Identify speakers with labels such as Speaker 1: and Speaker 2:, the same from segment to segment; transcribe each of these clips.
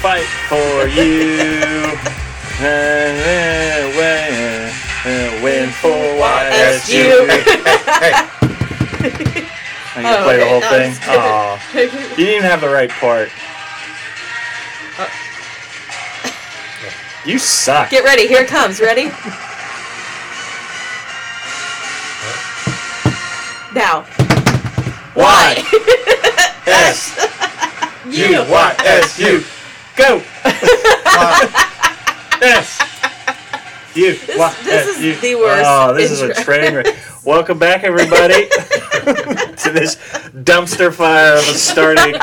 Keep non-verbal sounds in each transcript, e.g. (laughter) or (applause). Speaker 1: for you. win, win, win for YSU. (laughs) I need to
Speaker 2: Oh,
Speaker 1: play the
Speaker 2: okay,
Speaker 1: whole
Speaker 2: that
Speaker 1: thing.
Speaker 2: was good.
Speaker 1: Aw. You didn't even have the right part. You suck.
Speaker 2: Uh. Get ready, here it comes. Ready? Now. (laughs)
Speaker 1: Y S U Y S U. Go. Y S U Y
Speaker 2: this is
Speaker 1: S U.
Speaker 2: the worst
Speaker 1: Oh, this is
Speaker 2: intro.
Speaker 1: a train wreck. Welcome back, everybody, (laughs) to this dumpster fire of a starting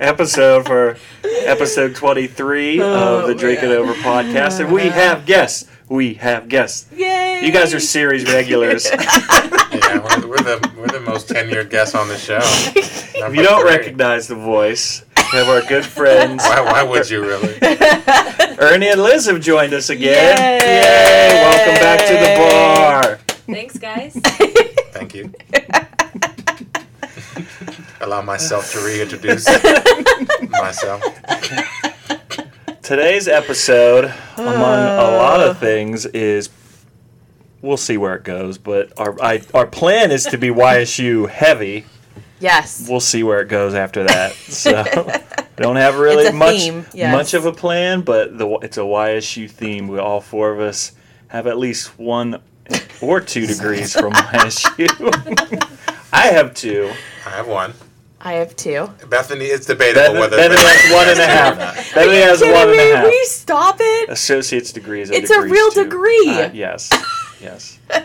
Speaker 1: episode for episode 23 of
Speaker 2: Oh,
Speaker 1: the Drink It
Speaker 2: man.
Speaker 1: Over podcast. And we have guests. We have guests.
Speaker 2: Yay!
Speaker 1: You guys are series
Speaker 2: (laughs)
Speaker 1: regulars.
Speaker 3: Yeah, we're, we're the we're the most tenured guests on the show.
Speaker 2: (laughs)
Speaker 1: If you don't recognize the voice, we have our good friends
Speaker 3: why, why would you really?
Speaker 1: Ernie and Liz have joined us again.
Speaker 2: Yay.
Speaker 1: Yay! Welcome back to the bar.
Speaker 4: Thanks, guys.
Speaker 1: (laughs)
Speaker 3: Thank you. Allow myself to reintroduce myself.
Speaker 1: Today's episode, among a lot
Speaker 2: Oh.
Speaker 1: of things, is we'll see where it goes, but our I, our plan is to be YSU heavy.
Speaker 2: (laughs) yes.
Speaker 1: We'll see where it goes after that.
Speaker 2: (laughs)
Speaker 1: So don't have really
Speaker 2: It's a
Speaker 1: much
Speaker 2: theme, yes.
Speaker 1: much of a plan, but the it's a YSU theme. We all four of us have at least one or two degrees
Speaker 2: (laughs)
Speaker 1: from YSU. (laughs) I have two.
Speaker 3: I have one.
Speaker 2: I have two.
Speaker 3: Bethany, it's debatable
Speaker 1: Bethany,
Speaker 3: whether
Speaker 1: Bethany has one and
Speaker 3: (laughs)
Speaker 1: a half. Bethany has
Speaker 2: Kidding
Speaker 1: one and
Speaker 2: me?
Speaker 1: a half.
Speaker 2: Will you stop it?
Speaker 1: Associate's degrees. Are
Speaker 2: It's a
Speaker 1: degrees,
Speaker 2: real
Speaker 1: too.
Speaker 2: degree.
Speaker 1: Uh, yes. Yes.
Speaker 2: And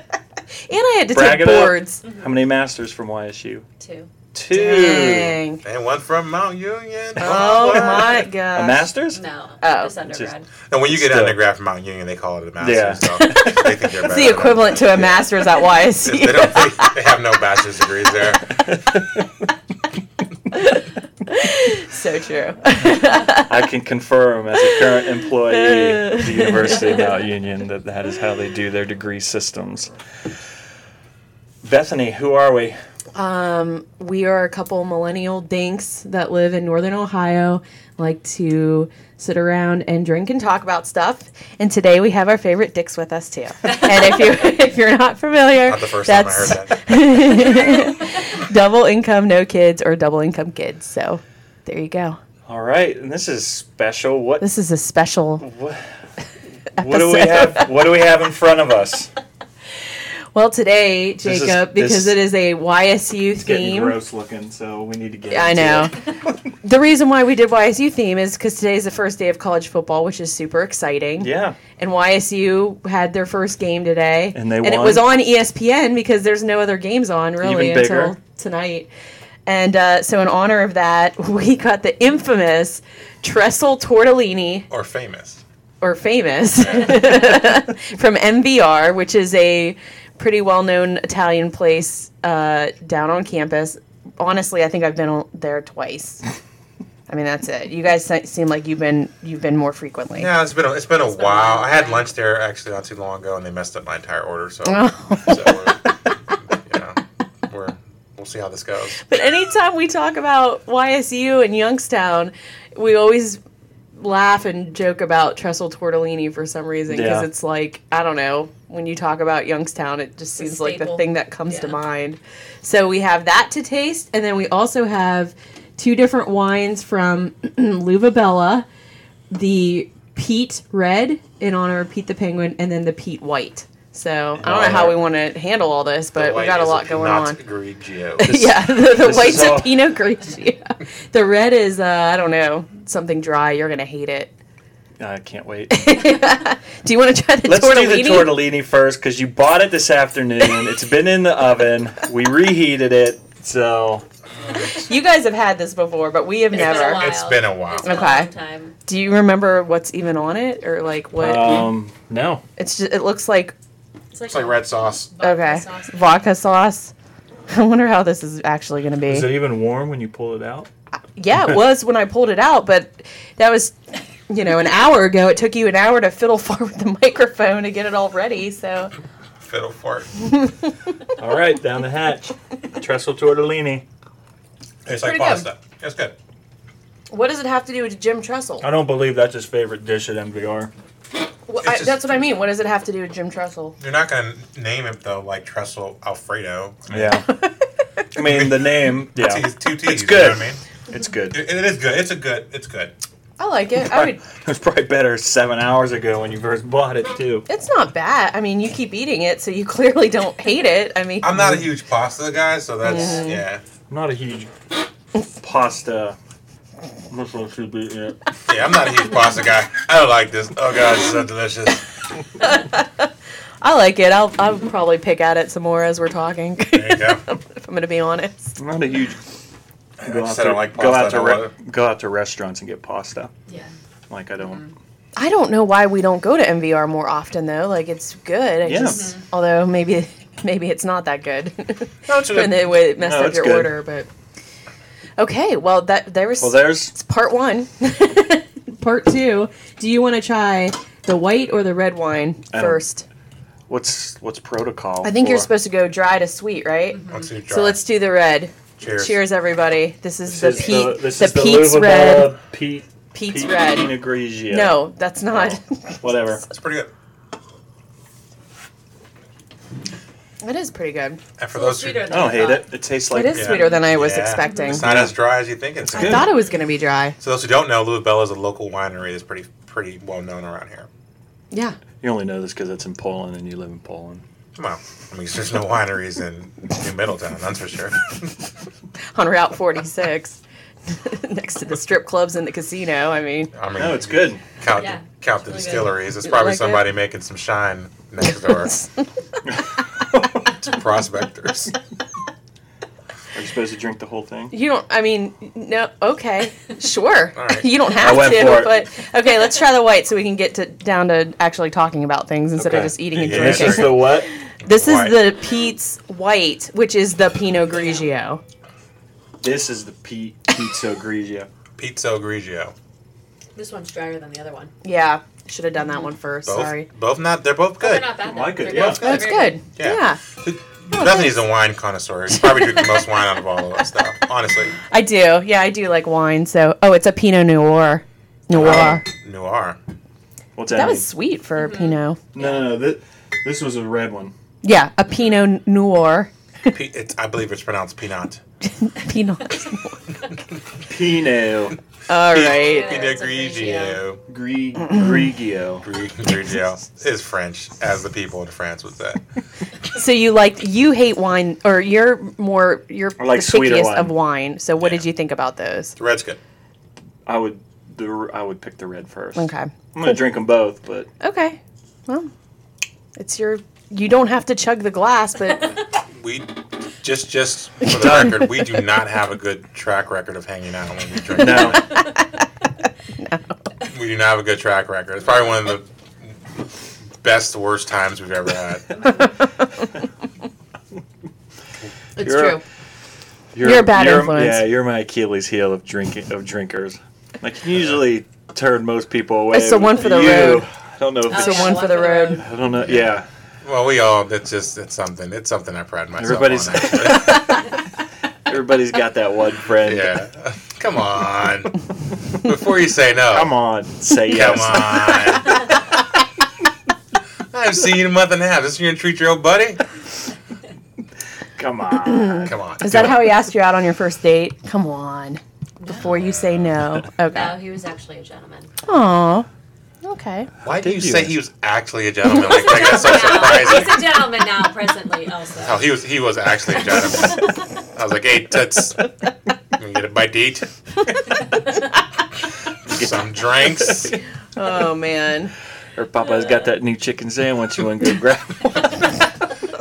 Speaker 2: I had to
Speaker 1: Brag
Speaker 2: take
Speaker 1: it up.
Speaker 2: boards.
Speaker 1: How many masters from YSU?
Speaker 4: Two.
Speaker 1: Two.
Speaker 2: Dang.
Speaker 3: and one from Mount Union.
Speaker 2: Oh
Speaker 3: One.
Speaker 2: my gosh.
Speaker 1: A master's?
Speaker 4: No.
Speaker 2: Oh.
Speaker 4: Just undergrad.
Speaker 3: And when you get
Speaker 1: Still.
Speaker 3: undergrad from Mount Union, they call it a master's.
Speaker 1: Yeah.
Speaker 3: So they think they're
Speaker 2: It's
Speaker 3: better
Speaker 2: the
Speaker 3: than
Speaker 2: equivalent to a master's at
Speaker 3: us.
Speaker 1: (laughs)
Speaker 3: They
Speaker 2: YSU.
Speaker 3: don't. They, they have no bachelor's degrees there.
Speaker 2: (laughs) so true.
Speaker 1: (laughs) I can confirm as a current employee of the University of
Speaker 2: (laughs)
Speaker 1: Mount Union that that is how they do their degree systems. Bethany, who are we?
Speaker 2: Um, we are a couple millennial dinks that live in northern Ohio, like to sit around and drink and talk about stuff. And today we have our favorite dicks with us
Speaker 3: (laughs)
Speaker 2: too. and if you if you're not familiar,
Speaker 3: Not the first time I
Speaker 2: that's
Speaker 3: heard that.
Speaker 2: double income no kids or double income kids. So there you go.
Speaker 1: All right, and this is special. What
Speaker 2: This is a special.
Speaker 1: what, what do we have? What do we have in front of us?
Speaker 2: Well, today,
Speaker 1: is-
Speaker 2: Jacob, because
Speaker 1: this-
Speaker 2: it is a YSU theme.
Speaker 1: looking, so we need to get.
Speaker 2: I
Speaker 1: into it.
Speaker 2: know. the reason why we did YSU theme is because today is the first day of college football, which is super exciting.
Speaker 1: (laughs) Yeah.
Speaker 2: And YSU had their first game today,
Speaker 1: And they
Speaker 2: it
Speaker 1: won.
Speaker 2: was on E ESPN because there's no other games on really
Speaker 1: Even bigger.
Speaker 2: until tonight. And uh, so, in honor of that, (laughs) we got the infamous Trestle Tortellini
Speaker 3: Or famous.
Speaker 2: or famous (laughs) from MVR, which is a pretty well known Italian place uh, down on campus. Honestly, I think I've been o- there twice. I mean, that's it. You guys se- seem like you've been you've been more frequently.
Speaker 3: Yeah, it's been a, it's been a
Speaker 4: been a
Speaker 3: while.
Speaker 4: long
Speaker 3: I had
Speaker 4: time.
Speaker 3: lunch there actually not too long ago, and they messed up my entire order. So,
Speaker 2: (laughs) Oh.
Speaker 3: so we're, you know, we're we'll see how this goes.
Speaker 2: But anytime we talk about YSU and Youngstown, we always laugh and joke about Trestle Tortellini for some reason because
Speaker 1: Yeah.
Speaker 2: it's like I don't know when you talk about Youngstown, it just seems like the
Speaker 4: staple.
Speaker 2: thing that comes to
Speaker 4: Yeah.
Speaker 2: mind. So we have that to taste, and then we also have two different wines from (clears throat) Luvabella, the Pete Red in honor of Pete the Penguin, and then the Pete White. So I don't know how we want to handle all this, but we
Speaker 3: White
Speaker 2: got a
Speaker 3: is
Speaker 2: lot going
Speaker 3: Pinot
Speaker 2: on.
Speaker 3: Grigio.
Speaker 2: Yeah, the, the
Speaker 1: is
Speaker 2: white's
Speaker 1: all-
Speaker 2: a Pinot Grigio. The red is, uh, I don't know, something dry. You're going to hate it. (laughs)
Speaker 1: I can't wait.
Speaker 2: Do you want to try the
Speaker 1: Let's
Speaker 2: tortellini?
Speaker 1: do the tortellini first because you bought it this afternoon. it's been in the oven. We reheated it, so
Speaker 2: You guys have had this before, but we have
Speaker 4: It's been a
Speaker 2: never.
Speaker 4: while.
Speaker 3: It's been a while.
Speaker 4: It's been a
Speaker 2: Okay.
Speaker 4: long time.
Speaker 2: Do you remember what's even on it or like what?
Speaker 1: um, no.
Speaker 2: it's just, it looks like
Speaker 3: It's like red sauce.
Speaker 4: vodka
Speaker 2: okay,
Speaker 4: sauce.
Speaker 2: vodka sauce. (laughs) I wonder how this is actually going to be.
Speaker 1: even warm when you pull it out?
Speaker 2: yeah, it was when I pulled it out, but that was, you know, an hour ago. It took you an hour to fiddle (laughs) far with the microphone to get it all ready. So
Speaker 3: Fiddle fart.
Speaker 1: All right, down the hatch. Trestle tortellini.
Speaker 3: It's like
Speaker 2: pretty good.
Speaker 3: pasta. It's good.
Speaker 2: What does it have to do with Jim Trestle?
Speaker 1: I don't believe that's his favorite dish at MVR.
Speaker 2: Well,
Speaker 3: It's
Speaker 2: I,
Speaker 3: just-
Speaker 2: that's what I mean. What does it have to do with Jim Trestle?
Speaker 3: You're not gonna name it though, like Trestle Alfredo.
Speaker 1: Yeah. I mean, the name, (laughs)
Speaker 3: Two
Speaker 1: yeah,
Speaker 3: T's, two T's.
Speaker 1: It's
Speaker 3: You
Speaker 1: good.
Speaker 3: know what I mean,
Speaker 1: it's good.
Speaker 3: It- it is good. It's a good. It's good.
Speaker 2: I like it.
Speaker 1: (laughs) It
Speaker 2: I would.
Speaker 1: was probably better seven hours ago when you first bought it, too.
Speaker 2: It's not bad. I mean, you keep eating it, so you (laughs) clearly don't hate it. I mean,
Speaker 3: I'm not a huge pasta guy, so that's yeah.
Speaker 1: I'm not a huge pasta. Muslim should be it.
Speaker 3: Yeah, I'm not a huge pasta guy. I don't like this. Oh god, it's so delicious.
Speaker 2: I like it. I'll I'll probably pick at it some more as we're talking.
Speaker 3: There you go.
Speaker 2: (laughs) if I'm gonna be honest.
Speaker 1: I'm not a huge. Go out,
Speaker 3: said
Speaker 1: to,
Speaker 3: I don't like
Speaker 1: go,
Speaker 3: pasta,
Speaker 1: out to
Speaker 3: I don't
Speaker 1: re-
Speaker 3: love
Speaker 1: go out to restaurants and get pasta.
Speaker 4: Yeah.
Speaker 1: Like, I don't.
Speaker 2: I don't know why we don't go to MVR more often though. Like it's good. I
Speaker 1: Yeah.
Speaker 2: just- although maybe (laughs) maybe it's not that good.
Speaker 3: No,
Speaker 2: (laughs)
Speaker 3: it's
Speaker 2: and
Speaker 3: good.
Speaker 2: they would mess
Speaker 1: No,
Speaker 2: up
Speaker 1: it's
Speaker 2: your
Speaker 1: good.
Speaker 2: order, but okay. Well, that there was
Speaker 1: Well, there's.
Speaker 2: it's part one. (laughs) part two. Do you want to try the white or the red wine
Speaker 1: I don't-
Speaker 2: first?
Speaker 1: What's what's protocol?
Speaker 2: I think you're
Speaker 1: for-
Speaker 2: supposed to go dry to sweet, right?
Speaker 3: Let's do dry.
Speaker 2: So let's do the red.
Speaker 3: cheers.
Speaker 2: Cheers, everybody. This is
Speaker 1: This
Speaker 2: the
Speaker 1: is
Speaker 2: Pete.
Speaker 1: this
Speaker 2: The,
Speaker 1: is the
Speaker 2: Pete's
Speaker 1: Louvain
Speaker 2: red.
Speaker 1: Pete,
Speaker 2: Pete's
Speaker 1: Pete
Speaker 2: red.
Speaker 1: Pinot Grigio.
Speaker 2: No, that's not.
Speaker 1: Oh, Whatever.
Speaker 3: It's pretty good.
Speaker 2: (laughs) that is pretty good.
Speaker 3: And for
Speaker 4: A little
Speaker 3: those who
Speaker 4: sweeter
Speaker 1: I don't hate it. It tastes like
Speaker 2: it is
Speaker 3: yeah.
Speaker 2: sweeter than I was
Speaker 3: Yeah.
Speaker 2: expecting.
Speaker 3: It's not as dry as you think it's.
Speaker 2: I thought it was going to be dry.
Speaker 3: So those who don't know, Louisville is a local winery that's pretty pretty well known around here.
Speaker 2: Yeah.
Speaker 1: You only know this because it's in Poland and you live in Poland.
Speaker 3: Well, I mean, (laughs) there's no wineries in New Middletown, that's for sure.
Speaker 2: On Route 46, (laughs) next to the strip clubs and the casino. I mean,
Speaker 3: I mean,
Speaker 1: No, it's good.
Speaker 3: Count,
Speaker 4: Yeah,
Speaker 3: count
Speaker 4: it's
Speaker 3: the
Speaker 4: really good.
Speaker 3: distilleries. It's
Speaker 2: You
Speaker 3: probably
Speaker 2: like it?
Speaker 3: somebody making some shine
Speaker 2: (laughs)
Speaker 3: next door. Prospectors.
Speaker 1: Are you supposed to drink the whole thing?
Speaker 2: you don't, I mean, no, okay, sure.
Speaker 3: All right.
Speaker 2: You don't have
Speaker 1: went
Speaker 2: to,
Speaker 1: for it.
Speaker 2: but okay, let's try the white so we can get to down to actually talking about things instead of
Speaker 1: Okay.
Speaker 2: just eating and
Speaker 3: Yeah,
Speaker 1: This
Speaker 2: drinking.
Speaker 1: is the what?
Speaker 2: This is
Speaker 3: White.
Speaker 2: the Pete's White, which is the Pinot Grigio.
Speaker 1: This is the Pete Pizza Grigio.
Speaker 3: Pizzo Grigio.
Speaker 4: This one's drier than the other one.
Speaker 2: Yeah, should have done that one first.
Speaker 3: Both,
Speaker 2: Sorry.
Speaker 3: both not. They're both
Speaker 4: They're
Speaker 3: good.
Speaker 4: not bad. though.
Speaker 1: Like it,
Speaker 4: They're
Speaker 1: yeah.
Speaker 4: both
Speaker 2: That's
Speaker 4: They're
Speaker 2: good.
Speaker 3: Yeah.
Speaker 2: yeah.
Speaker 3: Bethany's a wine connoisseur. She probably drinks the most wine out of all of us, though. Honestly,
Speaker 2: I do. Yeah, I do like wine. So, oh, it's a Pinot Noir. Noir.
Speaker 3: Oh. noir.
Speaker 1: What's that?
Speaker 2: That
Speaker 1: mean?
Speaker 2: was sweet for a Pinot.
Speaker 1: no, no, no. This, this was a red one.
Speaker 2: Yeah, a Pinot Noir. (laughs)
Speaker 3: P- it's, I believe it's pronounced peanut.
Speaker 2: Pinot.
Speaker 1: Pinot
Speaker 2: All right.
Speaker 4: Yeah,
Speaker 3: Pinot
Speaker 4: it's a
Speaker 3: Grigio.
Speaker 1: Gri- Grigio.
Speaker 3: Grig- Grigio is French, as the people in France would say.
Speaker 2: So you like you hate wine, or you're more you're
Speaker 1: I like
Speaker 2: the
Speaker 1: sweeter
Speaker 2: pickiest
Speaker 1: wine.
Speaker 2: of wine. So what
Speaker 3: Yeah.
Speaker 2: did you think about those?
Speaker 3: The red's good.
Speaker 1: I would the r- I would pick the red first.
Speaker 2: Okay.
Speaker 1: I'm gonna drink them both,
Speaker 2: (laughs)
Speaker 1: but
Speaker 2: Okay. Well, it's your. You don't have to chug the
Speaker 1: (laughs)
Speaker 2: glass, but
Speaker 3: We just just for the record, we do not have a good track record of hanging out when we drink.
Speaker 1: no,
Speaker 3: We do not have a good track record. It's probably one of the best worst times we've ever had.
Speaker 4: It's
Speaker 1: You're-
Speaker 4: true.
Speaker 1: you're,
Speaker 2: You're a bad influence.
Speaker 1: Yeah, you're my Achilles heel of drinking of drinkers. Like you usually turn most people away.
Speaker 2: It's the
Speaker 1: but
Speaker 2: one for the
Speaker 1: you-
Speaker 2: road.
Speaker 1: I don't know. If
Speaker 2: It's the
Speaker 1: it's,
Speaker 4: Oh, yeah,
Speaker 2: one for the road.
Speaker 1: I don't know. Yeah,
Speaker 3: Well, we all it's just it's something. It's something I pride myself
Speaker 1: Everybody's- (laughs)
Speaker 3: on. actually.
Speaker 1: everybody's got that one friend.
Speaker 3: yeah. Come on. Before you say no.
Speaker 1: Come on, say
Speaker 3: Come
Speaker 1: yes.
Speaker 3: on. I've seen you in a month and a half. This is your treat your old buddy?
Speaker 1: Come on.
Speaker 3: Come on.
Speaker 2: is
Speaker 3: do
Speaker 2: that
Speaker 3: it.
Speaker 2: how he asked you out on your first date? Come on, before you say no.
Speaker 4: No,
Speaker 2: Okay.
Speaker 4: he was actually a gentleman.
Speaker 2: Aw. Okay.
Speaker 3: Why do
Speaker 1: did you
Speaker 3: you say
Speaker 1: ask?
Speaker 3: he was actually a gentleman? Like, like that's so
Speaker 4: (laughs)
Speaker 3: (laughs)
Speaker 4: He's
Speaker 3: surprising.
Speaker 4: a gentleman now, presently, also.
Speaker 3: Oh, he was he was actually a gentleman. I was like, hey, toots, you gonna get a bite to (laughs) eat? Some drinks.
Speaker 2: Oh man.
Speaker 1: Or Papa's got that new chicken sandwich. You want
Speaker 3: (laughs)
Speaker 1: to go grab?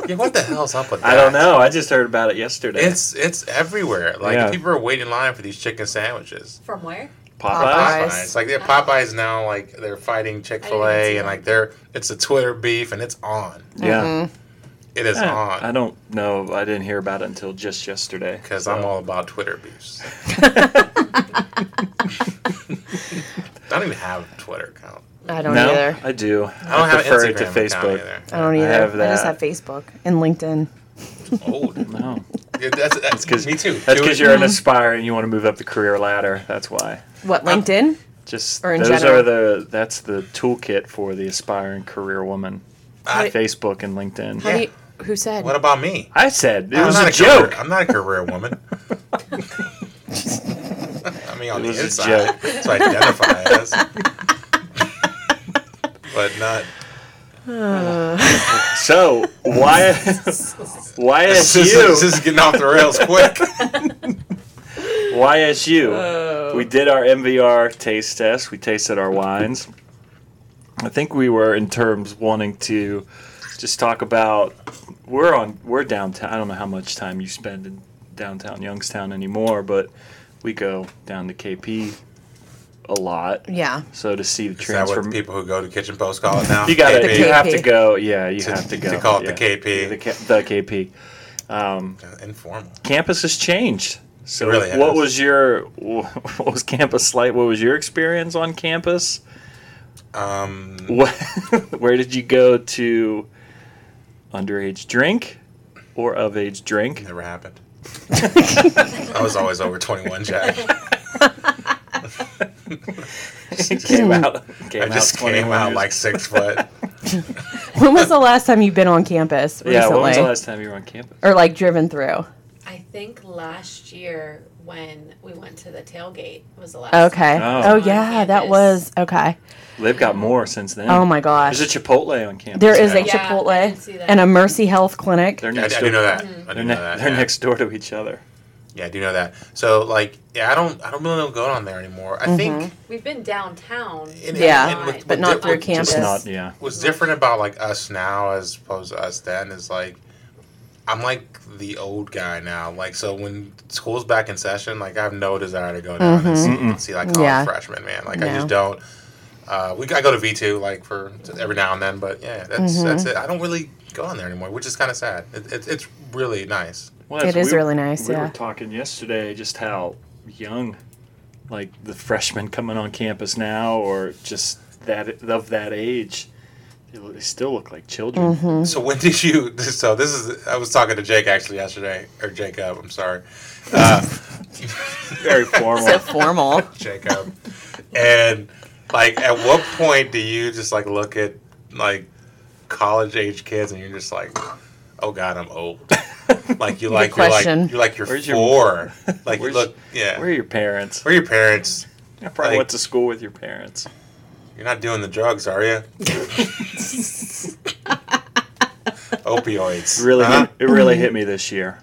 Speaker 3: Yeah, what the hell's up with that?
Speaker 1: I don't know. I just heard about it yesterday.
Speaker 3: It's it's everywhere. Like
Speaker 1: Yeah.
Speaker 3: people are waiting in line for these chicken sandwiches.
Speaker 4: From where?
Speaker 1: Popeyes.
Speaker 2: Popeyes.
Speaker 3: Popeyes. Like yeah, Popeyes now like they're fighting Chick Fil
Speaker 4: I didn't
Speaker 3: A
Speaker 4: see
Speaker 3: and
Speaker 4: that.
Speaker 3: like they're it's a Twitter beef and it's on.
Speaker 2: Mm-hmm.
Speaker 1: Yeah.
Speaker 3: It is
Speaker 1: Yeah, I
Speaker 3: on
Speaker 1: don't know. I didn't hear about it until just yesterday.
Speaker 3: because I'm all about
Speaker 1: (laughs)
Speaker 3: Twitter beefs. I don't even have a Twitter account.
Speaker 2: I don't
Speaker 1: no,
Speaker 2: either.
Speaker 1: I do.
Speaker 3: I don't have an
Speaker 1: prefer
Speaker 3: Instagram
Speaker 1: it to
Speaker 3: account
Speaker 1: Facebook.
Speaker 3: either.
Speaker 2: I don't
Speaker 1: I
Speaker 2: either. I,
Speaker 1: have
Speaker 2: just
Speaker 1: that.
Speaker 2: have Facebook and LinkedIn.
Speaker 3: Old.
Speaker 1: No,
Speaker 3: Yeah, That's, that's
Speaker 1: 'cause-
Speaker 3: (laughs) me too.
Speaker 1: That's
Speaker 3: Do
Speaker 1: because
Speaker 3: it.
Speaker 1: you're an aspire and you want to move up the career ladder. That's why.
Speaker 2: What LinkedIn?
Speaker 1: Just
Speaker 2: Or in
Speaker 1: those
Speaker 2: general.
Speaker 1: are the that's the toolkit for the aspiring career woman.
Speaker 3: I-
Speaker 1: Facebook and LinkedIn.
Speaker 2: How do
Speaker 3: yeah.
Speaker 2: you, who said?
Speaker 3: What about me?
Speaker 1: I said it
Speaker 3: I'm
Speaker 1: was
Speaker 3: not
Speaker 1: a
Speaker 3: career- (laughs)
Speaker 1: joke.
Speaker 3: I'm not a career woman. I mean, on
Speaker 1: It
Speaker 3: the
Speaker 1: was a
Speaker 3: inside,
Speaker 1: joke.
Speaker 3: that's what I identify as. but not.
Speaker 1: So why (laughs) why
Speaker 3: This is, this
Speaker 1: YSU
Speaker 3: is getting off the rails
Speaker 1: (laughs)
Speaker 3: quick.
Speaker 1: YSU? We did our MVR taste test. We tasted our wines. I think we were in terms wanting to just talk about we're on we're downtown. I don't know how much time you spend in downtown Youngstown anymore, but we go down to KP a lot.
Speaker 2: yeah.
Speaker 1: So to see the
Speaker 3: Is that what the
Speaker 1: transformation.
Speaker 3: people who go to Kitchen Post call it now?
Speaker 1: You got to
Speaker 2: KP.
Speaker 1: You have to
Speaker 2: KP.
Speaker 1: go. Yeah, you
Speaker 3: To-
Speaker 1: have to
Speaker 3: to
Speaker 1: go.
Speaker 3: call it the
Speaker 1: yeah.
Speaker 3: KP.
Speaker 1: The, K- the KP. Um,
Speaker 3: Informal.
Speaker 1: campus has changed. So,
Speaker 3: It really
Speaker 1: what
Speaker 3: has.
Speaker 1: was your (laughs) what was campus like? What was your experience on campus?
Speaker 3: Um,
Speaker 1: What, (laughs) where did you go to underage drink or of age drink?
Speaker 3: never happened. I was always over 21, Jack.
Speaker 1: (laughs) came out. Came
Speaker 3: I just
Speaker 1: out
Speaker 3: came
Speaker 1: 21
Speaker 3: out
Speaker 1: years-
Speaker 3: like
Speaker 1: (laughs)
Speaker 3: six foot.
Speaker 2: When was the last time you've been on campus recently?
Speaker 1: yeah. When was the last time you were on campus?
Speaker 2: or like driven through?
Speaker 4: I think last year when we went to the tailgate was the last.
Speaker 2: Okay.
Speaker 1: Oh.
Speaker 2: Oh, yeah, that
Speaker 4: Campus.
Speaker 2: was okay.
Speaker 1: They've got more since then.
Speaker 2: Oh my gosh.
Speaker 1: There's a Chipotle on campus.
Speaker 2: There is
Speaker 1: now.
Speaker 2: a
Speaker 4: Yeah, I didn't see
Speaker 2: Chipotle
Speaker 4: that.
Speaker 2: and a Mercy Health clinic.
Speaker 4: (laughs)
Speaker 1: They're
Speaker 3: Yeah, I, I
Speaker 1: next
Speaker 3: do
Speaker 1: door.
Speaker 3: know that. I do
Speaker 1: They're,
Speaker 3: know
Speaker 1: ne-
Speaker 3: that.
Speaker 1: they're
Speaker 3: yeah.
Speaker 1: next door to each other.
Speaker 3: Yeah, I do know that. So like, yeah, I don't, I don't really don't go down there anymore. I think
Speaker 4: We've been downtown.
Speaker 3: And-
Speaker 2: Yeah,
Speaker 3: and with-
Speaker 2: but
Speaker 3: with
Speaker 2: not
Speaker 3: di-
Speaker 2: through
Speaker 3: with-
Speaker 2: campus.
Speaker 1: Just not, yeah.
Speaker 3: What's different about like us now as opposed to us then is like, I'm like the old guy now. Like, so when school's back in session, like I have no desire to go down and see, and see like college
Speaker 2: Mm-hmm. Yeah.
Speaker 3: freshmen, man. Like I
Speaker 2: No.
Speaker 3: just don't. Uh, we I go to V two like for every now and then, but yeah, that's
Speaker 2: Mm-hmm.
Speaker 3: that's it. I don't really go on there anymore, which is kind of sad. It, it, it's really nice.
Speaker 1: Well,
Speaker 2: It
Speaker 1: that's-
Speaker 2: is really nice,
Speaker 1: We
Speaker 2: yeah.
Speaker 1: were talking yesterday just how young, like the freshmen coming on campus now, or just that of that age, they lo- they still look like children.
Speaker 2: Mm-hmm.
Speaker 3: So when did you? (laughs) So this is. I was talking to Jake actually yesterday, or Jacob. I'm sorry, uh,
Speaker 1: Very formal.
Speaker 2: (laughs) so formal.
Speaker 3: Jacob. And like, at what point do you just like look at like college age kids and you're just like, oh god, I'm old. Like you like you're like
Speaker 2: question.
Speaker 3: you're like you're
Speaker 1: Where's your-
Speaker 3: four. Like you
Speaker 1: Where's-
Speaker 3: look, yeah.
Speaker 1: Where are your parents?
Speaker 3: Where are your parents?
Speaker 1: I probably
Speaker 3: like-
Speaker 1: went to school with your parents.
Speaker 3: You're not doing the drugs,
Speaker 2: (laughs)
Speaker 3: are you? Opioids. Uh-huh.
Speaker 1: It really,
Speaker 3: Huh?
Speaker 1: hit, it really hit me this year.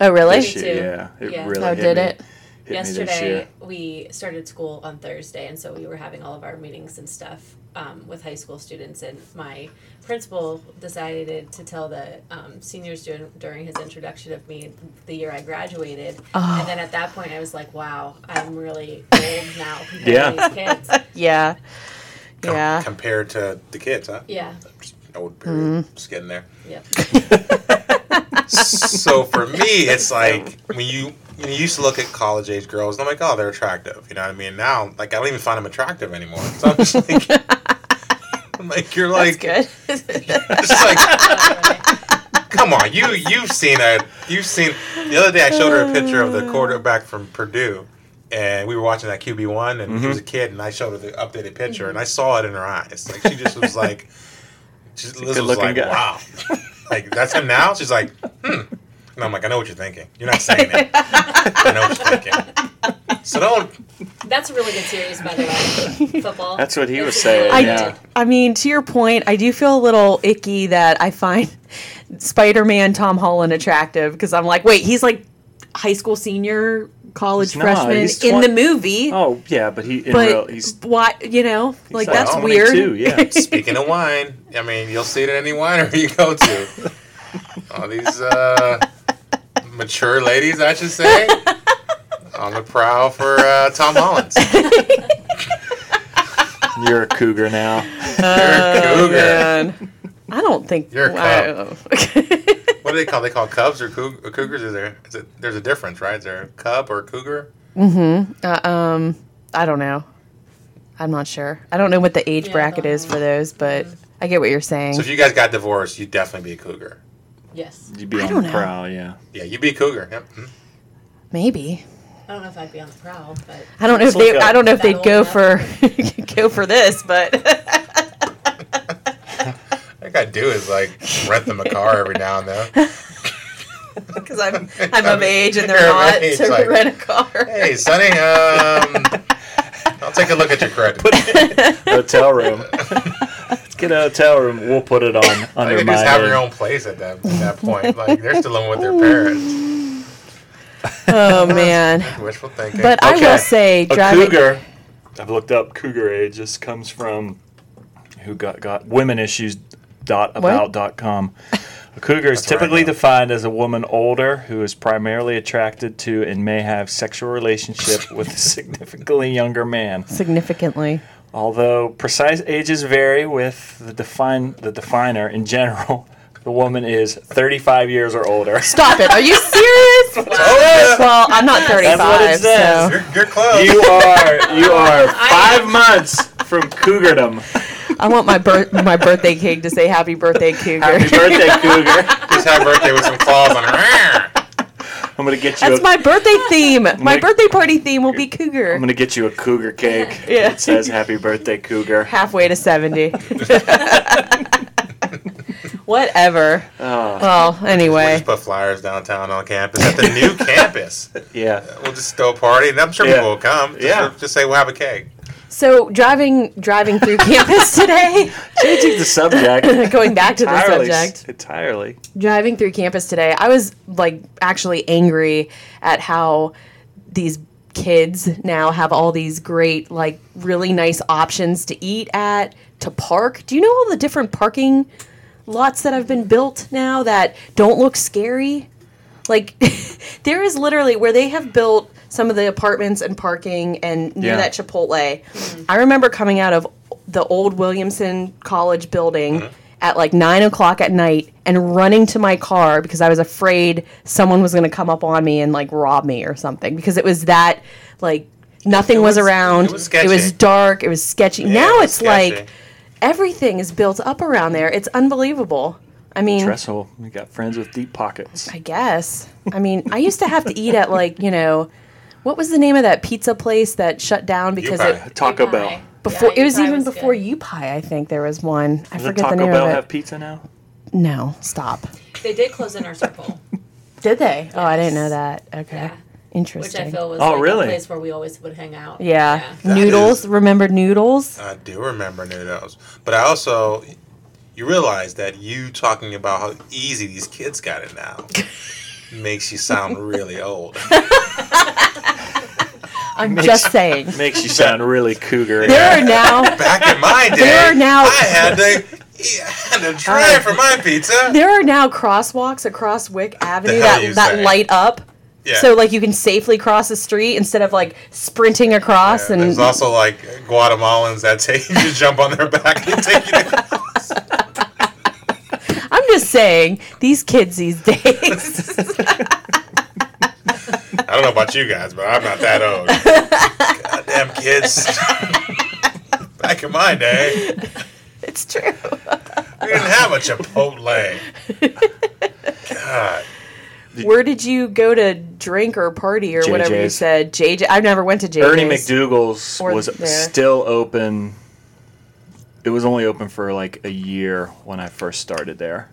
Speaker 2: Oh, really?
Speaker 1: This
Speaker 4: Me
Speaker 1: year,
Speaker 4: too.
Speaker 1: yeah. It
Speaker 4: Yeah.
Speaker 1: really
Speaker 2: Oh,
Speaker 1: hit
Speaker 2: did
Speaker 1: me-
Speaker 2: it?
Speaker 1: hit me this
Speaker 4: Yesterday
Speaker 1: year.
Speaker 4: we started school on Thursday, and so we were having all of our meetings and stuff um, with high school students. And my principal decided to tell the um, seniors during, during his introduction of me the year I graduated.
Speaker 2: Oh.
Speaker 4: And then at that point, I was like, "Wow, I'm really old now
Speaker 1: (laughs)
Speaker 4: compared
Speaker 1: Yeah.
Speaker 4: to these kids."
Speaker 2: Yeah.
Speaker 3: Com-
Speaker 2: Yeah.
Speaker 3: Compared to the kids, huh?
Speaker 4: Yeah.
Speaker 3: Just old period.
Speaker 2: Mm-hmm.
Speaker 3: Just getting there.
Speaker 4: Yep.
Speaker 3: so for me, it's like when you when you used to look at college age girls, and I'm like, oh, they're attractive. You know what I mean? Now, like, I don't even find them attractive anymore. So I'm just like, I'm like (laughs) you're
Speaker 2: That's
Speaker 3: like,
Speaker 2: good.
Speaker 1: (laughs)
Speaker 3: (laughs) it's like, come on, you you've seen a you've seen. The other day, I showed her a picture of the quarterback from Purdue. And we were watching that QB one, and she was a
Speaker 1: Mm-hmm.
Speaker 3: kid, and I showed her the updated picture, and I saw it in her eyes. Like she just was like, (laughs) she Liz was
Speaker 1: good-looking
Speaker 3: like,
Speaker 1: guy. (laughs)
Speaker 3: wow, like that's him now. She's like, hmm. And I'm like, I know what you're thinking. You're not saying
Speaker 1: (laughs)
Speaker 3: it. I know what you're thinking. So don't.
Speaker 4: That's a really good series, by the
Speaker 1: (laughs)
Speaker 4: way. Football.
Speaker 1: That's what he
Speaker 4: It's
Speaker 1: was
Speaker 4: a
Speaker 1: saying.
Speaker 2: I,
Speaker 4: really-
Speaker 1: yeah.
Speaker 2: I mean, to your point, I do feel a little icky that I find (laughs) Spider Man Tom Holland attractive because I'm like, wait, he's like high school senior, college
Speaker 1: He's not.
Speaker 2: freshman
Speaker 1: He's
Speaker 2: in
Speaker 1: twen-
Speaker 2: the movie.
Speaker 1: Oh yeah, but he in
Speaker 2: but
Speaker 1: real, he's
Speaker 2: why, you know,
Speaker 1: like
Speaker 2: like that's
Speaker 1: 22,
Speaker 2: weird. (laughs)
Speaker 1: yeah.
Speaker 3: Speaking of wine, I mean, you'll see it at any winery (laughs) you go to. All these uh, mature ladies, I should say, on the prowl for uh, Tom Hollins. You're
Speaker 1: you're a cougar now.
Speaker 3: a cougar.
Speaker 2: Man. I don't think.
Speaker 3: You're a
Speaker 2: wow.
Speaker 3: What do they call? They call cubs or coug- or cougars? Is there? Is it, there's a difference, right? Is there a cub or a cougar?
Speaker 2: uh, um, (laughs) I don't know. I'm not sure. I don't know what the age
Speaker 4: Yeah, I
Speaker 2: bracket
Speaker 4: don't
Speaker 2: is for those, but I get what you're saying.
Speaker 3: So if you guys got divorced, you'd definitely be a cougar.
Speaker 4: Yes.
Speaker 1: You'd be
Speaker 2: I
Speaker 1: on
Speaker 2: don't
Speaker 1: the
Speaker 2: know.
Speaker 1: prowl, yeah.
Speaker 3: Yeah, you'd be a cougar. Yep. Mhm.
Speaker 2: Maybe.
Speaker 4: I don't know if I'd be on the prowl, but
Speaker 2: I don't know if
Speaker 1: Let's
Speaker 2: they.
Speaker 1: look
Speaker 2: I don't know if
Speaker 4: up.
Speaker 2: they'd go for go for (laughs) this, but (laughs)
Speaker 3: I think I do is like rent them a car every now and then.
Speaker 2: because I'm I'm of
Speaker 3: mean,
Speaker 2: age and
Speaker 3: you're
Speaker 2: they're
Speaker 3: of
Speaker 2: not
Speaker 3: age,
Speaker 2: to
Speaker 3: like-
Speaker 2: rent a car.
Speaker 3: Hey, Sonny, um, I'll take a look at your credit.
Speaker 1: hotel room. Let's get a hotel room. We'll put it on
Speaker 3: (laughs) Like,
Speaker 1: under
Speaker 3: you
Speaker 1: my
Speaker 3: just have your
Speaker 1: head.
Speaker 3: own place at that at that point. Like they're still living with their parents.
Speaker 2: Oh man!
Speaker 3: Wishful thinking.
Speaker 2: But I
Speaker 1: Okay.
Speaker 2: will say,
Speaker 1: a
Speaker 2: driving.
Speaker 1: cougar. I've looked up cougar age. This comes from who got got womenissues.about.com. A cougar is
Speaker 3: That's where I
Speaker 1: typically
Speaker 3: know.
Speaker 1: defined as a woman older who is primarily attracted to and may have sexual
Speaker 3: (laughs)
Speaker 1: relationship with a significantly younger man.
Speaker 2: Significantly,
Speaker 1: Although precise ages vary with the define the definer in general, the woman is 35 years or
Speaker 3: (laughs)
Speaker 1: older.
Speaker 2: stop it! Are you serious?
Speaker 1: (laughs)
Speaker 3: Oh,
Speaker 2: well, I'm not 35,
Speaker 1: what it says.
Speaker 2: so
Speaker 3: you're, you're close.
Speaker 1: You are you
Speaker 2: (laughs)
Speaker 1: are five months from cougardom.
Speaker 2: I want my birth my birthday cake to say "Happy Birthday, Cougar."
Speaker 1: Happy
Speaker 2: (laughs)
Speaker 1: birthday, cougar!
Speaker 3: just have birthday with some claws on her.
Speaker 1: I'm gonna get you.
Speaker 2: That's
Speaker 1: a, (laughs)
Speaker 2: my birthday theme. My
Speaker 1: Like-
Speaker 2: birthday party theme will be
Speaker 1: I'm
Speaker 2: cougar.
Speaker 1: gonna get you a cougar cake.
Speaker 2: (laughs) Yeah.
Speaker 1: It says "Happy Birthday, Cougar."
Speaker 2: Halfway to
Speaker 1: (laughs)
Speaker 2: 70. (laughs) Whatever.
Speaker 1: Oh,
Speaker 2: Well,
Speaker 3: We'll
Speaker 2: anyway.
Speaker 3: just put flyers downtown on campus at the new campus.
Speaker 1: yeah.
Speaker 3: We'll just throw a party, and I'm sure
Speaker 1: Yeah.
Speaker 3: people will come. Just,
Speaker 1: Yeah.
Speaker 3: just say we'll have a cake.
Speaker 2: So driving driving
Speaker 1: (laughs)
Speaker 2: through campus today,
Speaker 1: Changing the subject
Speaker 2: going back to (laughs) the
Speaker 1: entirely.
Speaker 2: subject.
Speaker 1: Entirely.
Speaker 2: driving through campus today, I was like actually angry at how these kids now have all these great, like really nice options to eat at, to park. Do you know all the different parking lots that have been built now that don't look scary? Like, (laughs) there is literally where they have built some of the apartments and parking and near
Speaker 1: Yeah.
Speaker 2: that Chipotle. I remember coming out of the old Williamson College building
Speaker 3: Uh-huh.
Speaker 2: at like nine o'clock at night and running to my car because I was afraid someone was going to come up on me and like rob me or something because it was that like nothing was,
Speaker 3: was-
Speaker 2: around.
Speaker 3: it was sketchy.
Speaker 2: dark. It was sketchy. now
Speaker 3: it was
Speaker 2: it's
Speaker 3: sketchy.
Speaker 2: like everything is built up around there. It's unbelievable. I mean,
Speaker 1: Trestle. We got friends with deep pockets.
Speaker 2: I guess. I mean, I used to have to eat at like you know, what was the name of that pizza place that shut down because
Speaker 3: Yupi.
Speaker 2: it
Speaker 1: Taco
Speaker 4: Pie.
Speaker 1: Bell.
Speaker 2: before
Speaker 4: Yeah,
Speaker 2: it was
Speaker 4: pie
Speaker 2: even before
Speaker 4: good.
Speaker 2: U Pie. I think there was one. I
Speaker 1: Does
Speaker 2: forget the
Speaker 1: Taco
Speaker 2: name
Speaker 1: Bell
Speaker 2: of it.
Speaker 1: have pizza now?
Speaker 2: no, stop.
Speaker 4: They did close in our circle,
Speaker 2: Did they? Oh, I didn't know that. Okay,
Speaker 4: Yeah. which
Speaker 2: interesting.
Speaker 4: I feel was
Speaker 1: Oh,
Speaker 4: like
Speaker 1: really?
Speaker 4: a place where we always would hang out.
Speaker 2: yeah. (laughs)
Speaker 3: That
Speaker 2: noodles.
Speaker 3: is-
Speaker 2: Remember noodles?
Speaker 3: I do remember noodles, but I also you realize that you talking about how easy these kids got it now makes you sound really old.
Speaker 2: I'm just saying.
Speaker 1: Makes you sound really cougar.
Speaker 2: (laughs) There
Speaker 1: (laughs)
Speaker 2: are now
Speaker 3: Back in my day,
Speaker 2: There are now-
Speaker 3: I had to. I had to try for my pizza.
Speaker 2: there are now crosswalks across Wick Avenue
Speaker 3: hell are you
Speaker 2: that that
Speaker 3: saying?
Speaker 2: light up.
Speaker 3: Yeah.
Speaker 2: So like you can safely cross the street instead of like sprinting across
Speaker 3: Yeah,
Speaker 2: and
Speaker 3: there's also like Guatemalans that take (laughs) you just jump on their back and take you. To,
Speaker 2: I'm just saying, these kids these days. (laughs)
Speaker 3: I don't know about you guys, but I'm not that old. Goddamn kids. (laughs) Back in my day,
Speaker 2: it's true.
Speaker 3: we didn't have a Chipotle. God,
Speaker 2: Where did you go to drink or party or whatever you
Speaker 1: JJ's.
Speaker 2: said? JJ. I never went to JJ's.
Speaker 1: Ernie McDougal's
Speaker 2: Or
Speaker 1: was
Speaker 2: there.
Speaker 1: still open. It was only open for like a year when I first started there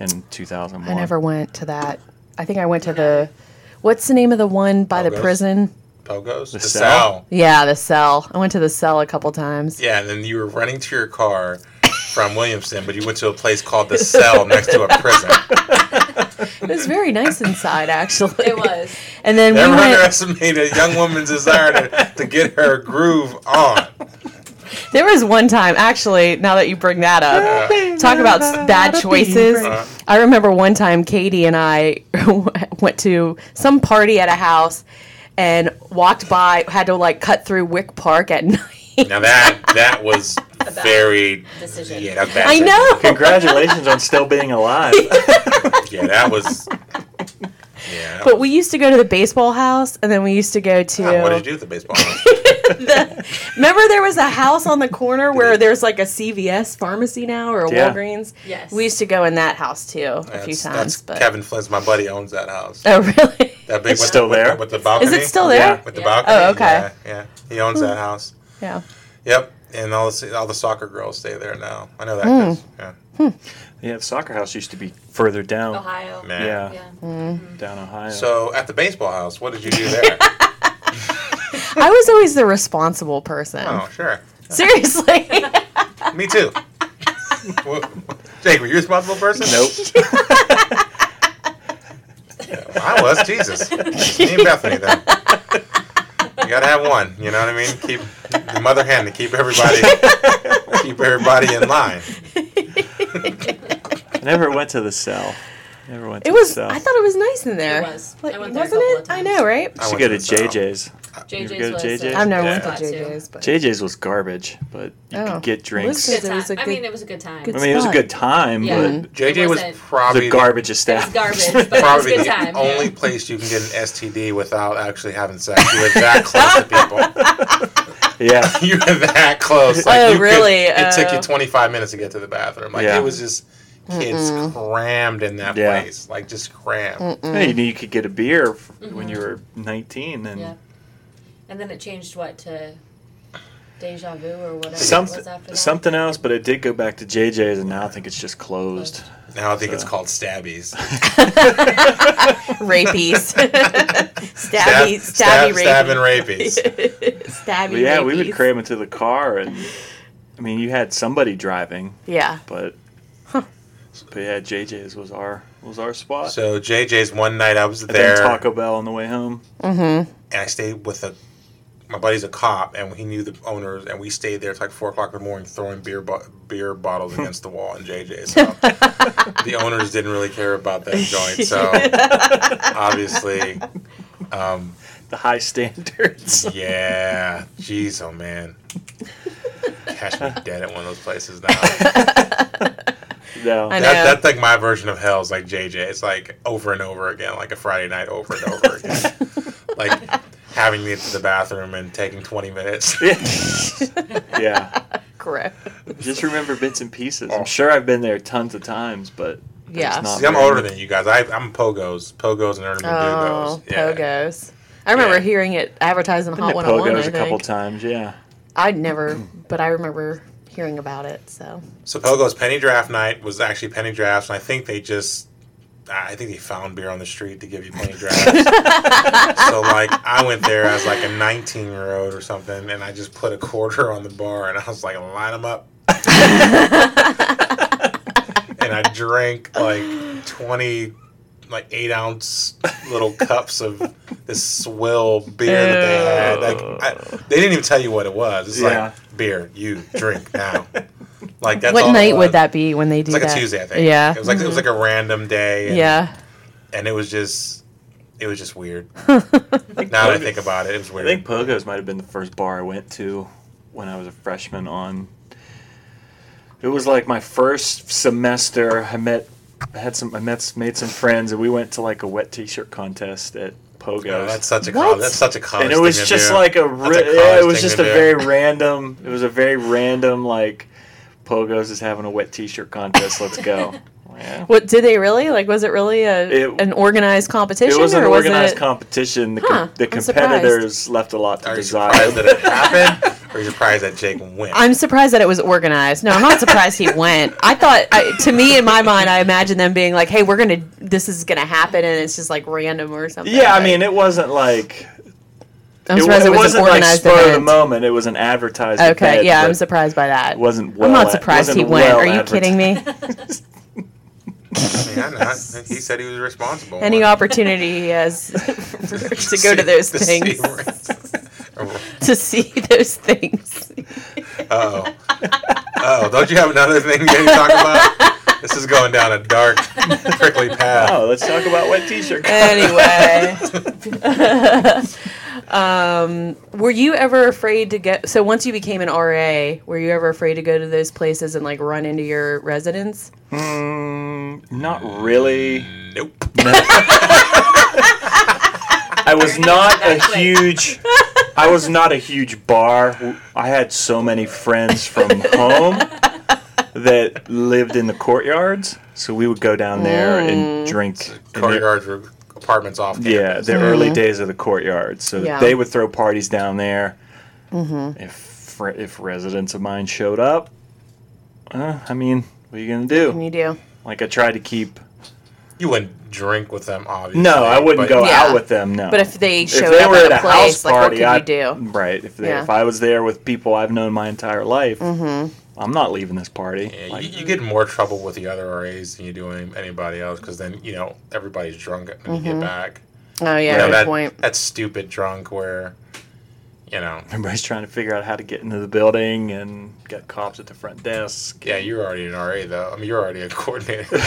Speaker 1: in 2001.
Speaker 2: I
Speaker 1: (laughs)
Speaker 2: never went to that. I think I went to the. What's the name of the one by the
Speaker 3: Pogo's?
Speaker 2: prison?
Speaker 3: Pogos, the,
Speaker 1: cell?
Speaker 3: cell.
Speaker 2: Yeah, the cell. I went to the cell a couple times.
Speaker 3: Yeah, and then you were running to your car from Williamson, but you went to a place called the cell next to a prison.
Speaker 2: It was very nice inside, (laughs) actually.
Speaker 4: It was.
Speaker 2: And then
Speaker 3: Never
Speaker 2: we went.
Speaker 3: underestimate a young woman's desire to, to get her groove
Speaker 2: (laughs)
Speaker 3: on.
Speaker 2: There was one time, actually. Now that you bring that up, talk about s- bad choices.
Speaker 3: Uh,
Speaker 2: I remember one time Katie and I (laughs) went to some party at a house and walked by, had to like cut through Wick Park at (laughs) night.
Speaker 3: Now that that was very
Speaker 4: decision.
Speaker 3: yeah, that's bad.
Speaker 2: I know.
Speaker 1: Congratulations on still being
Speaker 2: (laughs)
Speaker 1: alive.
Speaker 3: Yeah, that was. Yeah.
Speaker 2: But we used to go to the baseball house and then we used to go to. (laughs)
Speaker 3: what did you do with the baseball? house?
Speaker 2: the, remember, there was a house on the
Speaker 3: (laughs)
Speaker 2: corner where there's like a CVS pharmacy now or a
Speaker 1: Yeah.
Speaker 2: Walgreens.
Speaker 4: Yes.
Speaker 2: We used to go in that house too a few times.
Speaker 3: That's- that's
Speaker 2: But
Speaker 3: Kevin Flint's my buddy owns that house.
Speaker 2: oh, really?
Speaker 3: That big
Speaker 1: It's
Speaker 3: with-
Speaker 1: still
Speaker 3: with-
Speaker 1: there?
Speaker 3: with the balcony.
Speaker 2: Is it still there?
Speaker 3: With the
Speaker 4: Yeah.
Speaker 3: balcony.
Speaker 2: Oh, okay. Hmm.
Speaker 3: Yeah, yeah. he owns that house.
Speaker 2: Yeah.
Speaker 3: Yep, and all the all the soccer girls stay there now. I know that.
Speaker 2: Hmm.
Speaker 3: 'cause- Yeah.
Speaker 1: Yeah, the soccer house used to be further down,
Speaker 4: Ohio.
Speaker 1: (laughs)
Speaker 3: Man.
Speaker 1: Yeah.
Speaker 4: Yeah.
Speaker 1: down Ohio.
Speaker 3: So at the baseball house, what did you do
Speaker 2: (laughs)
Speaker 3: there?
Speaker 2: I was always the responsible person.
Speaker 3: oh, sure.
Speaker 2: Seriously. (laughs)
Speaker 3: Me too. Wha- Jake, were you a responsible person?
Speaker 2: (laughs)
Speaker 1: nope.
Speaker 3: I was.
Speaker 4: (laughs)
Speaker 3: Jesus. Me and Bethany then. You gotta have one. You know what I mean? Keep the mother hen to keep everybody keep everybody in line.
Speaker 1: I never went to the cell. Never went to
Speaker 2: It was.
Speaker 1: the cell.
Speaker 2: I thought it was nice in there.
Speaker 4: It was.
Speaker 2: Like,
Speaker 4: I went there a
Speaker 2: wasn't
Speaker 4: couple
Speaker 2: it?
Speaker 4: of
Speaker 2: I
Speaker 4: times.
Speaker 2: know, right?
Speaker 1: I
Speaker 3: I
Speaker 1: should
Speaker 3: went
Speaker 1: go
Speaker 3: to
Speaker 1: to
Speaker 3: the cell.
Speaker 1: JJ's.
Speaker 4: JJ's
Speaker 1: You ever go
Speaker 4: was
Speaker 1: to
Speaker 4: a-
Speaker 1: JJ's?
Speaker 2: I've never
Speaker 3: Yeah.
Speaker 2: went to
Speaker 4: Got to.
Speaker 2: JJ's, but
Speaker 1: JJ's was garbage, but you
Speaker 2: Oh.
Speaker 1: could get drinks.
Speaker 2: Listed.
Speaker 4: Good
Speaker 2: There
Speaker 4: time.
Speaker 2: was a
Speaker 4: I
Speaker 2: good-
Speaker 4: mean, it was a good time.
Speaker 2: good
Speaker 1: I mean, it was a good time,
Speaker 4: Yeah.
Speaker 1: but
Speaker 3: JJ was
Speaker 4: wasn't-
Speaker 1: the
Speaker 3: probably
Speaker 1: garbage of
Speaker 4: It was
Speaker 1: staff. (laughs)
Speaker 4: garbage, but
Speaker 3: probably
Speaker 4: it was a good
Speaker 3: the
Speaker 4: time.
Speaker 3: only place you can get an STD without actually having sex. You were that close to
Speaker 4: (laughs)
Speaker 3: people.
Speaker 1: yeah,
Speaker 3: You were that close.
Speaker 2: Oh,
Speaker 3: you could-
Speaker 2: really?
Speaker 3: it took
Speaker 2: Oh.
Speaker 3: you 25 minutes to get to the bathroom. Like
Speaker 1: Yeah.
Speaker 3: it was just kids crammed in that
Speaker 1: Yeah.
Speaker 3: place. Like just crammed.
Speaker 4: Mm.
Speaker 1: Yeah, you knew you could get a beer f- when you were 19, and
Speaker 4: Mm-hmm. Yeah. And then it changed what to deja vu or whatever it was after
Speaker 1: something
Speaker 4: that.
Speaker 1: something else. But it did go back to JJ's, and now I think it's just closed.
Speaker 3: Now I think it's called stabbies.
Speaker 2: (laughs)
Speaker 1: (laughs)
Speaker 2: rapies,
Speaker 3: Stab-
Speaker 2: stabby,
Speaker 3: stab-
Speaker 2: stabby,
Speaker 3: stab and
Speaker 2: rapey.
Speaker 3: rapies.
Speaker 2: (laughs) stabby.
Speaker 1: But yeah, we would
Speaker 2: rapies.
Speaker 1: cram into the car, and I mean, you had somebody driving,
Speaker 2: Yeah.
Speaker 1: but but yeah, JJ's was our was our spot.
Speaker 3: So JJ's one night I was
Speaker 1: and then
Speaker 3: there,
Speaker 1: Taco Bell on the way home.
Speaker 3: and I stayed with a my buddy's a cop, and he knew the owners, and we stayed there till like four o'clock in the morning, throwing beer bo- beer
Speaker 1: (laughs)
Speaker 3: bottles against the wall in JJ's. So
Speaker 2: (laughs)
Speaker 3: the owners didn't really care about that
Speaker 2: (laughs)
Speaker 3: joint, so obviously, um,
Speaker 1: The high
Speaker 3: (laughs)
Speaker 1: standards.
Speaker 3: yeah, jeez, oh man, catch me dead at one of those places now.
Speaker 1: no,
Speaker 2: I know.
Speaker 3: That, that's like my version of hell is like JJ. It's like over and over again, like a Friday night over and over
Speaker 2: (laughs)
Speaker 3: again. like having me to the bathroom and taking 20 minutes.
Speaker 2: (laughs)
Speaker 1: yeah.
Speaker 2: Gross.
Speaker 1: Just remember bits and pieces. I'm sure I've been there tons of times, but there's
Speaker 2: Yeah.
Speaker 1: not
Speaker 3: Oh. See, I'm
Speaker 1: very
Speaker 3: older
Speaker 1: much-
Speaker 3: than you guys. I, I'm Pogos. Pogos and Ernie
Speaker 2: Oh,
Speaker 3: Mandugos. Yeah.
Speaker 2: pogos. I remember
Speaker 3: Yeah.
Speaker 2: hearing it advertised on
Speaker 1: Been
Speaker 2: Hot
Speaker 1: to
Speaker 2: 101. I
Speaker 1: Pogo's a
Speaker 2: think.
Speaker 1: couple times. Yeah,
Speaker 2: I'd never, but I remember hearing about it. So
Speaker 3: So Pogos Penny Draft Night was actually Penny Drafts, and I think they just. I think they found beer on the street to give you penny drafts. so like I went there as like a 19 year old or something, and I just put a quarter on the bar, and I was like, line them up, and I drank like 20, like eight ounce little cups of this swill beer that they had. Like I, they didn't even tell you what it was. It's
Speaker 1: Yeah.
Speaker 3: like beer, you drink now. Like that's all
Speaker 2: what
Speaker 3: it
Speaker 2: night
Speaker 3: was.
Speaker 2: would that be when they do
Speaker 3: It's like
Speaker 2: that?
Speaker 3: a Tuesday, I think.
Speaker 2: Yeah. Mm-hmm.
Speaker 3: It was like it was like a random day. And,
Speaker 2: yeah.
Speaker 3: And it was just, it was
Speaker 2: (laughs)
Speaker 3: just weird. now that I think about it, it was
Speaker 1: I
Speaker 3: weird.
Speaker 1: think Pogo's might have been the first bar I went to when I was a freshman. On it was like my first semester. I met I had some I met made some friends, and we went to like a wet T-shirt contest at Pogo's.
Speaker 3: Oh, that's such a
Speaker 2: What?
Speaker 3: college. That's such a college.
Speaker 1: and it
Speaker 3: thing
Speaker 1: was
Speaker 3: to
Speaker 1: just
Speaker 3: do.
Speaker 1: like a,
Speaker 3: That's
Speaker 1: ri-
Speaker 3: college
Speaker 1: yeah, it was
Speaker 3: thing
Speaker 1: just
Speaker 3: to
Speaker 1: a
Speaker 3: do.
Speaker 1: very random it was a very random like pogos is having a wet t-shirt contest let's
Speaker 2: (laughs)
Speaker 1: go yeah.
Speaker 2: What did they really like? Was it really a
Speaker 1: It-
Speaker 2: an organized competition?
Speaker 1: it was an
Speaker 2: or
Speaker 1: organized
Speaker 2: was it,
Speaker 1: competition the, com-
Speaker 2: Huh,
Speaker 1: the
Speaker 2: I'm surprised.
Speaker 1: competitors left a lot to
Speaker 3: Are you
Speaker 1: desire
Speaker 3: surprised that
Speaker 1: (laughs)
Speaker 3: it happened? Or are you surprised that Jake went?
Speaker 2: I'm surprised that it was organized. No, I'm not surprised he went.
Speaker 1: (laughs)
Speaker 2: I thought, I, to me, in my mind, I imagine them being like, "Hey, we're gonna, this is gonna happen," and it's just like random or something.
Speaker 1: yeah i
Speaker 2: Like,
Speaker 1: mean it wasn't like
Speaker 2: I'm
Speaker 1: it, wa-
Speaker 2: surprised it,
Speaker 1: it
Speaker 2: was an
Speaker 1: wasn't like
Speaker 2: organized
Speaker 1: spur of the
Speaker 2: event.
Speaker 1: moment it was an advertised
Speaker 2: okay,
Speaker 1: event,
Speaker 2: yeah,
Speaker 1: but
Speaker 2: I'm surprised by that.
Speaker 1: it wasn't well
Speaker 2: I'm not surprised he
Speaker 1: wasn't
Speaker 2: went.
Speaker 1: well
Speaker 2: Are you
Speaker 1: advertised.
Speaker 2: kidding
Speaker 1: (laughs)
Speaker 2: me?
Speaker 3: I mean, I'm not. He said he was responsible.
Speaker 2: Any
Speaker 3: (laughs)
Speaker 2: opportunity
Speaker 1: (laughs)
Speaker 2: he has (laughs) to go to those things, to see those things. (laughs)
Speaker 3: oh. Oh, don't you have another thing you need to talk about? This is going down a dark, prickly path.
Speaker 1: oh let's talk about wet t-shirt
Speaker 2: Eh.
Speaker 1: contest.
Speaker 2: anyway (laughs) um, were you ever afraid to go so once you became an ra were you ever afraid to go to those places and like run into your residents
Speaker 1: Mm, not really
Speaker 3: Nope.
Speaker 1: I was not a
Speaker 4: Exactly.
Speaker 1: huge I was not a huge bar. I had so many friends from home that lived in the courtyards, so we would go down there
Speaker 2: Mm.
Speaker 1: and drink. in the-
Speaker 3: Courtyards were apartments off campus.
Speaker 1: yeah, the early days of the courtyards. So
Speaker 2: Mm-hmm. Yeah. Mm-hmm.
Speaker 1: they would throw parties down there. If fr- if residents of mine showed up, uh, I mean, what are you gonna
Speaker 2: What
Speaker 1: do?
Speaker 2: you do?
Speaker 1: Like I tried to keep.
Speaker 3: You wouldn't drink with them, obviously.
Speaker 1: No, I wouldn't
Speaker 3: but-
Speaker 1: go
Speaker 2: Yeah.
Speaker 1: out with them. No,
Speaker 2: But if they showed up at a place, like what could
Speaker 1: I-
Speaker 2: you do?
Speaker 1: Right. If, they,
Speaker 2: Yeah. Mm-hmm.
Speaker 1: if I was there with people I've known my entire life, I'm not leaving this party.
Speaker 3: Yeah,
Speaker 1: Like,
Speaker 3: you, you get in more trouble with the other RAs than you do any, anybody else because then you know everybody's drunk when you get back.
Speaker 2: Oh yeah,
Speaker 3: you know,
Speaker 2: good
Speaker 3: that,
Speaker 2: point.
Speaker 3: That's stupid drunk where, you know,
Speaker 1: everybody's trying to figure out how to get into the building and got cops at the front desk.
Speaker 3: yeah, you're already an RA though. I mean, you're already a (laughs) coordinator.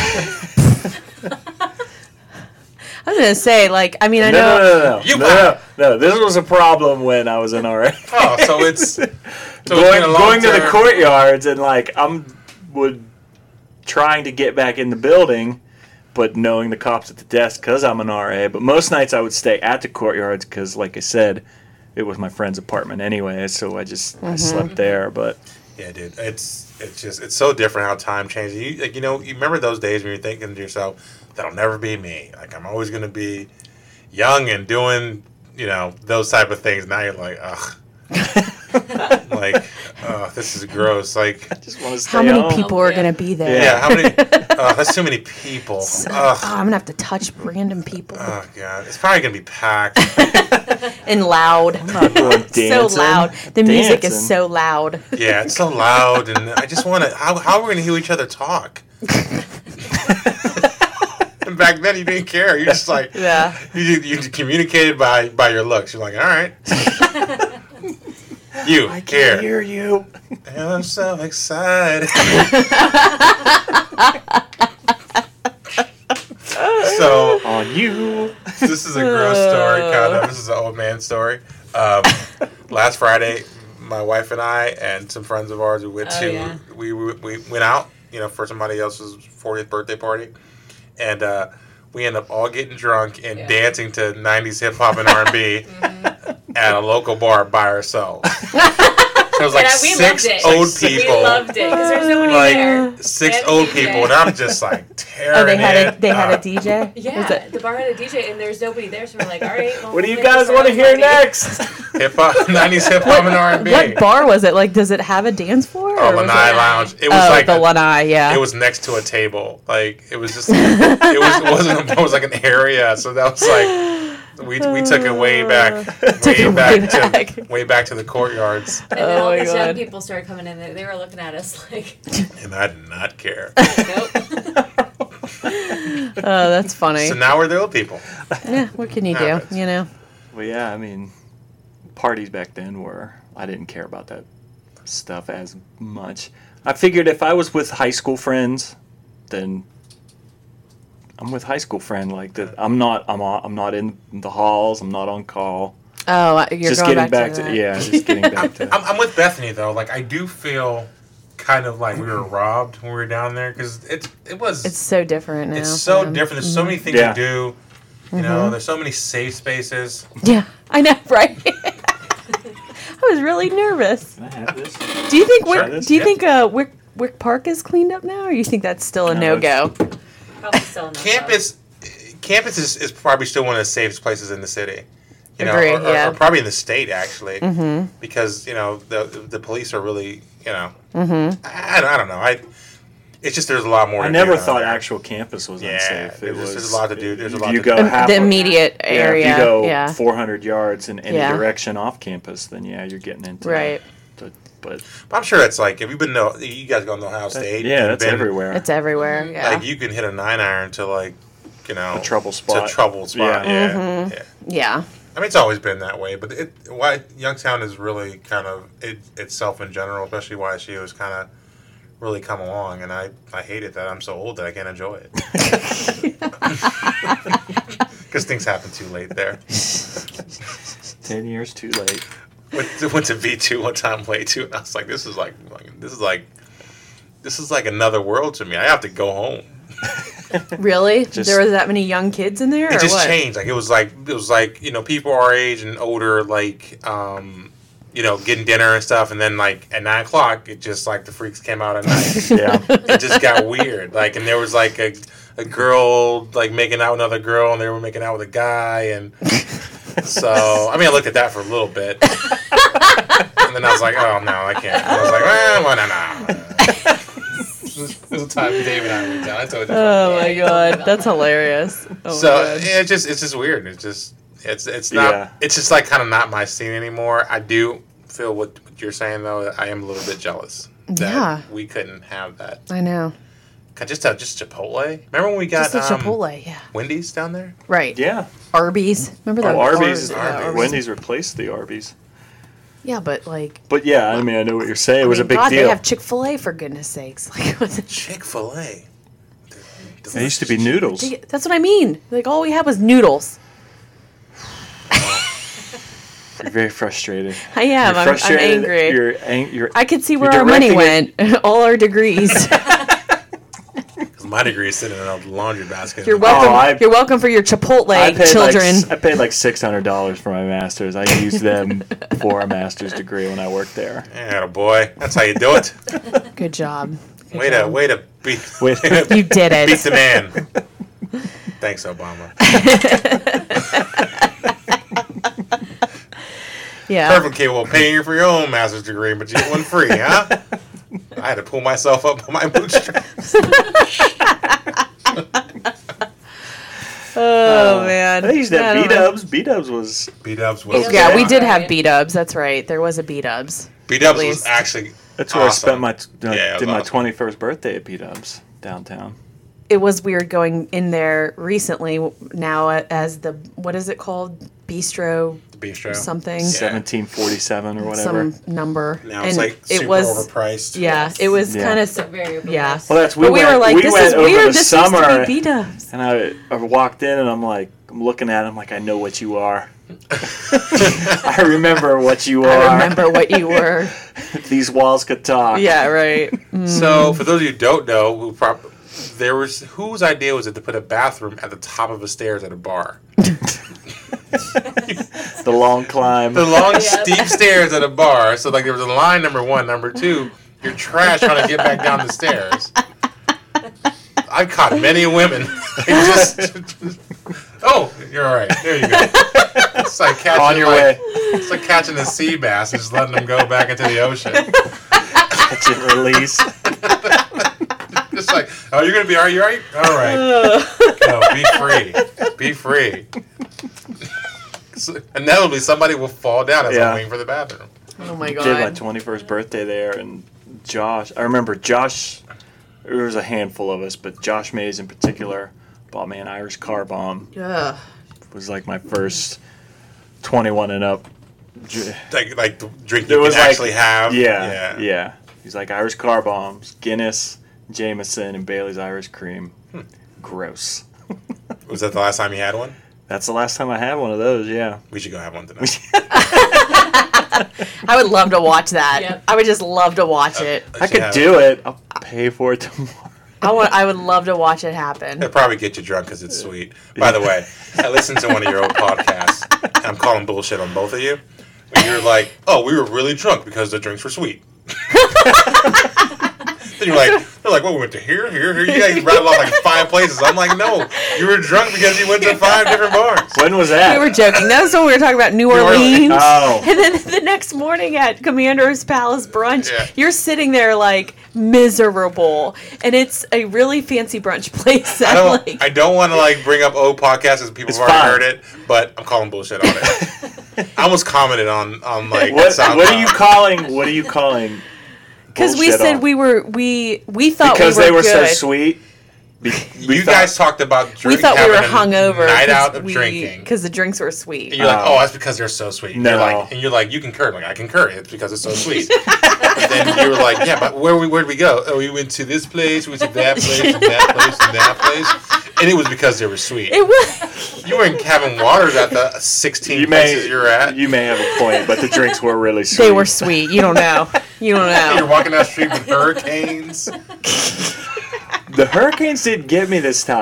Speaker 2: I was gonna say, like, I mean, I
Speaker 1: No,
Speaker 2: know.
Speaker 1: no, no, no, no,
Speaker 3: You-
Speaker 1: no, no, no. This was a problem when I was in (laughs) RA.
Speaker 3: oh, so it's so
Speaker 1: going going to the courtyards and like I'm would trying to get back in the building, but knowing the cops at the desk because I'm an RA. But most nights I would stay at the courtyards because, like I said, it was my friend's apartment anyway, so I just
Speaker 2: Mm-hmm.
Speaker 1: I slept there. But
Speaker 3: Yeah, dude, it's it's just it's so different how time changes. You like you know you remember those days when you're thinking to yourself, "That'll never be me." Like I'm always gonna be young and doing you know those type of things. Now you're like, ugh. like, uh, this is gross. Like,
Speaker 1: I just want to stay
Speaker 2: how many
Speaker 1: home.
Speaker 2: people are
Speaker 4: Yeah.
Speaker 2: gonna be there?
Speaker 1: Yeah.
Speaker 3: yeah, how many? Uh, that's too many people.
Speaker 2: So- oh,
Speaker 3: Ugh.
Speaker 2: I'm gonna have to touch random people
Speaker 3: Oh god, it's probably gonna be packed.
Speaker 2: and
Speaker 1: (laughs)
Speaker 2: loud. (laughs)
Speaker 1: People
Speaker 2: so
Speaker 1: dancing.
Speaker 2: loud. The music
Speaker 1: Dancing.
Speaker 2: is so loud.
Speaker 3: Yeah, it's so loud, and I just want to. How how are we gonna hear each other talk? (laughs) and back then, you didn't care. You're just like,
Speaker 2: Yeah.
Speaker 3: You, you communicated by by your looks. You're like,
Speaker 1: (laughs)
Speaker 3: all right. you
Speaker 1: I can't
Speaker 3: here.
Speaker 1: hear you.
Speaker 3: And I'm so
Speaker 1: (laughs)
Speaker 3: excited. so
Speaker 1: On you.
Speaker 3: this is a gross story, kind of. This is an old man story.
Speaker 4: (laughs)
Speaker 3: Um, last Friday, my wife and I and some friends of ours we went
Speaker 4: Oh,
Speaker 3: to
Speaker 4: yeah.
Speaker 3: we, we we went out, you know, for somebody else's 40th birthday party, and uh, we end up all getting drunk and
Speaker 4: Yeah.
Speaker 3: dancing to 90s hip hop and R&B
Speaker 4: (laughs) Mm-hmm.
Speaker 3: at a local bar by ourselves. so it was like
Speaker 4: And I- we loved
Speaker 3: six
Speaker 4: it.
Speaker 3: old
Speaker 4: (laughs) We
Speaker 3: people.
Speaker 4: loved it because there's no one there.
Speaker 3: Like six
Speaker 4: And
Speaker 3: old
Speaker 4: DJ.
Speaker 3: people, and I'm just like tearing
Speaker 2: Oh, they had
Speaker 3: it
Speaker 2: a they had a
Speaker 3: up.
Speaker 2: DJ. Was
Speaker 4: Yeah,
Speaker 2: it-
Speaker 4: the bar had a DJ and there's nobody there, so we're like, all right. Well,
Speaker 1: What do
Speaker 4: we'll
Speaker 1: you
Speaker 4: make this
Speaker 1: guys
Speaker 4: our
Speaker 1: want to
Speaker 4: own
Speaker 1: hear
Speaker 4: party.
Speaker 1: next?
Speaker 3: hip hop, (laughs) 90s hip hop and R&B.
Speaker 2: What bar was it? Like, does it have a dance floor?
Speaker 3: Oh,
Speaker 2: or was
Speaker 3: Lanai
Speaker 4: it-
Speaker 3: Lounge. It
Speaker 2: it-
Speaker 3: was
Speaker 2: oh,
Speaker 3: like
Speaker 2: the Lanai, yeah. (laughs)
Speaker 3: it was next to a table. Like it was just it was it wasn't a, it was like an area. So that was like we we took it way back,
Speaker 2: (laughs) Took
Speaker 3: way
Speaker 2: it
Speaker 3: back,
Speaker 2: way
Speaker 3: to
Speaker 2: back.
Speaker 3: way back to the courtyards,
Speaker 4: And then
Speaker 2: Oh
Speaker 4: all
Speaker 2: my
Speaker 4: these
Speaker 2: God.
Speaker 4: young people started coming in. They, they were looking at us
Speaker 1: (laughs)
Speaker 4: (laughs) like,
Speaker 3: and I did not care.
Speaker 4: nope.
Speaker 2: oh, that's funny.
Speaker 3: so now we're the old people.
Speaker 2: yeah, what can you do?
Speaker 3: Happens.
Speaker 2: You know,
Speaker 1: Well, yeah, I mean, parties back then were I didn't care about that stuff as much. I figured if I was with high school friends, then I'm with high school friend. Like that, I'm not. I'm. On, I'm not in the halls. I'm not on call.
Speaker 2: oh, I- you're
Speaker 1: just
Speaker 2: going
Speaker 1: getting back, to,
Speaker 2: that. (laughs)
Speaker 1: yeah. Just getting back to.
Speaker 3: I'm, I'm with Bethany though. Like I do feel kind of like we were robbed when we were down there because it's it was
Speaker 2: It's so different now.
Speaker 3: it's so
Speaker 2: um,
Speaker 3: different. There's so many things
Speaker 1: Yeah.
Speaker 3: to do. You
Speaker 2: Mm-hmm.
Speaker 3: know, there's so many safe spaces.
Speaker 2: Yeah, I know, (laughs) right? I was really
Speaker 1: (laughs)
Speaker 2: nervous.
Speaker 1: Can I have this?
Speaker 2: Do you think
Speaker 1: Sure.
Speaker 2: Wick? Do you think uh, Wick Wick Park is cleaned up now, or you think that's still a
Speaker 1: No,
Speaker 2: no
Speaker 1: it's-
Speaker 2: go?
Speaker 4: Probably still in the club.
Speaker 3: campus campus is, is probably still one of the safest places in the city you know
Speaker 2: Agree,
Speaker 3: or, or-
Speaker 2: yeah. Mm-hmm.
Speaker 3: or probably in the state actually because you know the the police are really you know
Speaker 2: Mm-hmm.
Speaker 3: I, I don't know i it's just there's a lot more
Speaker 1: I
Speaker 3: to
Speaker 1: never
Speaker 3: do down
Speaker 1: thought
Speaker 3: there.
Speaker 1: actual campus was
Speaker 3: uh, Yeah,
Speaker 1: unsafe. It
Speaker 3: there's-
Speaker 1: was.
Speaker 3: there's a lot to do. There's a lot
Speaker 1: You
Speaker 3: to
Speaker 1: go
Speaker 3: do.
Speaker 1: half.
Speaker 2: The immediate
Speaker 1: yeah,
Speaker 2: area.
Speaker 1: if you go
Speaker 2: yeah.
Speaker 1: 400 yards in any
Speaker 2: Yeah.
Speaker 1: direction off campus, then yeah, you're getting into
Speaker 2: Right.
Speaker 1: The, but
Speaker 3: i'm sure it's like if you've been to you guys go to ohio state
Speaker 1: yeah,
Speaker 3: you've
Speaker 1: that's
Speaker 3: been-
Speaker 1: everywhere.
Speaker 2: It's everywhere. Yeah.
Speaker 3: like you can hit a nine iron to like you know
Speaker 1: A trouble
Speaker 3: to
Speaker 1: spot.
Speaker 3: trouble spot
Speaker 1: Yeah.
Speaker 3: yeah, yeah.
Speaker 2: Mm-hmm. yeah.
Speaker 3: I mean, it's always been that way, but it why Youngstown is really kind of it, itself in general, especially YSU has kind of really come along, and I I hate it that I'm so old that I can't enjoy it because things happen too late there.
Speaker 1: 10 years too late.
Speaker 3: Went to, went to V two one time way too, and I was like, this is like this is like this is like another world to me. I have to go home.
Speaker 2: Really?
Speaker 1: Just-
Speaker 2: there were that many young kids in there?
Speaker 3: it
Speaker 2: or
Speaker 3: just
Speaker 2: what?
Speaker 3: changed. Like it was like it was like you know people our age and older like um you know getting dinner and stuff, and then like at nine o'clock it just like the freaks came out at night.
Speaker 1: yeah.
Speaker 3: it just
Speaker 2: (laughs)
Speaker 3: got weird. Like and there was like a a girl like making out with another girl, and they were making out with a guy, and so I mean I looked at that for a little bit. And then I was like, oh no, I can't. I was like, eh, well, no, no.
Speaker 2: (laughs)
Speaker 3: This is the time David and I were down. I told you.
Speaker 2: Oh
Speaker 4: Yeah,
Speaker 2: my
Speaker 4: you told me
Speaker 2: god,
Speaker 4: about
Speaker 2: that's
Speaker 4: that.
Speaker 1: (laughs)
Speaker 2: hilarious. Oh my
Speaker 3: so
Speaker 2: God.
Speaker 3: yeah, it's just it's just weird. It's just it's it's not
Speaker 1: Yeah.
Speaker 3: it's just like kind of not my scene anymore. I do feel what, what you're saying though. That I am a little bit jealous that
Speaker 2: Yeah.
Speaker 3: we couldn't have that.
Speaker 2: I know.
Speaker 3: God, Just uh, just Chipotle. Remember when we got
Speaker 2: Just a
Speaker 3: um,
Speaker 2: Chipotle, yeah.
Speaker 3: Wendy's down there?
Speaker 2: Right.
Speaker 1: (laughs) Yeah.
Speaker 2: Arby's. Remember that?
Speaker 1: Oh, Arby's,
Speaker 2: Yeah,
Speaker 3: Arby's.
Speaker 1: Wendy's replaced the Arby's.
Speaker 2: Yeah, but like
Speaker 1: But yeah, I mean, I know what you're saying. It was
Speaker 2: I mean,
Speaker 1: a big
Speaker 2: God,
Speaker 1: deal.
Speaker 2: they have Chick Fil A for goodness sakes. (laughs) Like, what the-
Speaker 3: Chick Fil A.
Speaker 1: It used to be noodles.
Speaker 2: that's what I mean. Like, all we had was noodles.
Speaker 1: You're very frustrated.
Speaker 2: I am.
Speaker 1: you're
Speaker 2: (laughs) I'm, I'm
Speaker 1: frustrated.
Speaker 2: angry.
Speaker 1: You're, ang- you're
Speaker 2: I could see
Speaker 1: you're
Speaker 2: where our money
Speaker 1: directing
Speaker 2: went. (laughs) all our
Speaker 1: (laughs)
Speaker 2: degrees.
Speaker 3: Because my degree is sitting in a laundry basket.
Speaker 2: You're welcome.
Speaker 1: Oh, I-
Speaker 2: you're welcome for your Chipotle,
Speaker 1: I paid
Speaker 2: children.
Speaker 1: Like, I paid like six hundred dollars for my master's. I used
Speaker 2: (laughs)
Speaker 1: them for a master's degree when I worked there.
Speaker 3: Yeah, boy. That's how you
Speaker 2: (laughs)
Speaker 3: do it.
Speaker 2: Good job. Good
Speaker 3: Way to
Speaker 2: job.
Speaker 3: way to beat
Speaker 1: Way to- (laughs)
Speaker 2: You did
Speaker 3: (laughs) beat
Speaker 2: it.
Speaker 3: the man. Thanks, Obama.
Speaker 2: Yeah.
Speaker 3: Perfect kid will pay you for your own master's degree, but you get one
Speaker 2: (laughs)
Speaker 3: free, huh? I had to pull myself up by my (laughs) bootstraps.
Speaker 2: Oh man.
Speaker 1: They used to have
Speaker 2: I
Speaker 1: B
Speaker 2: don't know.
Speaker 1: Dubs. B Dubs was
Speaker 3: B Dubs was
Speaker 1: Okay.
Speaker 2: Yeah, we did have
Speaker 4: Right.
Speaker 2: B Dubs. That's right. There was a B Dubs.
Speaker 3: B Dubs
Speaker 2: Please.
Speaker 3: was actually
Speaker 1: that's where
Speaker 3: awesome.
Speaker 1: I spent my
Speaker 3: Yeah, it
Speaker 1: uh,
Speaker 3: was
Speaker 1: did my
Speaker 3: awesome.
Speaker 1: twenty first birthday at B Dubs downtown.
Speaker 2: It was weird going in there recently. Now as the what is it called? Bistro
Speaker 3: bistro.
Speaker 2: something.
Speaker 3: Yeah.
Speaker 1: Seventeen forty seven or whatever.
Speaker 2: Some number.
Speaker 3: Now it's like super overpriced.
Speaker 2: Yeah, it was
Speaker 1: Yeah.
Speaker 2: kind
Speaker 4: It's a
Speaker 2: of
Speaker 4: very overpriced.
Speaker 2: yeah.
Speaker 1: Well, that's we,
Speaker 2: but we
Speaker 1: went,
Speaker 2: were like,
Speaker 1: we
Speaker 2: this
Speaker 1: went
Speaker 2: is
Speaker 1: over
Speaker 2: weird.
Speaker 1: the
Speaker 2: This
Speaker 1: summer,
Speaker 2: used to be B Dubs.
Speaker 1: and I, I walked in and I'm like, I'm looking at him like I know what you
Speaker 3: (laughs)
Speaker 1: are. (laughs) I remember what you are.
Speaker 2: I remember what
Speaker 1: (laughs)
Speaker 2: you were.
Speaker 1: These walls could talk.
Speaker 2: yeah,
Speaker 1: (laughs)
Speaker 2: right.
Speaker 3: So for those of you who don't know, who prob- there was whose idea was it to put a bathroom at the top of the stairs at a bar?
Speaker 1: The long climb.
Speaker 3: The long
Speaker 4: Yeah.
Speaker 3: steep stairs at a bar. So like there was a line number one, number two. You're trash trying to get back down the stairs. I've caught many women. (laughs) They just, oh, you're all right. There you go. It's like catching
Speaker 1: on your
Speaker 3: like-
Speaker 1: way.
Speaker 3: It's like catching a sea bass and just letting them go back into the ocean.
Speaker 1: Catch and
Speaker 3: (laughs)
Speaker 1: release.
Speaker 3: Just like, oh, you're gonna be all right. You all right? All right.
Speaker 2: Oh
Speaker 3: No, be free. Be free. (laughs) So, inevitably, somebody will fall down as
Speaker 1: Yeah.
Speaker 3: I'm waiting for the bathroom.
Speaker 2: oh my
Speaker 1: did my
Speaker 2: god.
Speaker 1: 21st birthday there and josh i remember josh there was a handful of us but josh mays in particular bought me an irish car bomb
Speaker 2: Ugh.
Speaker 1: it was like my first 21 and up dr-
Speaker 3: Like, like the drink
Speaker 1: There
Speaker 3: you
Speaker 1: was,
Speaker 3: can
Speaker 1: like-
Speaker 3: actually have.
Speaker 1: yeah yeah, he's like irish car bombs guinness jameson and bailey's irish cream gross
Speaker 3: Was that the last time you had one?
Speaker 1: that's the last time i had one of those yeah
Speaker 3: We should go have one tonight.
Speaker 2: I would love to watch that.
Speaker 4: Yep.
Speaker 2: I would just love to watch it.
Speaker 1: i could do it i'll pay for it (laughs) tomorrow
Speaker 2: I want. I would love to watch it
Speaker 1: (laughs)
Speaker 2: happen.
Speaker 3: It'll probably get you drunk because it's sweet. By the way, I listened to one of your old podcasts. And I'm calling bullshit on both of you. When you're like, "Oh, we were really drunk because the drinks were sweet." (laughs) then you're like, "They're like, well, we went to here, here, here." You guys rattled off like five places. I'm like, "No, you were drunk because you went to five different bars."
Speaker 1: when was that
Speaker 2: We were joking. That was when we were talking about New
Speaker 3: Orleans.
Speaker 2: Orleans.
Speaker 1: oh
Speaker 2: And then the next morning at Commander's Palace brunch,
Speaker 3: Yeah.
Speaker 2: you're sitting there like miserable, and it's a really fancy brunch (laughs) place. That,
Speaker 3: I don't.
Speaker 2: like,
Speaker 3: I don't want to like bring up old podcasts because people
Speaker 1: It's
Speaker 3: have
Speaker 1: fine.
Speaker 3: already heard it, but I'm calling bullshit on it.
Speaker 1: (laughs)
Speaker 3: I almost commented on on like
Speaker 1: what, what are
Speaker 3: SoundCloud.
Speaker 1: you calling what are you
Speaker 2: (laughs)
Speaker 1: calling
Speaker 2: because we
Speaker 1: bullshit
Speaker 2: said
Speaker 1: on?
Speaker 2: we were we Oh, we thought
Speaker 1: because
Speaker 2: we were
Speaker 1: they were so
Speaker 2: good.
Speaker 1: sweet. Be- we
Speaker 3: you
Speaker 1: thought-
Speaker 3: guys talked about
Speaker 2: We
Speaker 3: drink,
Speaker 2: thought we were
Speaker 3: having a
Speaker 2: hungover.
Speaker 3: night out
Speaker 2: 'cause
Speaker 3: of
Speaker 2: we-
Speaker 3: drinking.
Speaker 2: the drinks were sweet.
Speaker 3: And you're like,
Speaker 1: Oh.
Speaker 3: oh, that's because they're so sweet. And
Speaker 1: No.
Speaker 3: You're like, and you're like, you can curd. Like, I can curd. It's
Speaker 2: (laughs)
Speaker 3: because it's so sweet. and then you were like, yeah, but where we where'd we go? Oh, we went to this place, we went to that place, and that place, and that place. And it was because they were sweet.
Speaker 2: It was.
Speaker 3: you were in Cabin Waters at the 16
Speaker 1: you
Speaker 3: places
Speaker 1: may
Speaker 3: you're at.
Speaker 1: you may have a point, but the drinks were really sweet.
Speaker 2: They were (laughs)
Speaker 3: (laughs)
Speaker 2: sweet. You don't know. You don't know. (laughs)
Speaker 3: you're walking down the street with hurricanes.
Speaker 1: The hurricanes didn't get me this (laughs) time.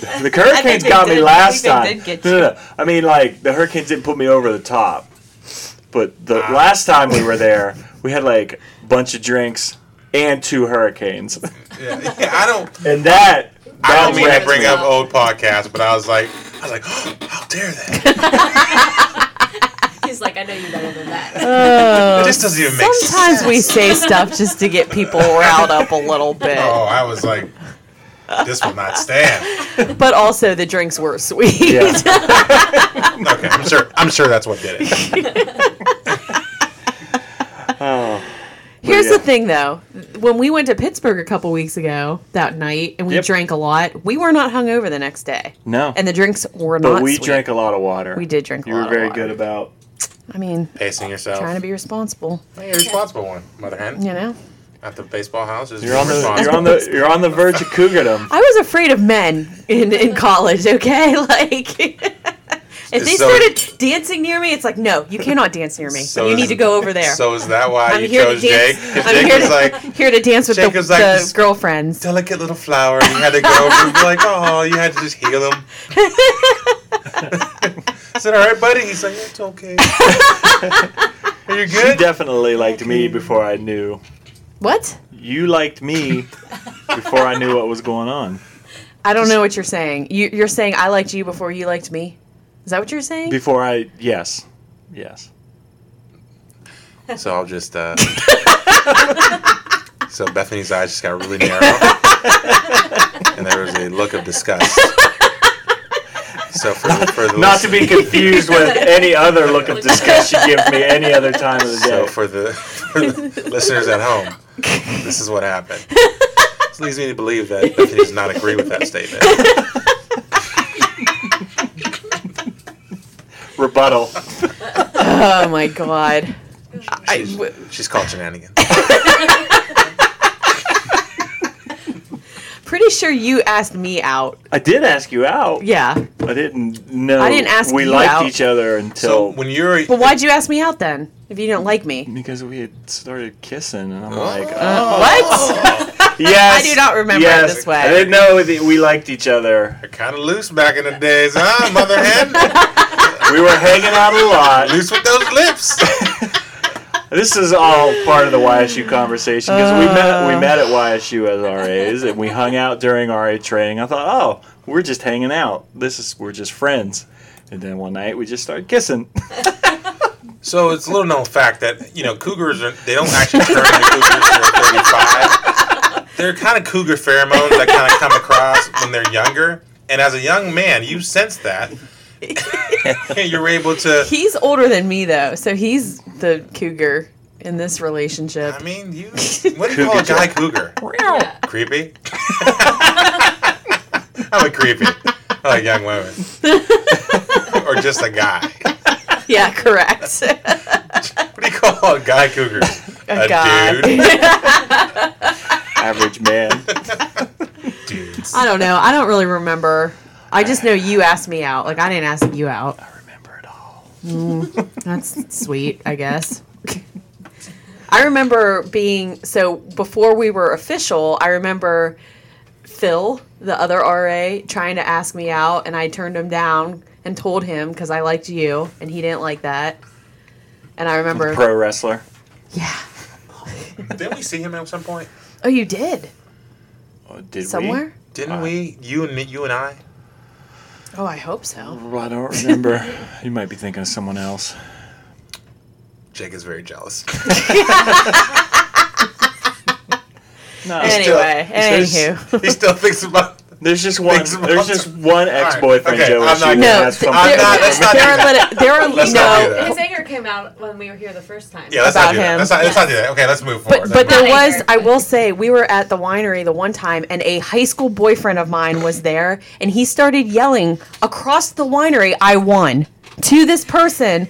Speaker 1: The
Speaker 2: I think
Speaker 1: hurricanes
Speaker 2: they
Speaker 1: got me
Speaker 2: did.
Speaker 1: last
Speaker 2: I
Speaker 1: time. (laughs)
Speaker 2: think they did get
Speaker 1: No, no, no. I mean, like the hurricanes didn't put me over the top. But the
Speaker 3: Ah.
Speaker 1: last time we were there, we had like a bunch of drinks and two (laughs) hurricanes,
Speaker 3: Yeah, yeah, I don't.
Speaker 1: and that.
Speaker 3: I
Speaker 1: that
Speaker 3: don't mean to
Speaker 1: wrecked
Speaker 3: bring
Speaker 1: me.
Speaker 3: up old podcasts, but I was like, I was like, (gasps) how
Speaker 2: (laughs)
Speaker 3: dare that?
Speaker 4: (laughs) He's like, I know you better
Speaker 1: (laughs)
Speaker 4: than that.
Speaker 2: Oh,
Speaker 3: It just doesn't even make sense.
Speaker 2: sometimes
Speaker 3: (laughs)
Speaker 2: we say stuff just to get people riled up a little bit,
Speaker 3: Oh, I was like, this will not stand.
Speaker 2: but also the drinks were sweet.
Speaker 1: (laughs)
Speaker 2: (laughs)
Speaker 1: Yeah.
Speaker 3: Okay, I'm sure. I'm sure that's what did it.
Speaker 1: Oh.
Speaker 2: Here's
Speaker 1: Yeah.
Speaker 2: the thing, though. When we went to Pittsburgh a couple weeks ago that night, and we
Speaker 1: Yep.
Speaker 2: drank a lot, we were not hungover the next day,
Speaker 1: No.
Speaker 2: and the drinks were
Speaker 1: but
Speaker 2: not.
Speaker 1: we
Speaker 2: sweet.
Speaker 1: drank a lot of water.
Speaker 2: We did drink.
Speaker 1: You
Speaker 2: a lot
Speaker 1: were very
Speaker 2: of water.
Speaker 1: good about.
Speaker 2: I mean,
Speaker 3: Pacing yourself.
Speaker 2: trying to be responsible,
Speaker 3: Well, you're a responsible one, mother hen.
Speaker 2: you know.
Speaker 3: At the baseball house, is
Speaker 1: (laughs) You're on the.
Speaker 3: responsible.
Speaker 1: You're on the. You're on the verge of cougardom.
Speaker 2: I was afraid of men in, in college, okay? (laughs) Like, if they
Speaker 3: So-
Speaker 2: started dancing near me, it's like, no, you cannot dance near me.
Speaker 3: So
Speaker 2: you need
Speaker 3: is-
Speaker 2: to go over there.
Speaker 3: So is that why
Speaker 2: I'm
Speaker 3: you
Speaker 2: here to
Speaker 3: chose Jake?
Speaker 2: dance.
Speaker 3: 'Cause
Speaker 2: I'm
Speaker 3: (laughs) Jake
Speaker 2: here
Speaker 3: was
Speaker 2: to,
Speaker 3: like
Speaker 2: (laughs) here to dance with the,
Speaker 3: Jake was like
Speaker 2: the
Speaker 3: this-
Speaker 2: girlfriends.
Speaker 3: delicate little flower. You had to go over and be like, oh, you had to just heal (laughs) him. I said, all right, buddy. He's like, it's okay. Are you
Speaker 1: (laughs) You
Speaker 3: good?
Speaker 1: definitely liked me before I knew.
Speaker 2: What?
Speaker 1: You liked (laughs) me before I knew what was going on.
Speaker 2: I don't know what you're saying. You, you're saying I liked you before you liked me. Is that what you're saying?
Speaker 1: Before I. Yes. Yes.
Speaker 3: So I'll just. (laughs) uh So Bethany's eyes just got really narrow, and there was a look of disgust. So for, for the
Speaker 1: Not to be confused
Speaker 2: (laughs)
Speaker 1: with any other look of disgust you give me any other time of the
Speaker 3: So
Speaker 1: day.
Speaker 3: for the, for the listeners at home, this is what happened. This leads me to believe that Bethany does not agree with that statement.
Speaker 1: Rebuttal.
Speaker 2: (laughs) oh my god. I-
Speaker 3: She's,
Speaker 2: w-
Speaker 3: she's called (laughs) shenanigans.
Speaker 2: Pretty sure you asked me out.
Speaker 1: I did ask you out.
Speaker 2: Yeah.
Speaker 1: I didn't know.
Speaker 2: I didn't ask
Speaker 1: We
Speaker 2: you
Speaker 1: liked
Speaker 2: out.
Speaker 1: each other
Speaker 3: So
Speaker 1: until
Speaker 3: when you're
Speaker 2: But why'd you ask me out then? If you didn't like me.
Speaker 1: because we had started kissing, and I'm
Speaker 3: Oh. (laughs)
Speaker 1: like,
Speaker 2: What?
Speaker 1: yes.
Speaker 2: I do not remember it
Speaker 1: yes.
Speaker 2: this way.
Speaker 1: I didn't know that we liked each other.
Speaker 3: kind of loose back in the days, huh, mother hen? (laughs)
Speaker 1: We were hanging out a lot.
Speaker 3: loose with those lips.
Speaker 1: This is all part of the YSU conversation because we met we met at YSU as RAs and we hung out during RA training. I thought, oh, we're just hanging out. This is we're just friends. And then one night we just started kissing. (laughs)
Speaker 3: So it's a little known fact that you know cougars are they don't actually turn into cougars when they're 35. They're kind of cougar pheromones that kind of come across when they're younger. And as a young man, you sense (laughs) that. You're able to.
Speaker 2: He's older than me though, so he's the cougar in this
Speaker 3: (laughs)
Speaker 2: relationship.
Speaker 3: I mean, you. What do you call a guy cougar?
Speaker 4: Yeah.
Speaker 3: Creepy. I'm a creepy. I like
Speaker 2: (laughs)
Speaker 3: young women. or just a guy.
Speaker 2: yeah, correct. (laughs)
Speaker 3: What do you call a guy cougar?
Speaker 2: A guy.
Speaker 3: dude.
Speaker 1: Average man.
Speaker 2: (laughs)
Speaker 3: Dudes.
Speaker 2: I don't know. I don't really remember. I just know you asked me out. Like I didn't ask you out.
Speaker 1: I remember it all.
Speaker 2: That's sweet, I guess. I remember being so before we were official, I remember Phil, the other RA, trying to ask me out and I turned him down and told him cuz I liked you and he didn't like that. And I remember
Speaker 1: Pro wrestler.
Speaker 2: Yeah.
Speaker 3: Didn't we see him at some point?
Speaker 2: Oh, you did.
Speaker 1: Oh, did we?
Speaker 2: Somewhere?
Speaker 3: Didn't
Speaker 1: Uh,
Speaker 3: we? You and me, you and I.
Speaker 2: Oh, I hope so.
Speaker 1: I don't remember. you might be thinking of someone else.
Speaker 3: Jake is very jealous.
Speaker 1: No.
Speaker 2: Anyway,
Speaker 1: There's-
Speaker 2: anywho.
Speaker 3: he still thinks about.
Speaker 1: There's just one
Speaker 3: Thanks,
Speaker 1: there's just one ex boyfriend
Speaker 3: okay,
Speaker 1: Joe
Speaker 3: I'm
Speaker 1: issue,
Speaker 3: not-
Speaker 1: and
Speaker 2: No,
Speaker 1: that's
Speaker 2: th-
Speaker 1: from
Speaker 3: I'm
Speaker 2: there,
Speaker 3: not- let's not
Speaker 2: there
Speaker 3: do
Speaker 2: are, lit- there are
Speaker 3: Let's not do
Speaker 2: no,
Speaker 3: that.
Speaker 4: His anger came out when we were here the first time.
Speaker 3: Yeah, let's
Speaker 2: About
Speaker 3: not do that.
Speaker 2: him.
Speaker 3: Let's not, let's not do that. Okay, let's move forward.
Speaker 2: But, but there
Speaker 4: Right.
Speaker 2: was, I will say, we were at the winery the one time, and a high school boyfriend of mine was there, and he started yelling across the winery, I won, to this person,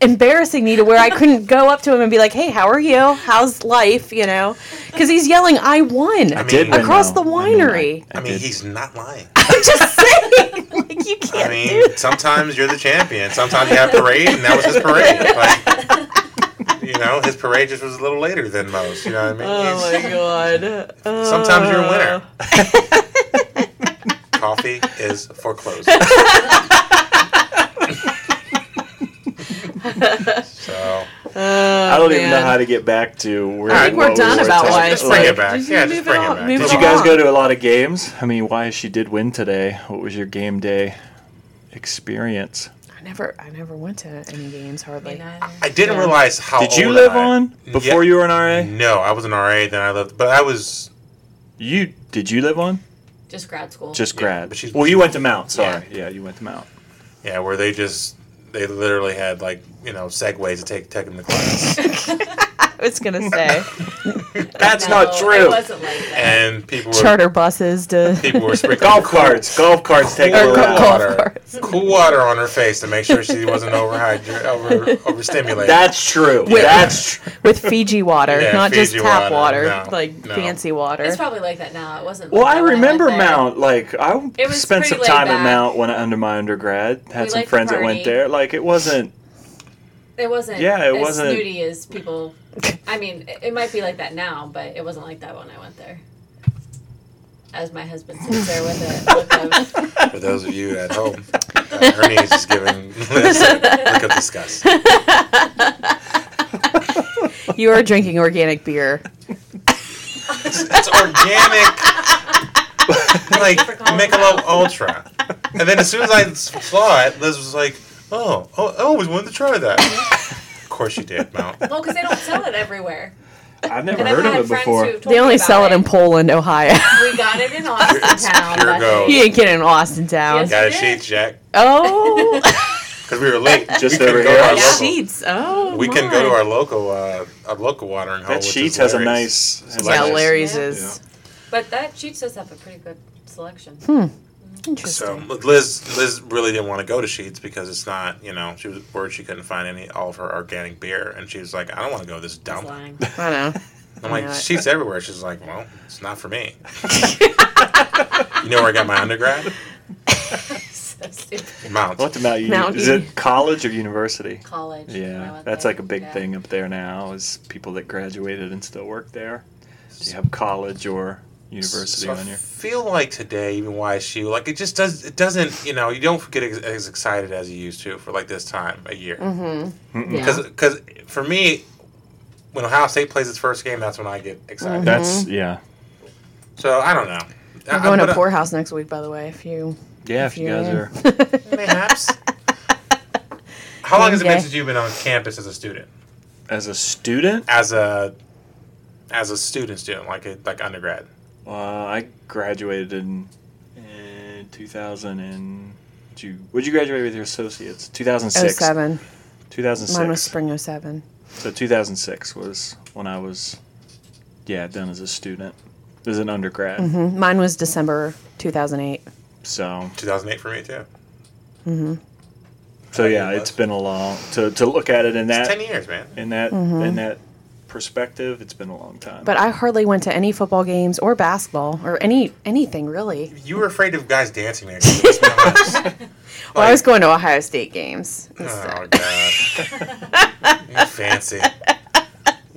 Speaker 2: embarrassing me to (laughs) where I couldn't go up to him and be like, hey, how are you? How's life? You know? Because he's yelling, I won.
Speaker 3: mean-
Speaker 1: Did win,
Speaker 2: Across
Speaker 1: though.
Speaker 2: the
Speaker 1: I mean, I-
Speaker 2: winerery.
Speaker 1: I
Speaker 3: I mean,
Speaker 1: did.
Speaker 3: he's not lying.
Speaker 2: I'm
Speaker 3: (laughs)
Speaker 2: just saying. Like, you
Speaker 3: I
Speaker 2: can't do
Speaker 3: mean, sometimes you're the champion. Sometimes you have parade, and that was his parade. Like, you know, his parade just was a little later than most. You know what I
Speaker 2: (laughs)
Speaker 3: mean?
Speaker 2: Oh my god. Oh.
Speaker 3: Sometimes you're a winner. Coffee is foreclosed. so
Speaker 1: I don't even know how to get back to where.
Speaker 2: Oh, I think we're
Speaker 1: what we
Speaker 2: done
Speaker 1: were
Speaker 2: about
Speaker 1: talking-
Speaker 2: why.
Speaker 3: Just bring it back.
Speaker 2: Did you
Speaker 3: Yeah,
Speaker 2: move
Speaker 3: just bring it
Speaker 2: on-
Speaker 3: back.
Speaker 2: move
Speaker 3: Did
Speaker 1: Did you guys
Speaker 2: on?
Speaker 1: go to a lot of games? I mean, why she did win today? What was your game day experience?
Speaker 2: I never, I never went to any games hardly.
Speaker 3: I didn't
Speaker 2: Yeah.
Speaker 3: realize how.
Speaker 1: Did you
Speaker 3: old
Speaker 1: live
Speaker 3: I-
Speaker 1: on before
Speaker 3: Yeah.
Speaker 1: you were an RA?
Speaker 3: No, I was an RA. Then I lived, but I was
Speaker 1: You did you live on
Speaker 4: Just grad school.
Speaker 1: just
Speaker 3: Yeah,
Speaker 1: grad?
Speaker 3: but she's-
Speaker 1: well, you went to Mount. Sorry, yeah, you went to Mount.
Speaker 3: yeah, where they just they literally had like you know segways to take take them to class,
Speaker 2: I was gonna (laughs) say
Speaker 1: That's
Speaker 4: No,
Speaker 1: not
Speaker 4: It
Speaker 1: true.
Speaker 4: wasn't like that.
Speaker 3: and people were
Speaker 2: charter buses to
Speaker 3: (laughs) people were sprinkling
Speaker 1: Golf
Speaker 3: cool-
Speaker 1: carts, golf carts take
Speaker 2: or
Speaker 1: her
Speaker 3: Cool
Speaker 2: go-
Speaker 1: out.
Speaker 2: golf
Speaker 3: water.
Speaker 2: carts.
Speaker 3: cool water on her face to make sure she wasn't overhydrated, over overstimulated.
Speaker 1: That's true.
Speaker 3: Yeah.
Speaker 1: That's true.
Speaker 2: (laughs) with Fiji water,
Speaker 3: Yeah,
Speaker 2: not just
Speaker 3: Fiji
Speaker 2: tap
Speaker 3: water,
Speaker 2: water,
Speaker 3: no,
Speaker 2: like
Speaker 3: no.
Speaker 2: fancy water.
Speaker 4: It's probably like that now. It wasn't.
Speaker 1: Well,
Speaker 4: like
Speaker 1: I
Speaker 4: that when
Speaker 1: remember
Speaker 4: went there.
Speaker 1: Mount. Like I
Speaker 4: It was
Speaker 1: spent some
Speaker 4: pretty laid
Speaker 1: time at
Speaker 4: back.
Speaker 1: Mount when I under my undergrad. Had
Speaker 4: We
Speaker 1: some
Speaker 4: liked to
Speaker 1: friends that went
Speaker 4: party.
Speaker 1: there. Like it wasn't.
Speaker 4: It wasn't.
Speaker 1: Yeah, it
Speaker 4: as
Speaker 1: wasn't-
Speaker 4: snooty as
Speaker 1: (laughs)
Speaker 4: people. I mean, it it might be like that now, but it wasn't like that when I went there. As my husband sits there with a look
Speaker 1: (laughs)
Speaker 4: of
Speaker 3: For those of you at home, uh, Ernie is just giving (laughs) Liz a look of disgust.
Speaker 2: you are drinking organic beer.
Speaker 3: It's, it's organic, like
Speaker 4: for calling
Speaker 3: Michelob Ultra. And then as soon as I saw it, Liz was like, "Oh, oh I always wanted to try that." of course you did, Mount.
Speaker 4: well, because they don't sell it everywhere.
Speaker 1: I've never
Speaker 4: (laughs) And
Speaker 1: heard
Speaker 4: I've had
Speaker 1: of it
Speaker 4: friends
Speaker 1: before.
Speaker 4: who told
Speaker 2: They
Speaker 4: me
Speaker 2: only
Speaker 4: about
Speaker 2: sell it in Poland, Ohio. (laughs)
Speaker 4: We got it in Austin
Speaker 3: It's
Speaker 4: town.
Speaker 3: pure
Speaker 4: that
Speaker 3: gold.
Speaker 4: day.
Speaker 2: you didn't get it in Austin town.
Speaker 4: Yes.
Speaker 3: Got a sheet, Jack,
Speaker 4: (laughs)
Speaker 2: Oh,
Speaker 3: because we were late.
Speaker 1: Just
Speaker 3: we couldn't
Speaker 1: over
Speaker 3: go
Speaker 1: here.
Speaker 3: to our
Speaker 1: Yeah.
Speaker 3: local-
Speaker 2: sheets. Oh,
Speaker 3: We can go to
Speaker 2: my.
Speaker 3: our local, uh, our local watering hole.
Speaker 1: That
Speaker 3: Oh, which is
Speaker 1: Sheets has a
Speaker 3: Larry's.
Speaker 1: nice. has
Speaker 2: Yeah,
Speaker 1: a nice-
Speaker 2: Larry's
Speaker 4: Yeah.
Speaker 2: is
Speaker 4: But that Sheets does have a pretty good selection.
Speaker 2: interesting.
Speaker 3: So Liz, Liz really didn't want to go to Sheets because it's not, you know, she was worried she couldn't find any all of her organic beer, and she was like, I don't want to go to this
Speaker 4: He's
Speaker 3: dump.
Speaker 4: lying.
Speaker 2: I know.
Speaker 3: I'm
Speaker 2: I know
Speaker 3: like,
Speaker 2: it.
Speaker 3: Sheets everywhere. She's like, well, it's not
Speaker 2: (laughs)
Speaker 3: for me. you know where I got my undergrad?
Speaker 4: so stupid.
Speaker 3: Mount.
Speaker 1: What about you?
Speaker 2: Mount
Speaker 1: Is
Speaker 2: Uni.
Speaker 1: it college or university?
Speaker 4: College. when I
Speaker 1: Yeah,
Speaker 4: went
Speaker 1: that's
Speaker 4: Oh, there.
Speaker 1: like a big
Speaker 4: Yeah.
Speaker 1: thing up there now is people that graduated and still work there. Do you have college or university
Speaker 3: So I
Speaker 1: on your?
Speaker 3: feel like today, even YSU, like it just does. It doesn't, you know, you don't get ex- as excited as you used to for like this time a year.
Speaker 2: Mm-hmm. Yeah.
Speaker 3: Because because for me, when Ohio State plays its first game, that's when I get excited.
Speaker 1: That's
Speaker 2: Mm-hmm.
Speaker 1: yeah,
Speaker 3: So I don't know. I-
Speaker 2: I'm Mm-hmm. going
Speaker 3: but
Speaker 2: to
Speaker 3: I-
Speaker 2: Poorhouse next week, by the way. If you,
Speaker 1: yeah. If you
Speaker 2: you're
Speaker 1: guys
Speaker 2: in.
Speaker 1: are,
Speaker 2: (laughs)
Speaker 3: Mayhaps. How long has it been
Speaker 2: Okay.
Speaker 3: since you've been on campus as a student?
Speaker 1: as a student,
Speaker 3: As a as a student student, like a, like undergrad.
Speaker 1: uh, I graduated in, in 2000 and two. Would you graduate with your associates? 2006.
Speaker 2: 07.
Speaker 1: 2006.
Speaker 2: Mine was spring 07.
Speaker 1: So 2006 was when I was, yeah, done as a student, as an undergrad.
Speaker 2: Mhm. Mine was December 2008.
Speaker 1: So,
Speaker 3: 2008 for me too.
Speaker 1: so
Speaker 3: Like it
Speaker 1: yeah,
Speaker 3: was.
Speaker 1: it's been a long to, to look at it in
Speaker 3: It's
Speaker 1: that
Speaker 3: 10 years, man.
Speaker 1: in that in that perspective. It's been a long time.
Speaker 2: Mm-hmm. But I hardly went to any football games or basketball or any anything really.
Speaker 3: You were afraid of guys dancing next to you. Let's be honest.
Speaker 2: Well, I was
Speaker 3: Like-
Speaker 2: going to Ohio State games. uh, (laughs)
Speaker 3: Oh god. You're fancy.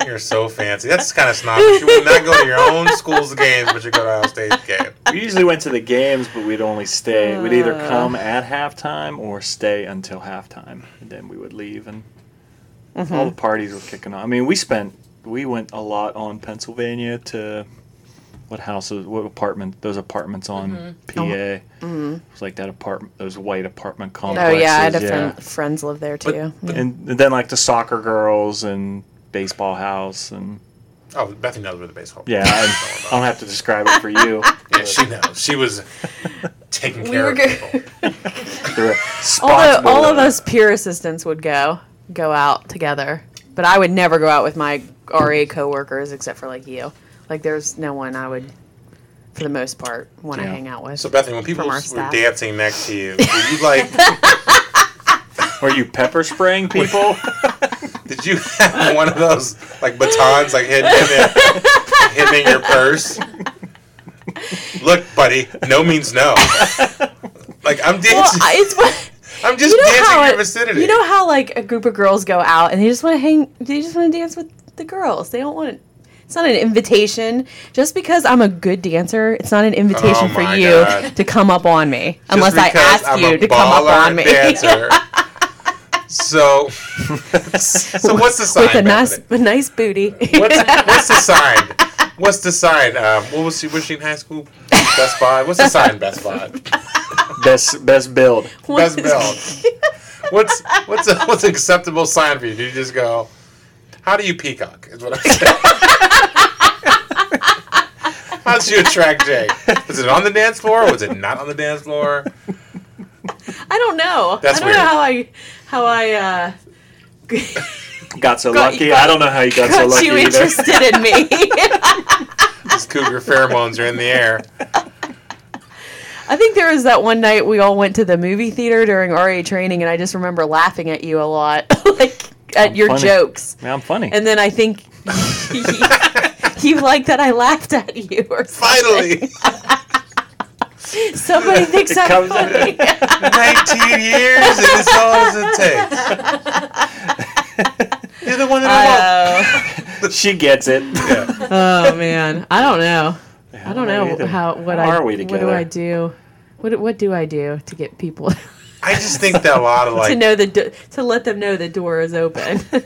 Speaker 3: You're so fancy. That's kind of snobbish. You would not go to your own school's games, but you go to Ohio State's game.
Speaker 1: we usually went to the games, but we'd only stay. We'd either
Speaker 2: Uh.
Speaker 1: come at halftime or stay until halftime, and then we would leave. And
Speaker 2: Mm-hmm.
Speaker 1: all the parties were kicking off. I mean, we spent we went a lot on Pennsylvania to what houses, what apartment? Those apartments on PA. It was like that apartment, those white apartment
Speaker 2: Mm-hmm. Oh
Speaker 1: complexes.
Speaker 2: yeah, I had a friend, friends live there
Speaker 3: But-
Speaker 2: too.
Speaker 3: but-
Speaker 1: and then like the soccer girls and baseball house and
Speaker 3: Oh, Bethany knows where the baseball.
Speaker 1: yeah I, I don't have to describe it for you
Speaker 3: yeah, she knows. She was taking
Speaker 2: We
Speaker 3: care
Speaker 2: were
Speaker 3: of
Speaker 2: good.
Speaker 3: people.
Speaker 1: They're
Speaker 2: Although
Speaker 1: responsible.
Speaker 2: all of us peer assistants would go go out together, but I would never go out with my RA coworkers except for like you. Like there's no one I would, for the most part, want to
Speaker 1: Yeah.
Speaker 2: hang out with.
Speaker 3: So Bethany, when people
Speaker 2: From our
Speaker 3: were
Speaker 2: staff.
Speaker 3: dancing next to you, were you like,
Speaker 1: were you pepper spraying
Speaker 2: (laughs)
Speaker 1: people
Speaker 3: did you have (laughs) one of those like batons like hidden in, it- hidden in your purse? Look, buddy, no means no. Like I'm
Speaker 2: well,
Speaker 3: dancing. (laughs)
Speaker 2: I- it's
Speaker 3: I'm just dancing in your vicinity.
Speaker 2: You know how like a group of girls go out and they just want to hang. They just want to dance with the girls. They don't want. It's not an invitation. Just because I'm a good dancer, it's not an invitation
Speaker 3: Oh
Speaker 2: for
Speaker 3: my
Speaker 2: you
Speaker 3: God.
Speaker 2: to come up on me
Speaker 3: Just
Speaker 2: unless I
Speaker 3: because
Speaker 2: ask
Speaker 3: I'm
Speaker 2: you
Speaker 3: a
Speaker 2: to come up
Speaker 3: baller
Speaker 2: on me. (laughs)
Speaker 3: dancer. so, so what's the sign?
Speaker 2: With a nice,
Speaker 3: Bethany?
Speaker 2: a nice booty. (laughs)
Speaker 3: What's, what's the sign? What's the sign? Um, what was she? Was she in high school? Best Buy. What's the sign? Best Buy.
Speaker 1: Best best build.
Speaker 3: Best Build.
Speaker 2: (laughs)
Speaker 3: What's what's a, what's an acceptable sign for you? Do you just go? How do you peacock? Is what I'm saying. (laughs) How did you attract Jake? Was it on the dance floor? was it not on the dance floor?
Speaker 2: I don't know. I
Speaker 3: That's
Speaker 2: don't
Speaker 3: weird.
Speaker 2: know how I how I uh, (laughs)
Speaker 1: Got so
Speaker 2: Got-
Speaker 1: lucky.
Speaker 2: you got-
Speaker 1: I don't know how you got, so
Speaker 2: got
Speaker 1: lucky
Speaker 2: you
Speaker 1: either.
Speaker 2: interested in me.
Speaker 3: (laughs)
Speaker 2: (laughs)
Speaker 3: These cougar pheromones are in the air.
Speaker 2: I think there was that one night we all went to the movie theater during RA training, and I just remember laughing at you a lot, (laughs) like at your
Speaker 1: funny.
Speaker 2: jokes.
Speaker 1: Yeah, I'm funny.
Speaker 2: And then I think (laughs) you liked that I laughed at you, or
Speaker 3: Finally,
Speaker 2: (laughs)
Speaker 1: (laughs)
Speaker 2: somebody thinks
Speaker 1: It
Speaker 2: I'm
Speaker 1: comes- (laughs)
Speaker 2: funny.
Speaker 3: 19 years, and it's all it takes. You're the one that
Speaker 2: Oh,
Speaker 1: (laughs) she gets it.
Speaker 3: I want. Yeah.
Speaker 2: (laughs) oh man, I don't know. I don't know
Speaker 1: either.
Speaker 2: how what
Speaker 1: How
Speaker 2: I
Speaker 1: are we
Speaker 2: what do
Speaker 1: together?
Speaker 2: I do. What, what do I do to get people (laughs)
Speaker 3: I just think that a lot of like
Speaker 2: to know the do- to let them know the door
Speaker 1: (laughs)
Speaker 2: is open?
Speaker 3: I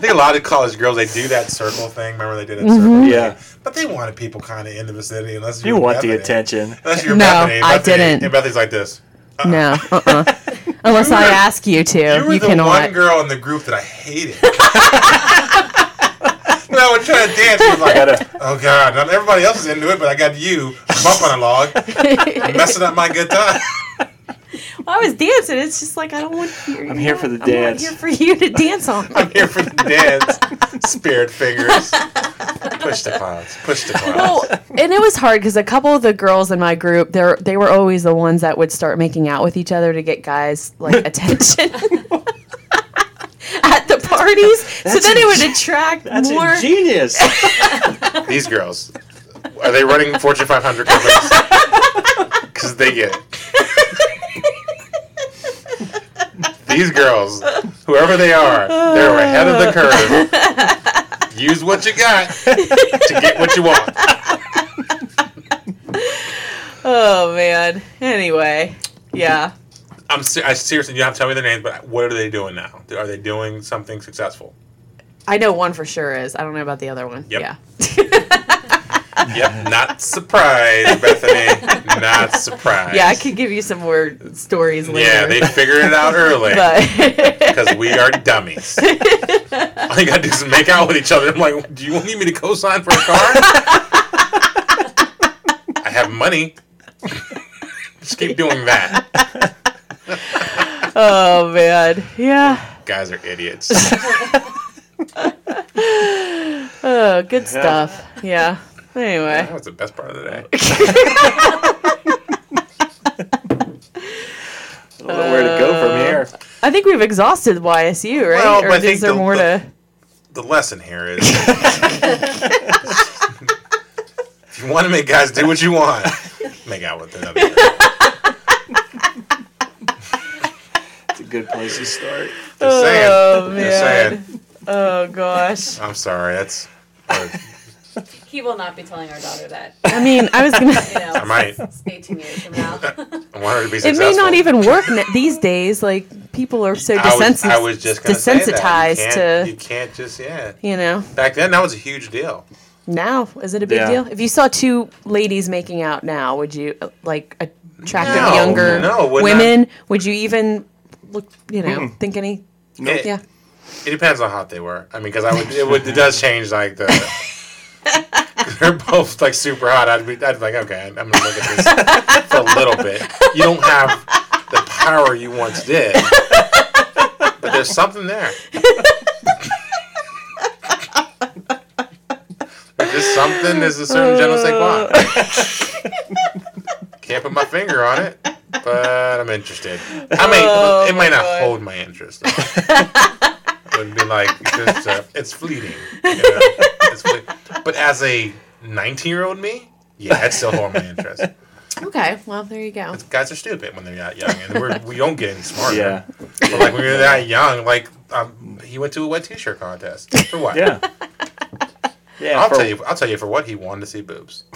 Speaker 3: think a lot of college girls they do that circle thing. Remember they did that circle,
Speaker 2: Mm-hmm.
Speaker 1: Yeah,
Speaker 3: but they wanted people kind of in the vicinity unless
Speaker 1: you
Speaker 3: were
Speaker 1: want the
Speaker 3: Bethany.
Speaker 1: attention.
Speaker 3: Unless you're
Speaker 2: No,
Speaker 3: Bethany,
Speaker 2: I
Speaker 3: Bethany-
Speaker 2: didn't.
Speaker 3: And Bethany's like this. (laughs)
Speaker 2: no, uh-uh. unless I ask you to,
Speaker 3: You were
Speaker 2: you
Speaker 3: the
Speaker 2: cannot.
Speaker 3: one girl in the group that I hated. (laughs) when I would try to dance, she was like,
Speaker 1: Gotta-
Speaker 3: "Oh God, not everybody else is into it, but I got you bumping along,
Speaker 2: (laughs)
Speaker 3: messing up my good time."
Speaker 2: I was dancing. It's just like I don't want. Your,
Speaker 1: I'm here for the
Speaker 2: I'm not
Speaker 1: dance.
Speaker 2: here for you to dance
Speaker 3: (laughs)
Speaker 2: on.
Speaker 3: (laughs) I'm here for the dance. Spirit fingers. Push the clouds. Push the clouds. (laughs)
Speaker 2: well, and it was hard because a couple of the girls in my group, they they were always the ones that would start making out with each other to get guys
Speaker 3: (laughs)
Speaker 2: like attention. At the parties, so
Speaker 1: That's
Speaker 2: then it would
Speaker 1: ing-
Speaker 2: attract
Speaker 1: That's
Speaker 2: more. (laughs)
Speaker 1: ingenious.
Speaker 3: These girls, are they running Fortune 500 companies? (laughs) Because they get it. These girls, whoever they are, they're ahead of the curve. Use what you got to get what you want.
Speaker 2: (laughs) oh man. Anyway, yeah.
Speaker 3: I'm ser- I seriously, you don't have to tell me their names, but what are they doing now? Are they doing something successful?
Speaker 2: I know one for sure is. I don't know about the other one.
Speaker 3: Yep.
Speaker 2: Yeah.
Speaker 3: Yep, (laughs) not surprised, Bethany. Not
Speaker 2: (laughs)
Speaker 3: surprised.
Speaker 2: yeah, I could give you some more stories later. (laughs)
Speaker 3: Yeah, they figured it out early.
Speaker 2: but (laughs)
Speaker 3: because we are dummies. All you gotta do is make out with each other. I'm like, do you need me to co-sign for
Speaker 2: (laughs)
Speaker 3: a car? I have money. Just keep doing that.
Speaker 2: (laughs) oh man, yeah.
Speaker 3: Guys are idiots.
Speaker 2: Oh, good stuff. Yeah. Anyway.
Speaker 3: That was the best part
Speaker 1: (laughs)
Speaker 3: of the day.
Speaker 1: I don't know where to go
Speaker 3: Uh,
Speaker 1: from
Speaker 3: (laughs)
Speaker 1: here.
Speaker 2: I think we've exhausted YSU, right?
Speaker 3: Well,
Speaker 2: or
Speaker 3: but I
Speaker 2: is
Speaker 3: think
Speaker 2: there
Speaker 3: the-
Speaker 2: more
Speaker 3: the-
Speaker 2: to?
Speaker 3: The lesson here is if you want to make guys do what you want, make out with another. girl.
Speaker 1: It's a good place to start.
Speaker 3: Just saying.
Speaker 2: Oh,
Speaker 3: Just
Speaker 2: man.
Speaker 3: saying.
Speaker 2: Oh gosh.
Speaker 3: I'm sorry. That's. I
Speaker 4: (laughs) He will not be telling our daughter that.
Speaker 2: I mean, I was
Speaker 3: (laughs)
Speaker 2: gonna. (laughs)
Speaker 4: You know,
Speaker 3: might. I
Speaker 4: 18 years from now.
Speaker 3: want her to be
Speaker 2: It
Speaker 3: successful.
Speaker 2: may not even work na- these days. Like people are so
Speaker 3: I was,
Speaker 2: desensitized.
Speaker 3: I was just gonna say that. You
Speaker 2: desensitized
Speaker 3: can't-
Speaker 2: to
Speaker 3: You can't just yeah.
Speaker 2: you know.
Speaker 3: Back then, that was a huge deal.
Speaker 2: Now is it a big
Speaker 1: Yeah.
Speaker 2: deal? If you saw two ladies making out now, would you uh, like attractive
Speaker 3: No,
Speaker 2: younger
Speaker 3: no, would not.
Speaker 2: women? Would you even look? You know, think any?
Speaker 3: It,
Speaker 2: Yeah.
Speaker 3: it depends on how hot they were. I mean, because I would it, would it does change like the. 'cause They're both like super hot. I'd be, I'd be like, okay, I'm gonna look at this for a little bit. You don't have the power you once did, but there's something there. there's just something. There's a certain je ne sais quoi. Can't put my finger on it, but I'm interested. I mean, it might not hold my interest. would be like just, uh, it's fleeting. You know? it's fleeting. But as a 19 year old me, yeah, it's still holding my interest.
Speaker 2: Okay, well there you go.
Speaker 3: Guys are stupid when they're that young, and we're, we don't get any smarter.
Speaker 1: Yeah.
Speaker 3: But like when we were that young, like um, he went to a wet T-shirt contest for what?
Speaker 1: Yeah. Yeah.
Speaker 3: I'll
Speaker 1: for-
Speaker 3: tell you. I'll tell you for what he wanted to see boobs. (laughs)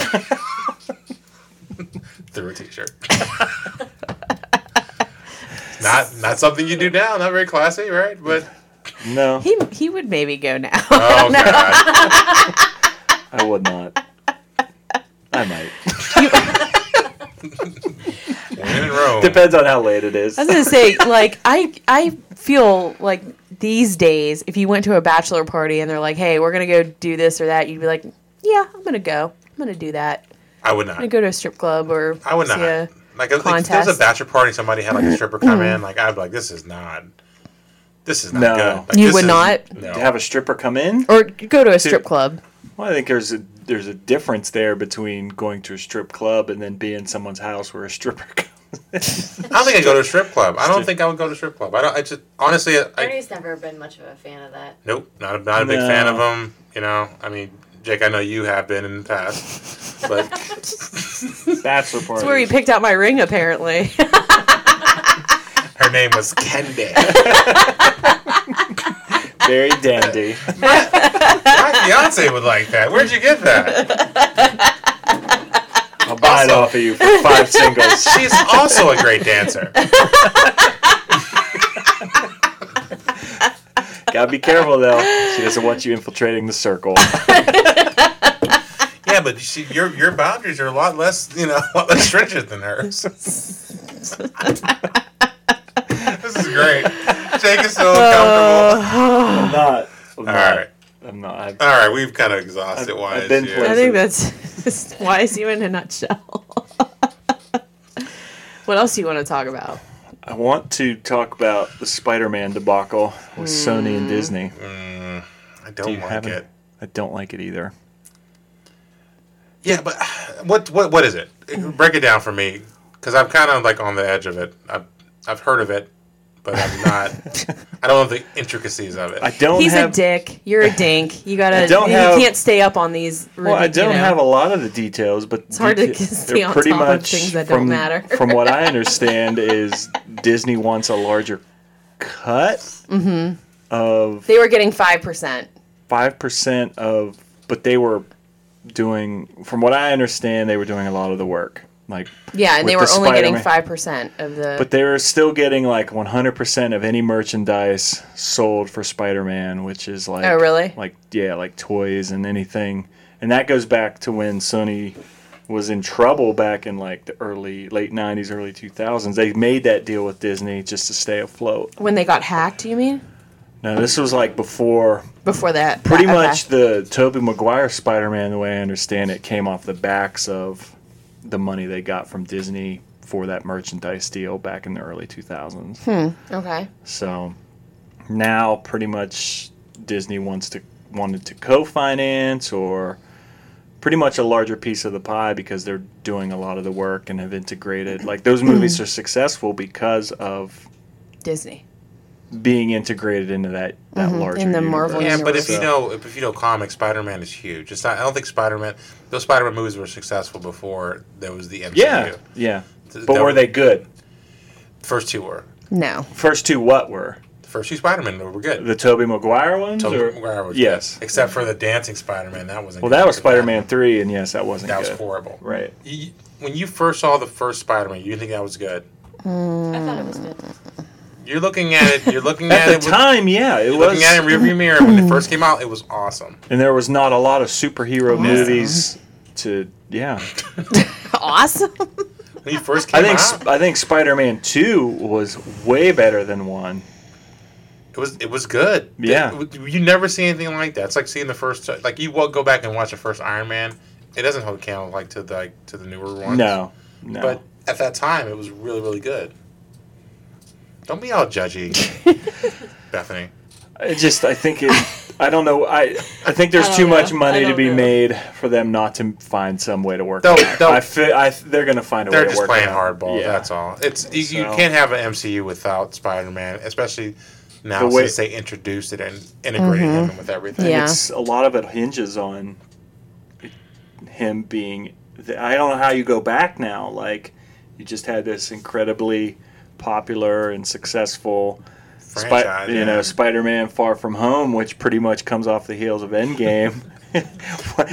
Speaker 3: Through a T-shirt. (laughs) not not something you do now. Not very classy,
Speaker 1: (laughs)
Speaker 3: right? But
Speaker 1: No,
Speaker 2: He he would maybe go now. (laughs)
Speaker 3: oh god,
Speaker 1: I would not. I might.
Speaker 3: when in Rome.
Speaker 1: Depends on how late it is.
Speaker 2: I was gonna say, like, I I feel like these days, if you went to a bachelor party and they're like, "Hey, we're gonna go do this or that," you'd be like, "Yeah, I'm gonna go. I'm gonna do that. I'm
Speaker 3: I would not.
Speaker 2: gonna go to a strip club or
Speaker 3: I would
Speaker 2: see
Speaker 3: not.
Speaker 2: a-
Speaker 3: like, if- like, if there was a
Speaker 2: contest.
Speaker 3: bachelor party, and somebody had like a stripper come in. Like I'd be like, this is not. This is not
Speaker 1: No.
Speaker 3: good. Like,
Speaker 2: You
Speaker 3: this
Speaker 2: would
Speaker 3: is-
Speaker 2: not?
Speaker 3: No.
Speaker 1: To have a stripper come in?
Speaker 2: or go to a strip club.
Speaker 1: Well, I think there's a there's a difference there between going to a strip club and then being in someone's house where a stripper (laughs) comes.
Speaker 3: I don't think I'd go to a strip club. I don't think I would go to a strip club. I don't. I just honestly, I, I
Speaker 4: Ernie's never been much of a fan of that.
Speaker 3: nope, not a, not a big fan of
Speaker 1: No.
Speaker 3: them. You know, I mean, Jake, I know you have been in the past,
Speaker 1: (laughs)
Speaker 3: but
Speaker 1: Bachelor party.
Speaker 2: That's where he picked out my ring, apparently. (laughs)
Speaker 3: her name was Kendi.
Speaker 1: (laughs) Very dandy.
Speaker 3: My fiance would like that. Where'd you get that?
Speaker 1: I'll buy it
Speaker 3: Also-
Speaker 1: off of you
Speaker 2: (laughs)
Speaker 1: for five singles.
Speaker 3: She's also a great dancer.
Speaker 1: (laughs) Gotta be careful though. She doesn't want you infiltrating the circle.
Speaker 3: Yeah, but she, your your boundaries are a lot less, you know, (laughs) a lot less stringent than hers. (laughs) this is great. Jake is so uncomfortable.
Speaker 1: I'm not. I'm
Speaker 3: All
Speaker 1: not.
Speaker 3: right.
Speaker 1: I'm not. I-
Speaker 3: All right, we've kind of exhausted
Speaker 1: I've-
Speaker 3: why
Speaker 1: I've been
Speaker 3: it's
Speaker 1: playing-
Speaker 2: I
Speaker 3: you.
Speaker 2: think that's why is you in a nutshell. what else do you want to talk about?
Speaker 1: I want to talk about the Spider-Man debacle with Sony
Speaker 2: Mm.
Speaker 1: and Disney.
Speaker 3: I
Speaker 1: Do
Speaker 3: don't
Speaker 1: Mm. you
Speaker 3: like
Speaker 1: have
Speaker 3: it.
Speaker 1: it? I don't like it either.
Speaker 3: Yeah, but (sighs) what what what is it? Break it down for me, because I'm kind of like on the edge of it. I've I've heard of it, but I'm
Speaker 1: (laughs)
Speaker 3: not. I don't know the intricacies of it.
Speaker 1: I don't
Speaker 2: He's
Speaker 1: have
Speaker 2: a dick. You're a dink. You gotta.
Speaker 1: I don't
Speaker 2: you
Speaker 1: have-
Speaker 2: can't stay up on these.
Speaker 1: Well, I
Speaker 2: ridic- you
Speaker 1: don't
Speaker 2: know.
Speaker 1: have a lot of the details, but it's
Speaker 2: hard to stay (laughs) on top of things that don't
Speaker 1: from,
Speaker 2: matter.
Speaker 1: from what I understand, is Disney wants a larger cut of
Speaker 2: They were getting five percent.
Speaker 1: five percent of, but they were doing. From what I understand, they were doing a lot of the work. Like
Speaker 2: Yeah, and they were
Speaker 1: with the
Speaker 2: only getting
Speaker 1: Spider-Man.
Speaker 2: five percent of the.
Speaker 1: But they were still getting like 100% of any merchandise sold for Spider-Man, which is like
Speaker 2: Oh, really?
Speaker 1: Like yeah, like toys and anything. And that goes back to when Sony was in trouble back in like the early late 90s, early 2000s. They made that deal with Disney just to stay afloat.
Speaker 2: when they got hacked, you mean?
Speaker 1: Now, this was like before
Speaker 2: Before that,
Speaker 1: pretty
Speaker 2: okay.
Speaker 1: much the Tobey Maguire Spider-Man, the way I understand it, came off the backs of the money they got from Disney for that merchandise deal back in the early 2000s.
Speaker 2: Hmm. Okay.
Speaker 1: So now pretty much Disney wants to wanted to co-finance or pretty much a larger piece of the pie because they're doing a lot of the work and have integrated like
Speaker 2: Hmm.
Speaker 1: those movies are successful because of
Speaker 2: Disney.
Speaker 1: being integrated into that that larger
Speaker 2: Mm-hmm. in the Marvel
Speaker 1: universe.
Speaker 3: yeah, but if
Speaker 2: universe.
Speaker 3: you know if, if you know comics, Spider Man is huge. It's not. I don't think Spider Man. Those Spider Man movies were successful before there was the MCU.
Speaker 1: yeah, yeah.
Speaker 3: Th-
Speaker 1: But
Speaker 3: that
Speaker 1: were
Speaker 3: was-
Speaker 1: they good?
Speaker 3: First two were.
Speaker 1: (laughs)
Speaker 2: No.
Speaker 1: First two what were?
Speaker 3: The first two Spider Man were good.
Speaker 1: The Tobey Maguire ones
Speaker 3: Tobey
Speaker 1: or-
Speaker 3: Maguire was
Speaker 1: Yes.
Speaker 3: good, except for the dancing Spider Man. That wasn't.
Speaker 1: Well,
Speaker 3: good.
Speaker 1: that was Spider-Man 3 and yes, that wasn't
Speaker 3: That was
Speaker 1: good.
Speaker 3: horrible.
Speaker 1: Right.
Speaker 3: You, when you first saw the first Spider Man, you didn't think that was good.
Speaker 4: I thought it was good.
Speaker 3: You're looking at it. You're looking at,
Speaker 1: At the
Speaker 3: it. with-
Speaker 1: time, yeah, it was
Speaker 3: looking at it in rearview mirror when it first came out. It was awesome.
Speaker 1: and there was not a lot of superhero movies to yeah
Speaker 2: Awesome.
Speaker 3: When you first came
Speaker 1: i think
Speaker 3: out,
Speaker 1: sp- i think spider-man 2 was way better than 1
Speaker 3: it was it was good.
Speaker 1: Yeah.
Speaker 3: It- you never see anything like that. It's like seeing the first like you will go back and watch the first Iron Man. It doesn't hold candle like to the like, to the newer ones.
Speaker 1: no no
Speaker 3: but at that time it was really really good. Don't be
Speaker 1: (laughs)
Speaker 3: all judgy, Bethany.
Speaker 1: it just i think it i don't know i i think
Speaker 2: I
Speaker 1: there's
Speaker 2: don't
Speaker 1: too
Speaker 2: know.
Speaker 1: much
Speaker 2: I
Speaker 1: money to
Speaker 2: don't
Speaker 1: be
Speaker 2: know.
Speaker 1: made for them not to find some way to work
Speaker 3: Don't-
Speaker 1: it out.
Speaker 3: don't-
Speaker 1: I fe- I th- they're gonna find a
Speaker 3: They're
Speaker 1: way to
Speaker 3: just
Speaker 1: work
Speaker 3: playing
Speaker 1: it out.
Speaker 3: hardball.
Speaker 1: yeah.
Speaker 3: That's all. It's you, you
Speaker 1: So-
Speaker 3: can't have an MCU without Spider Man, especially now
Speaker 1: The way- Mm-hmm.
Speaker 3: since they introduced it and integrated him with everything.
Speaker 2: Yeah.
Speaker 1: it's a lot of it hinges on him being th- I don't know how you go back now. Like, you just had this incredibly popular and successful, Spi-
Speaker 3: Franchise,
Speaker 1: you
Speaker 3: yeah.
Speaker 1: know, Spider-Man: Far From Home, which pretty much comes off the heels of Endgame.
Speaker 3: (laughs)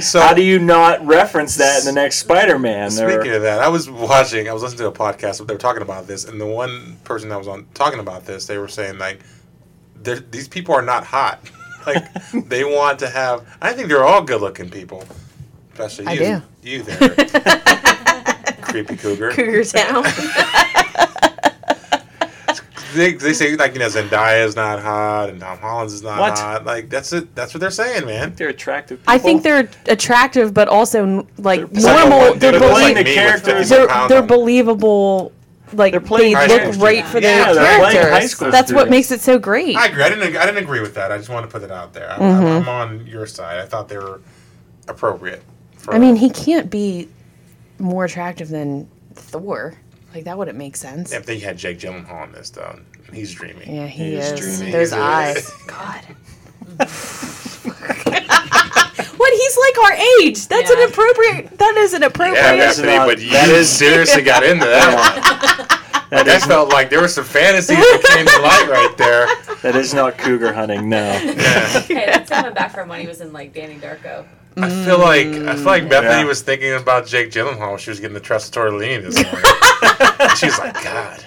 Speaker 1: (laughs)
Speaker 3: So-
Speaker 1: how do you not reference that in the next Spider-Man? Or-
Speaker 3: Speaking of that, I was watching, I was listening to a podcast where they were talking about this, and the one person that was on talking about this, they were saying like, "They're- these people are not hot. (laughs)
Speaker 1: (laughs)
Speaker 3: like they want to have. I think they're all good-looking people, especially
Speaker 2: I
Speaker 3: you,
Speaker 2: do. (laughs)
Speaker 3: you there, creepy cougar.
Speaker 2: Cougar Town.
Speaker 3: They, they say like you know Zendaya's not hot and Tom Holland's is not
Speaker 1: What?
Speaker 3: hot. Like that's it. That's what they're saying, man.
Speaker 1: they're attractive. People.
Speaker 2: I think they're attractive, but also like
Speaker 1: It's like
Speaker 3: a
Speaker 2: normal.
Speaker 3: one-
Speaker 2: they're
Speaker 1: they're playing
Speaker 2: belie-
Speaker 1: the
Speaker 3: me with
Speaker 1: character.
Speaker 3: 50
Speaker 2: they're,
Speaker 3: pounds
Speaker 2: they're
Speaker 3: on-
Speaker 2: believable. Like
Speaker 1: They're playing
Speaker 2: they
Speaker 3: high
Speaker 2: look
Speaker 3: school
Speaker 2: right
Speaker 3: students.
Speaker 2: for
Speaker 1: Yeah,
Speaker 2: their
Speaker 1: they're playing high
Speaker 2: characters.
Speaker 1: school
Speaker 2: That's what
Speaker 1: students.
Speaker 2: makes it so great.
Speaker 3: I agree. I didn't. I didn't agree with that. I just want to put it out there. I'm,
Speaker 2: Mm-hmm.
Speaker 3: I'm on your side. I thought they were appropriate. For
Speaker 2: I mean, he can't be more attractive than Thor. Like that wouldn't make sense.
Speaker 3: if they had Jake Gyllenhaal in this though, and he's dreaming.
Speaker 2: Yeah, he,
Speaker 1: He is
Speaker 2: is.
Speaker 1: dreamy.
Speaker 2: Those
Speaker 3: He is. (laughs)
Speaker 2: eyes. God. when he's like our age, that's
Speaker 4: Yeah.
Speaker 2: inappropriate. That is an appropriate.
Speaker 3: Yeah,
Speaker 1: that's
Speaker 3: Bethany,
Speaker 1: not-
Speaker 3: but you
Speaker 1: that is-
Speaker 3: seriously got
Speaker 2: (laughs)
Speaker 3: into that. one.
Speaker 1: That
Speaker 3: (laughs) That
Speaker 1: is,
Speaker 3: felt like there were some fantasies that came to light right there.
Speaker 1: that is not cougar hunting. No,
Speaker 3: Yeah.
Speaker 4: Hey, that's coming back from when he was in like Danny Darko.
Speaker 3: I feel like I feel like Bethany
Speaker 1: Yeah.
Speaker 3: was thinking about Jake Gyllenhaal when she was getting the trust tortellini this morning. And she was like, God,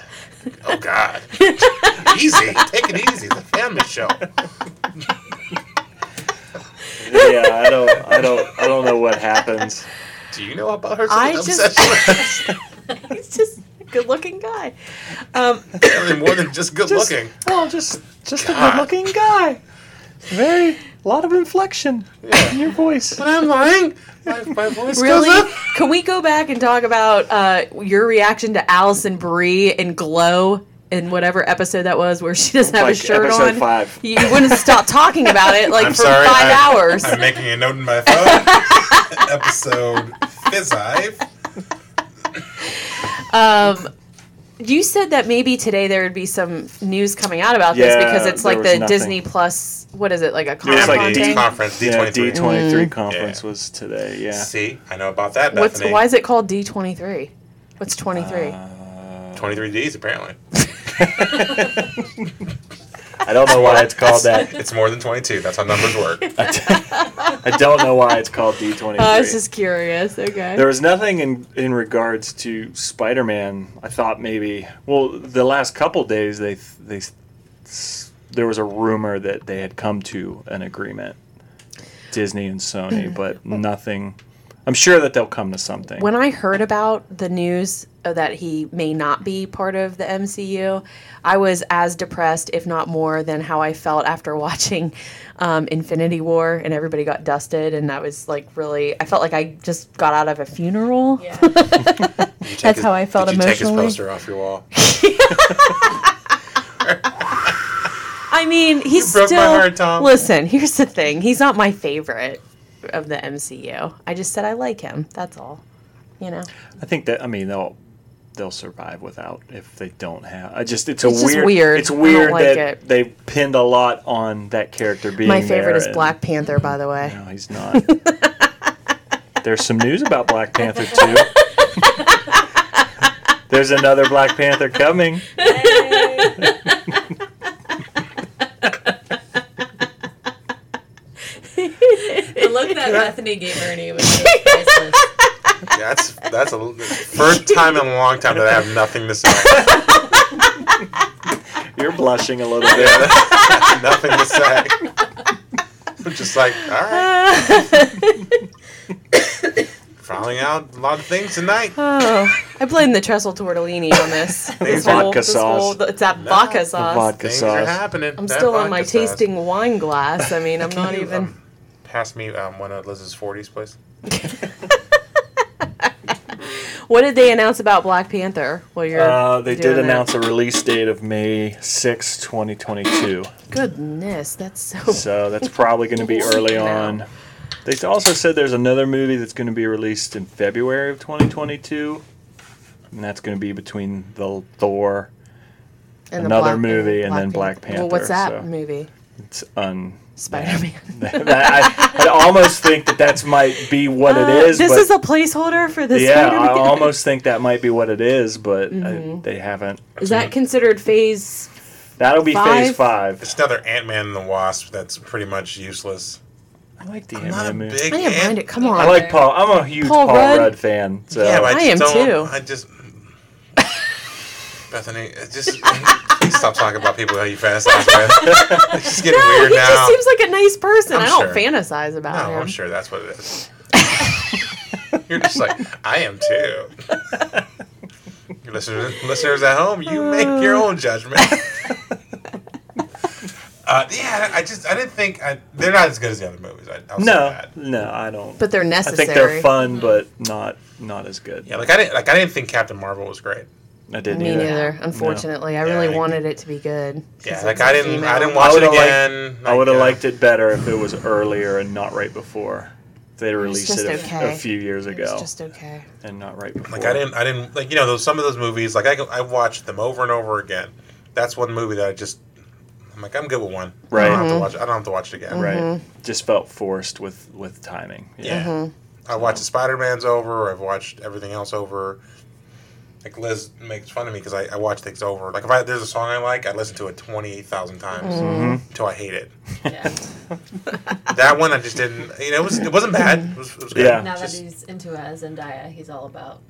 Speaker 3: oh God, (laughs) easy, take it easy. It's a family show.
Speaker 1: yeah, I don't, I don't, I don't know what happens.
Speaker 3: Do you know about her (laughs)
Speaker 2: I just-
Speaker 3: obsession?
Speaker 2: (laughs) he's just a good-looking guy. Um,
Speaker 3: Apparently more than just good
Speaker 1: Just-
Speaker 3: looking.
Speaker 1: Well, just, just
Speaker 3: God.
Speaker 1: good-looking guy. Very, a lot of inflection in your voice.
Speaker 3: But I'm lying. My, my voice
Speaker 2: (laughs)
Speaker 3: goes
Speaker 2: really?
Speaker 3: up.
Speaker 2: Can we go back and talk about uh, your reaction to Allison Brie and Glow? In whatever episode that was, where she doesn't have
Speaker 1: Like
Speaker 2: a shirt
Speaker 1: episode
Speaker 2: on,
Speaker 1: five.
Speaker 2: you wouldn't stop talking about it like
Speaker 3: I'm
Speaker 2: for
Speaker 3: sorry,
Speaker 2: five
Speaker 3: I-
Speaker 1: (laughs)
Speaker 2: hours.
Speaker 3: I'm making a note in my phone.
Speaker 2: (laughs)
Speaker 3: Episode five.
Speaker 2: Um, you said that maybe today there would be some news coming out about
Speaker 1: Yeah,
Speaker 2: this because it's
Speaker 1: there
Speaker 2: like
Speaker 1: was
Speaker 2: the
Speaker 1: nothing.
Speaker 2: Disney Plus. What is it like a
Speaker 1: was
Speaker 2: comic
Speaker 1: like
Speaker 2: Con
Speaker 1: D-
Speaker 2: thing?
Speaker 3: conference
Speaker 1: Yeah, D
Speaker 3: D23.
Speaker 1: twenty
Speaker 2: Mm-hmm.
Speaker 1: three conference
Speaker 3: Yeah.
Speaker 1: was today. Yeah,
Speaker 3: See, I know about that,
Speaker 2: What's
Speaker 3: Bethany.
Speaker 2: why is it called D twenty three? What's twenty three?
Speaker 1: Uh,
Speaker 3: 23 Ds apparently.
Speaker 1: I don't know why it's called that.
Speaker 3: (laughs) It's more than 22. That's how numbers work.
Speaker 1: I don't know why it's called D twenty
Speaker 2: I was
Speaker 1: three.
Speaker 2: just curious.
Speaker 1: (laughs)
Speaker 2: Okay.
Speaker 1: There was nothing in, in regards to Spider Man. I thought maybe. Well, the last couple days they they s- there was a rumor that they had come to an agreement, Disney and Sony, but nothing. I'm sure that they'll come to something.
Speaker 2: Mm. when I heard about the news uh, that he may not be part of the MCU, I was as depressed, if not more, than how I felt after (laughs) watching um, Infinity War and everybody got dusted. And I was like, really, I felt like I just got out of a funeral.
Speaker 4: Yeah. (laughs)
Speaker 3: Did you take
Speaker 2: That's how I felt
Speaker 3: did You
Speaker 2: emotionally.
Speaker 3: take his poster off your wall.
Speaker 2: I mean, he's
Speaker 3: broke my
Speaker 2: still.
Speaker 3: heart, Tom.
Speaker 2: Listen, here's the thing. He's not my favorite of the MCU. I just said I like him. That's all. You know,
Speaker 1: I think that I mean they'll they'll survive without if they don't have. I just it's a
Speaker 2: It's just
Speaker 1: weird,
Speaker 2: weird.
Speaker 1: It's
Speaker 2: I don't
Speaker 1: weird
Speaker 2: like
Speaker 1: that
Speaker 2: it.
Speaker 1: they pinned a lot on that character being
Speaker 2: my favorite
Speaker 1: there
Speaker 2: is
Speaker 1: and-
Speaker 2: Black Panther, by the way.
Speaker 1: No, he's not. (laughs) There's some news about Black Panther too. (laughs) There's another Black Panther coming.
Speaker 4: The look that Bethany gave Ernie was
Speaker 2: (laughs)
Speaker 4: like, priceless.
Speaker 3: Yeah, that's that's a first time in a long time that I have nothing
Speaker 1: (laughs)
Speaker 3: to say.
Speaker 1: You're blushing a little bit.
Speaker 3: Yeah, I have (laughs) nothing to say. (laughs) I'm just like, all right, fouling out a lot of things tonight.
Speaker 2: (laughs) Oh, I blame the trestle tortellini on
Speaker 1: (laughs)
Speaker 2: this. this
Speaker 1: Vodka
Speaker 2: whole- this
Speaker 1: sauce.
Speaker 2: whole- it's that vodka sauce.
Speaker 1: vodka.
Speaker 3: Things are
Speaker 1: sauce.
Speaker 3: happening.
Speaker 2: I'm
Speaker 3: That uh,
Speaker 2: still on my
Speaker 3: vodka sauce.
Speaker 2: tasting wine glass. I mean, I'm
Speaker 3: Can
Speaker 2: not
Speaker 3: you,
Speaker 2: even.
Speaker 3: um, pass me um, one of Liz's 40s, please.
Speaker 2: What did they announce about Black Panther? Well, you're.
Speaker 1: Uh, they did
Speaker 2: doing that?
Speaker 1: announce a release date of May 6, 2022.
Speaker 2: Goodness, that's so.
Speaker 1: So that's probably going to be early on. They also said there's another movie that's going to be released in February of 2022. And that's going to be between the Thor
Speaker 2: and the
Speaker 1: another
Speaker 2: Black-
Speaker 1: movie and then Black
Speaker 2: Well, what's
Speaker 1: Panther,
Speaker 2: that
Speaker 1: so.
Speaker 2: movie?
Speaker 1: It's un. (laughs)
Speaker 2: Spider Man.
Speaker 1: I, I almost think that that's might be what it is.
Speaker 2: Uh, this
Speaker 1: but
Speaker 2: is a placeholder for this.
Speaker 1: yeah, I
Speaker 2: Spider-Man.
Speaker 1: almost think that might be what it is, but I- they haven't.
Speaker 2: Mm-hmm. Is that considered phase?
Speaker 1: That'll be phase
Speaker 2: Five?
Speaker 1: five.
Speaker 3: It's another Ant Man and the Wasp that's pretty much useless.
Speaker 1: I like the
Speaker 3: I'm not a
Speaker 1: Ant-Man movie.
Speaker 3: big.
Speaker 2: I didn't
Speaker 3: Ant-
Speaker 2: mind it. Come on.
Speaker 1: I like Paul. I'm a huge Paul,
Speaker 2: Paul
Speaker 1: Rudd?
Speaker 2: Rudd?
Speaker 1: fan. So
Speaker 3: Yeah, but I,
Speaker 2: I
Speaker 3: just
Speaker 2: am
Speaker 3: don't,
Speaker 2: too.
Speaker 3: I just. (laughs) Bethany, it's just (laughs) please stop talking about people how you fantasize with. (laughs) It's just getting
Speaker 2: no, (laughs)
Speaker 3: weird
Speaker 2: he
Speaker 3: now.
Speaker 2: just seems like a nice person.
Speaker 3: I'm
Speaker 2: I'm I do
Speaker 3: sure.
Speaker 2: not fantasize about
Speaker 3: No,
Speaker 2: him.
Speaker 3: Oh, I'm sure that's what it is. (laughs) You're just like, I am too. Your listeners, listeners at home, you make your
Speaker 1: (laughs)
Speaker 3: own judgment. uh, yeah, I just, I didn't think, I, they're not as good as the other movies. I, I'll say
Speaker 1: no,
Speaker 3: that.
Speaker 1: no, I don't.
Speaker 2: But they're
Speaker 1: I
Speaker 2: necessary.
Speaker 1: think they're fun, but not not as good.
Speaker 3: Mm-hmm. Yeah, like I didn't, like I didn't think Captain Marvel was great.
Speaker 1: I didn't
Speaker 2: Me
Speaker 1: either.
Speaker 2: neither. Unfortunately, I
Speaker 3: Yeah,
Speaker 2: really
Speaker 3: I-
Speaker 2: wanted it to be good. 'cause
Speaker 3: Yeah,
Speaker 2: it's
Speaker 3: like
Speaker 2: a
Speaker 3: I didn't,
Speaker 2: female.
Speaker 3: I didn't
Speaker 1: I
Speaker 3: watch it
Speaker 1: would've liked-
Speaker 3: again.
Speaker 1: I would have
Speaker 3: uh,
Speaker 1: liked it better if it was earlier and not right before. They released it,
Speaker 2: just
Speaker 1: a f-
Speaker 2: okay.
Speaker 1: a few years
Speaker 2: It was
Speaker 1: ago
Speaker 2: just okay.
Speaker 1: and not right before.
Speaker 3: Like I didn't, I didn't like you know those some of those movies. Like I, go- I watched them over and over again. That's one movie that I just, I'm like, I'm good with one. I
Speaker 1: Right.
Speaker 3: don't have to watch. it. I don't have to watch it again.
Speaker 1: Right.
Speaker 2: Mm-hmm.
Speaker 1: Just felt forced with with timing.
Speaker 3: Yeah.
Speaker 4: Mm-hmm.
Speaker 3: I watched Spider Man's over. I've watched everything else over. Like Liz makes fun of me because I, I watch things over. Like if I, there's a song I like, I listen to it twenty eight thousand times
Speaker 4: Mm-hmm.
Speaker 3: until I hate it.
Speaker 4: Yeah.
Speaker 3: That one I just didn't. You know, it was it wasn't bad. It was, it was good.
Speaker 1: Yeah.
Speaker 4: Now that
Speaker 3: Just-
Speaker 4: he's into uh, Zendaya, he's all about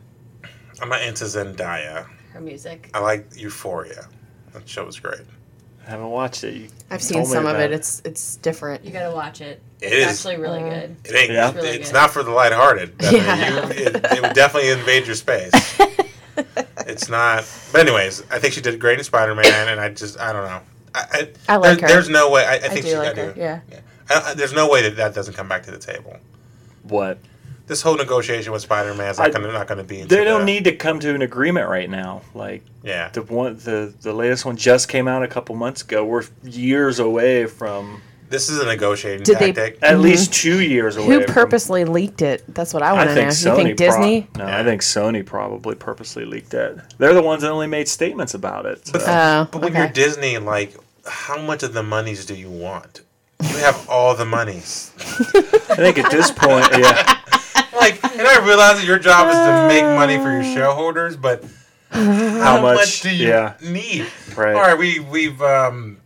Speaker 3: I'm not into Zendaya.
Speaker 4: her music.
Speaker 3: I like Euphoria. That show was great.
Speaker 1: I haven't watched it. You told
Speaker 2: I've seen
Speaker 1: me
Speaker 2: some of
Speaker 1: about
Speaker 2: it. It's it's different.
Speaker 4: You gotta watch it.
Speaker 3: It
Speaker 4: it's
Speaker 3: is.
Speaker 4: actually really good.
Speaker 3: It ain't.
Speaker 1: Yeah.
Speaker 3: It's,
Speaker 4: Really
Speaker 3: it's
Speaker 4: good.
Speaker 3: not for the lighthearted. Bethany.
Speaker 2: Yeah.
Speaker 3: You, it, it would definitely invade
Speaker 2: (laughs)
Speaker 3: your space. it's not. But anyways, I think she did great in Spider Man, and I just I don't know. I,
Speaker 2: I like her.
Speaker 3: There's no way. I, I
Speaker 2: I,
Speaker 3: think
Speaker 2: do
Speaker 3: she.
Speaker 2: like
Speaker 3: I
Speaker 2: her.
Speaker 3: do.
Speaker 2: Yeah.
Speaker 3: I, I, there's no way that that doesn't come back to the table.
Speaker 1: What?
Speaker 3: This whole negotiation with Spider Man is
Speaker 1: I-
Speaker 3: not going to not going to be. into
Speaker 1: They don't
Speaker 3: the-
Speaker 1: need to come to an agreement right now. Like
Speaker 3: Yeah.
Speaker 1: the one, the the latest one just came out a couple months ago. We're years away from
Speaker 3: This is a negotiating
Speaker 2: Did they-
Speaker 3: tactic.
Speaker 1: at least two years away.
Speaker 2: Mm-hmm. Who
Speaker 1: from-
Speaker 2: purposely leaked it? That's what I want
Speaker 1: I
Speaker 2: to
Speaker 1: think
Speaker 2: know.
Speaker 1: Sony.
Speaker 2: you think
Speaker 1: pro-
Speaker 2: Disney?
Speaker 1: no,
Speaker 3: Yeah.
Speaker 1: I think Sony probably purposely leaked it. They're the ones that only made statements about it. so.
Speaker 2: Oh,
Speaker 3: But when
Speaker 2: okay.
Speaker 3: you're Disney, like, how much of the monies do you want? You have all the monies.
Speaker 1: I think at this point, yeah,
Speaker 3: like, and I realize that your job is to make money for your shareholders, but how, much,
Speaker 1: much-
Speaker 3: do you
Speaker 1: yeah.
Speaker 3: need?
Speaker 1: Right.
Speaker 3: All right, we we've um,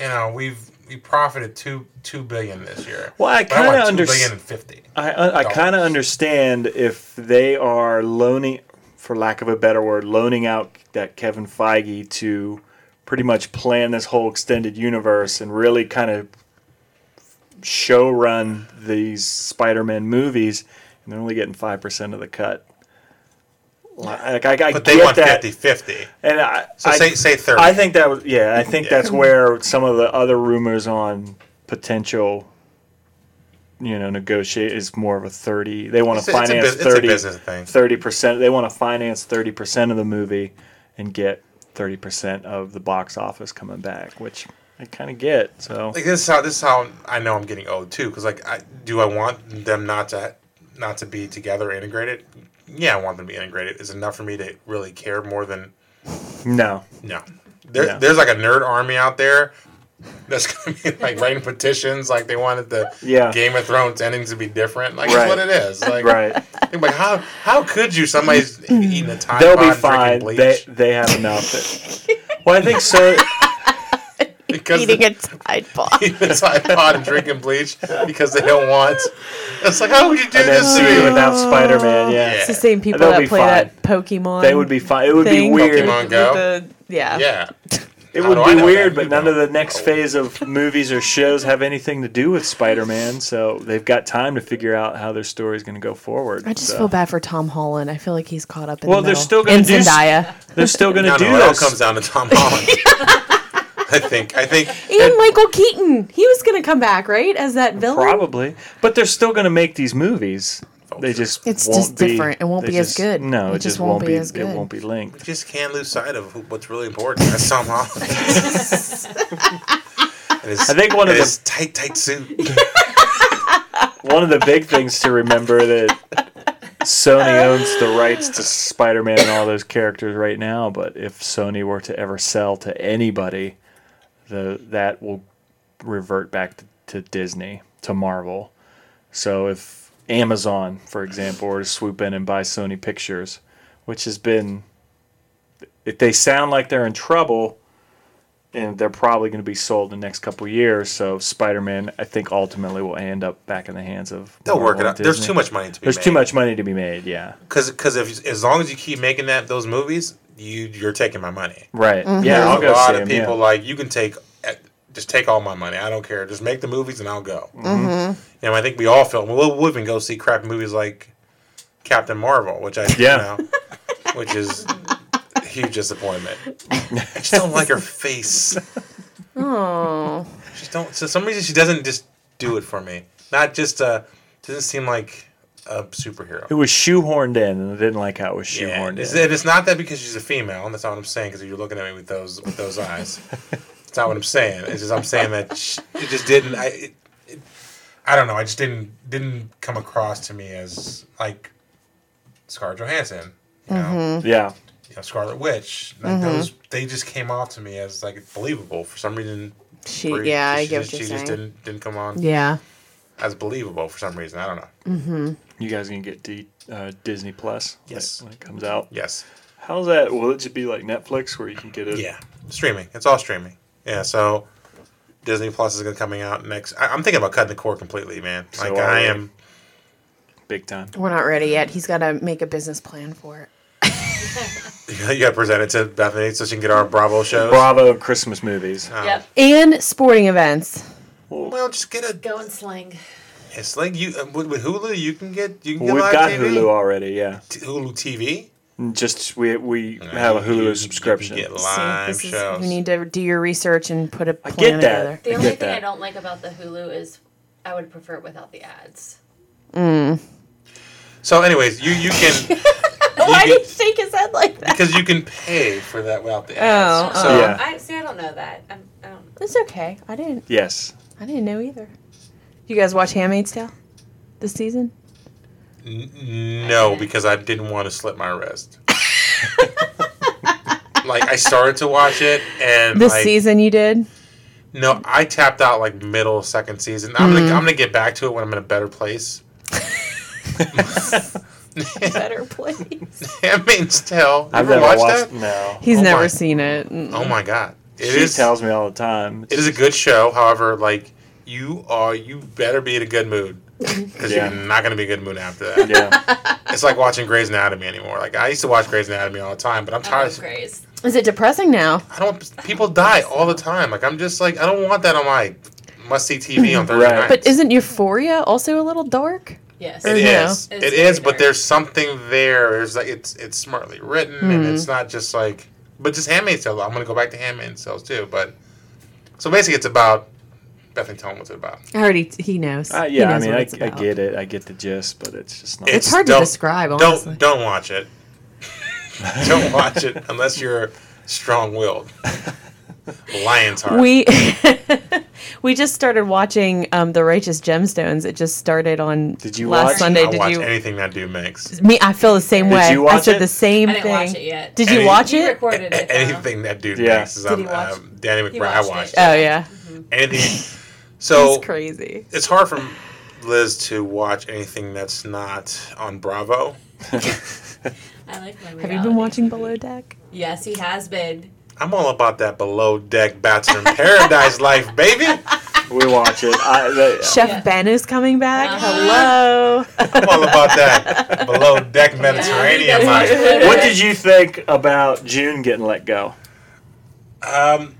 Speaker 3: you know we've we profited two two billion this year.
Speaker 1: Well, I
Speaker 3: But want
Speaker 1: kinda
Speaker 3: two
Speaker 1: under-
Speaker 3: billion and fifty.
Speaker 1: I I kind of understand if they are loaning, for lack of a better word, loaning out that Kevin Feige to pretty much plan this whole extended universe and really kind of show run these Spider-Man movies, and they're only getting five percent of the cut. Like I, I
Speaker 3: But
Speaker 1: get
Speaker 3: they want
Speaker 1: that,
Speaker 3: 50 50.
Speaker 1: and I,
Speaker 3: So
Speaker 1: I-
Speaker 3: say, say 30.
Speaker 1: I think that was yeah. I think
Speaker 3: Yeah.
Speaker 1: that's where some of the other rumors on potential, you know, negotiate is more of a thirty. They want
Speaker 3: It's
Speaker 1: to
Speaker 3: a- it's a
Speaker 1: finance
Speaker 3: bus- it's a
Speaker 1: 30
Speaker 3: business thing.
Speaker 1: Thirty percent. They want to finance thirty percent of the movie and get thirty percent of the box office coming back, which I kind of get. So
Speaker 3: like this is how this is how I know I'm getting old too. Because like, I, do I want them not to not to be together integrated? Yeah, I want them to be integrated. Is it enough for me to really care more than
Speaker 1: no,
Speaker 3: No. There,
Speaker 1: No.
Speaker 3: There's like a nerd army out there that's going to be like
Speaker 1: (laughs)
Speaker 3: writing petitions like they wanted the
Speaker 1: Yeah.
Speaker 3: Game of Thrones endings to be different. Like,
Speaker 1: Right.
Speaker 3: that's what it is. Like,
Speaker 1: right?
Speaker 3: think, like, how, how could you?
Speaker 1: (clears throat)
Speaker 3: Somebody's eating a Tide
Speaker 1: They'll be
Speaker 3: Pod, drinking
Speaker 1: fine.
Speaker 3: bleach.
Speaker 1: They they have enough. well, I think so.
Speaker 3: (laughs) because
Speaker 2: eating
Speaker 3: they- (laughs)
Speaker 2: a Tide Pod.
Speaker 3: eating a Tide Pod and drinking bleach because they
Speaker 1: (laughs)
Speaker 3: don't want. It's like, how would you do
Speaker 1: And then
Speaker 3: this to
Speaker 1: see
Speaker 3: me?
Speaker 1: without Spider-Man, yeah.
Speaker 2: It's the (laughs) same people
Speaker 1: They'll
Speaker 2: that
Speaker 1: be
Speaker 2: play that Pokemon.
Speaker 1: They would be fine. It would
Speaker 2: thing
Speaker 1: be weird.
Speaker 3: Pokemon
Speaker 2: with
Speaker 3: Go?
Speaker 2: the- yeah.
Speaker 3: Yeah.
Speaker 1: It
Speaker 3: How
Speaker 1: would
Speaker 3: do I
Speaker 1: be
Speaker 3: know Oh.
Speaker 1: weird,
Speaker 3: that?
Speaker 1: but
Speaker 3: You
Speaker 1: none of
Speaker 3: don't.
Speaker 1: the next phase of movies or shows have anything to do with Spider-Man, so they've got time to figure out how their story is going to go forward.
Speaker 2: I just
Speaker 1: so.
Speaker 2: feel bad for Tom Holland. I feel like he's caught up in
Speaker 1: Well,
Speaker 2: the
Speaker 1: they're
Speaker 2: middle.
Speaker 1: still gonna
Speaker 2: And
Speaker 1: do s-
Speaker 2: Zendaya.
Speaker 1: They're still going to
Speaker 3: No,
Speaker 1: do
Speaker 3: no, it all
Speaker 1: this.
Speaker 3: comes down to Tom
Speaker 1: (laughs)
Speaker 3: Holland. I think. I think.
Speaker 2: and Michael Keaton. He was going to come back, right? As that villain?
Speaker 1: Probably, but they're still going to make these movies. They just
Speaker 2: It's
Speaker 1: won't
Speaker 2: just
Speaker 1: be,
Speaker 2: different. It won't
Speaker 1: they
Speaker 2: be as
Speaker 1: just-
Speaker 2: good.
Speaker 1: No, it, just, won't be.
Speaker 2: as
Speaker 1: It
Speaker 2: good.
Speaker 1: won't be linked.
Speaker 3: just can't lose sight of who, what's really important. That's Tom Holland.
Speaker 1: I think one of the-
Speaker 3: his tight, tight suit.
Speaker 1: One of the big things to remember that Sony owns the rights to Spider-Man and all those characters right now, but if Sony were to ever sell to anybody, the that will revert back to, to Disney, to Marvel. So if Amazon, for example, were to swoop in and buy Sony Pictures, which has been, if they sound like they're in trouble, and they're probably going to be sold in the next couple of years. So Spider-Man, I think, ultimately will end up back in the hands of.
Speaker 3: They'll
Speaker 1: Marvel
Speaker 3: work it
Speaker 1: and
Speaker 3: out. There's
Speaker 1: Disney.
Speaker 3: too much money to be
Speaker 1: There's too much money to be made. Yeah.
Speaker 3: Because if as long as you keep making that those movies, you you're taking my money.
Speaker 1: Right.
Speaker 2: Mm-hmm.
Speaker 1: Yeah. I'll go
Speaker 3: There's a lot
Speaker 1: see
Speaker 3: of
Speaker 1: 'em, yeah.
Speaker 3: people like you can take eh, just take all my money. I don't care. Just make the movies and I'll go. Mm-hmm. And I think we all felt we'll, we'll even go see crap movies like Captain Marvel, which I
Speaker 1: Yeah.
Speaker 3: you know, which is a huge disappointment. I just don't like her face.
Speaker 2: Oh,
Speaker 3: She just don't. So some reason she doesn't just do it for me. Not just uh doesn't seem like a superhero.
Speaker 1: It was shoehorned in, and I didn't like how it was
Speaker 3: Yeah,
Speaker 1: shoehorned
Speaker 3: it's,
Speaker 1: in.
Speaker 3: and it's not that because she's a female, and that's not what I'm saying. Because you're looking at me with those with those eyes, it's not what I'm saying. It's just I'm saying that sh it just didn't. I it, it- I don't know. I just didn't didn't come across to me as like Scarlett Johansson, you know,
Speaker 2: Mm-hmm.
Speaker 1: Yeah.
Speaker 3: you know Scarlet Witch. Like those, they just came off to me as like believable for some reason.
Speaker 2: she.
Speaker 3: for-
Speaker 2: yeah, I
Speaker 3: she
Speaker 2: get
Speaker 3: just-
Speaker 2: what you're
Speaker 3: She
Speaker 2: saying.
Speaker 3: just didn't didn't come on
Speaker 2: yeah.
Speaker 3: as believable for some reason. I don't know.
Speaker 1: You guys gonna get D, uh, Disney Plus? when it-
Speaker 3: Yes.
Speaker 1: When it comes out.
Speaker 3: Yes.
Speaker 1: How's that? Will it just be like Netflix, where you can get it?
Speaker 3: Yeah, streaming. It's all streaming. Yeah, so Disney Plus is going to coming out next. I, I'm thinking about cutting the cord completely, man.
Speaker 1: So
Speaker 3: Like
Speaker 1: are
Speaker 3: I
Speaker 1: we.
Speaker 3: am. (laughs)
Speaker 1: Big time.
Speaker 2: We're not ready yet. He's got to make a business plan for it.
Speaker 3: You got to present it to Bethany so she can get our Bravo shows.
Speaker 1: Bravo Christmas movies.
Speaker 3: Um,
Speaker 4: Yep.
Speaker 2: And sporting events.
Speaker 3: Well, just get a.
Speaker 4: Go and sling.
Speaker 3: It's like you uh, with, with Hulu. You can get you can
Speaker 1: Well,
Speaker 3: get
Speaker 1: we've
Speaker 3: live
Speaker 1: got
Speaker 3: TV.
Speaker 1: Hulu already. Yeah.
Speaker 3: T- Hulu TV.
Speaker 1: Just we we have a
Speaker 3: You- you
Speaker 1: Hulu
Speaker 3: can
Speaker 1: subscription.
Speaker 3: get live
Speaker 2: this
Speaker 3: shows.
Speaker 2: Is, you need to do your research and put a plan
Speaker 1: get that.
Speaker 2: together.
Speaker 1: I
Speaker 4: The only
Speaker 1: get
Speaker 4: thing
Speaker 1: that.
Speaker 4: I don't like about the Hulu is I would prefer it without the ads.
Speaker 3: so, anyways, you
Speaker 2: (laughs)
Speaker 3: you can. you
Speaker 2: Why
Speaker 3: can-
Speaker 2: did he shake his head like that?
Speaker 3: because you can pay for that without the
Speaker 2: Oh,
Speaker 3: ads.
Speaker 2: oh.
Speaker 1: So- Yeah.
Speaker 4: I see. I don't know that. I'm, I don't.
Speaker 2: It's okay. I didn't.
Speaker 3: (laughs)
Speaker 1: Yes.
Speaker 2: I didn't know either. You guys watch *Handmaid's Tale* this season?
Speaker 3: N- No, because I didn't want to slip my wrist. (laughs) like I started to watch it, and
Speaker 2: This
Speaker 3: like,
Speaker 2: season you did?
Speaker 3: no, I tapped out like middle of second season. I'm gonna I'm gonna get back to it when I'm in a better place.
Speaker 2: (laughs)
Speaker 3: (laughs)
Speaker 2: Better place.
Speaker 3: Handmaid's Tale. You
Speaker 1: I've
Speaker 3: ever
Speaker 1: never
Speaker 3: watched
Speaker 1: watched.
Speaker 3: that?
Speaker 1: No.
Speaker 2: (laughs) He's
Speaker 3: Oh
Speaker 2: never
Speaker 3: my-
Speaker 2: seen it. Mm.
Speaker 3: Oh my god, it is.
Speaker 1: she tells me all the time.
Speaker 3: it is a good show. However, like you are, you better be in a good mood because
Speaker 1: Yeah.
Speaker 3: you're not gonna be in a good mood after that. (laughs)
Speaker 1: Yeah.
Speaker 3: It's like watching Grey's Anatomy anymore. Like I used to watch Grey's Anatomy all the time, but I'm
Speaker 4: I
Speaker 3: tired.
Speaker 4: love Grace.
Speaker 2: Is it depressing now?
Speaker 3: I don't. People die all the time. Like I'm just like I don't want that on my must see TV on Thursday
Speaker 1: Right.
Speaker 3: night.
Speaker 2: But isn't Euphoria also a little dark?
Speaker 4: Yes.
Speaker 3: it
Speaker 2: you know.
Speaker 3: is.
Speaker 4: It's
Speaker 3: It is.
Speaker 4: very
Speaker 3: But
Speaker 4: dark.
Speaker 3: there's something there. There's like it's it's smartly written and
Speaker 2: Hmm.
Speaker 3: it's not just like. But just Handmaid's Tale. I'm gonna go back to Handmaid's Tale too. But so basically, it's about. Bethany, tell him what's it about.
Speaker 2: I already he knows.
Speaker 1: Uh,
Speaker 2: He
Speaker 1: yeah. I
Speaker 2: knows
Speaker 1: mean,
Speaker 2: what
Speaker 1: I,
Speaker 2: it's
Speaker 1: I
Speaker 2: about.
Speaker 1: get it. I get the gist, but it's just not.
Speaker 2: It's hard to
Speaker 3: don't-
Speaker 2: describe, honestly.
Speaker 3: Don't don't watch it.
Speaker 1: (laughs)
Speaker 3: don't watch it unless you're strong-willed. Lion's heart.
Speaker 2: (laughs) We we just started watching um, the Righteous Gemstones. It just started on
Speaker 1: Did you
Speaker 2: last
Speaker 1: watch?
Speaker 2: Sunday.
Speaker 3: I'll
Speaker 2: did
Speaker 3: watch
Speaker 2: you?
Speaker 3: anything that dude makes.
Speaker 2: me, I feel the same
Speaker 1: Did
Speaker 2: way.
Speaker 1: you
Speaker 2: I
Speaker 1: watch
Speaker 2: said
Speaker 1: it?
Speaker 2: the same
Speaker 4: I didn't
Speaker 2: thing.
Speaker 4: watch it yet.
Speaker 2: Did you
Speaker 3: Any-
Speaker 2: watch
Speaker 4: You
Speaker 2: it?
Speaker 4: recorded it.
Speaker 3: A-
Speaker 4: though.
Speaker 3: anything that dude
Speaker 1: Yeah.
Speaker 3: makes is
Speaker 2: Did he
Speaker 3: um,
Speaker 2: watch-
Speaker 3: um, Danny
Speaker 4: He
Speaker 3: McBride. I
Speaker 4: watched
Speaker 3: watched
Speaker 4: it.
Speaker 2: Oh yeah,
Speaker 3: it.
Speaker 4: (laughs)
Speaker 3: anything. So
Speaker 2: it's crazy.
Speaker 3: it's hard for Liz to watch anything that's not on Bravo.
Speaker 4: I like my
Speaker 2: Have you been watching Below Deck?
Speaker 4: Yes, he has been.
Speaker 3: I'm all about that below deck bachelor in
Speaker 4: (laughs)
Speaker 3: paradise life, baby. I'm
Speaker 1: We watch it. I, that,
Speaker 2: Chef
Speaker 4: Yeah.
Speaker 2: Ben is coming back.
Speaker 4: Uh-huh.
Speaker 2: Hello.
Speaker 4: (laughs)
Speaker 3: all about that below deck Mediterranean
Speaker 4: Yeah, he
Speaker 3: life.
Speaker 4: does. (laughs)
Speaker 1: what did you think about June getting let go?
Speaker 3: Um,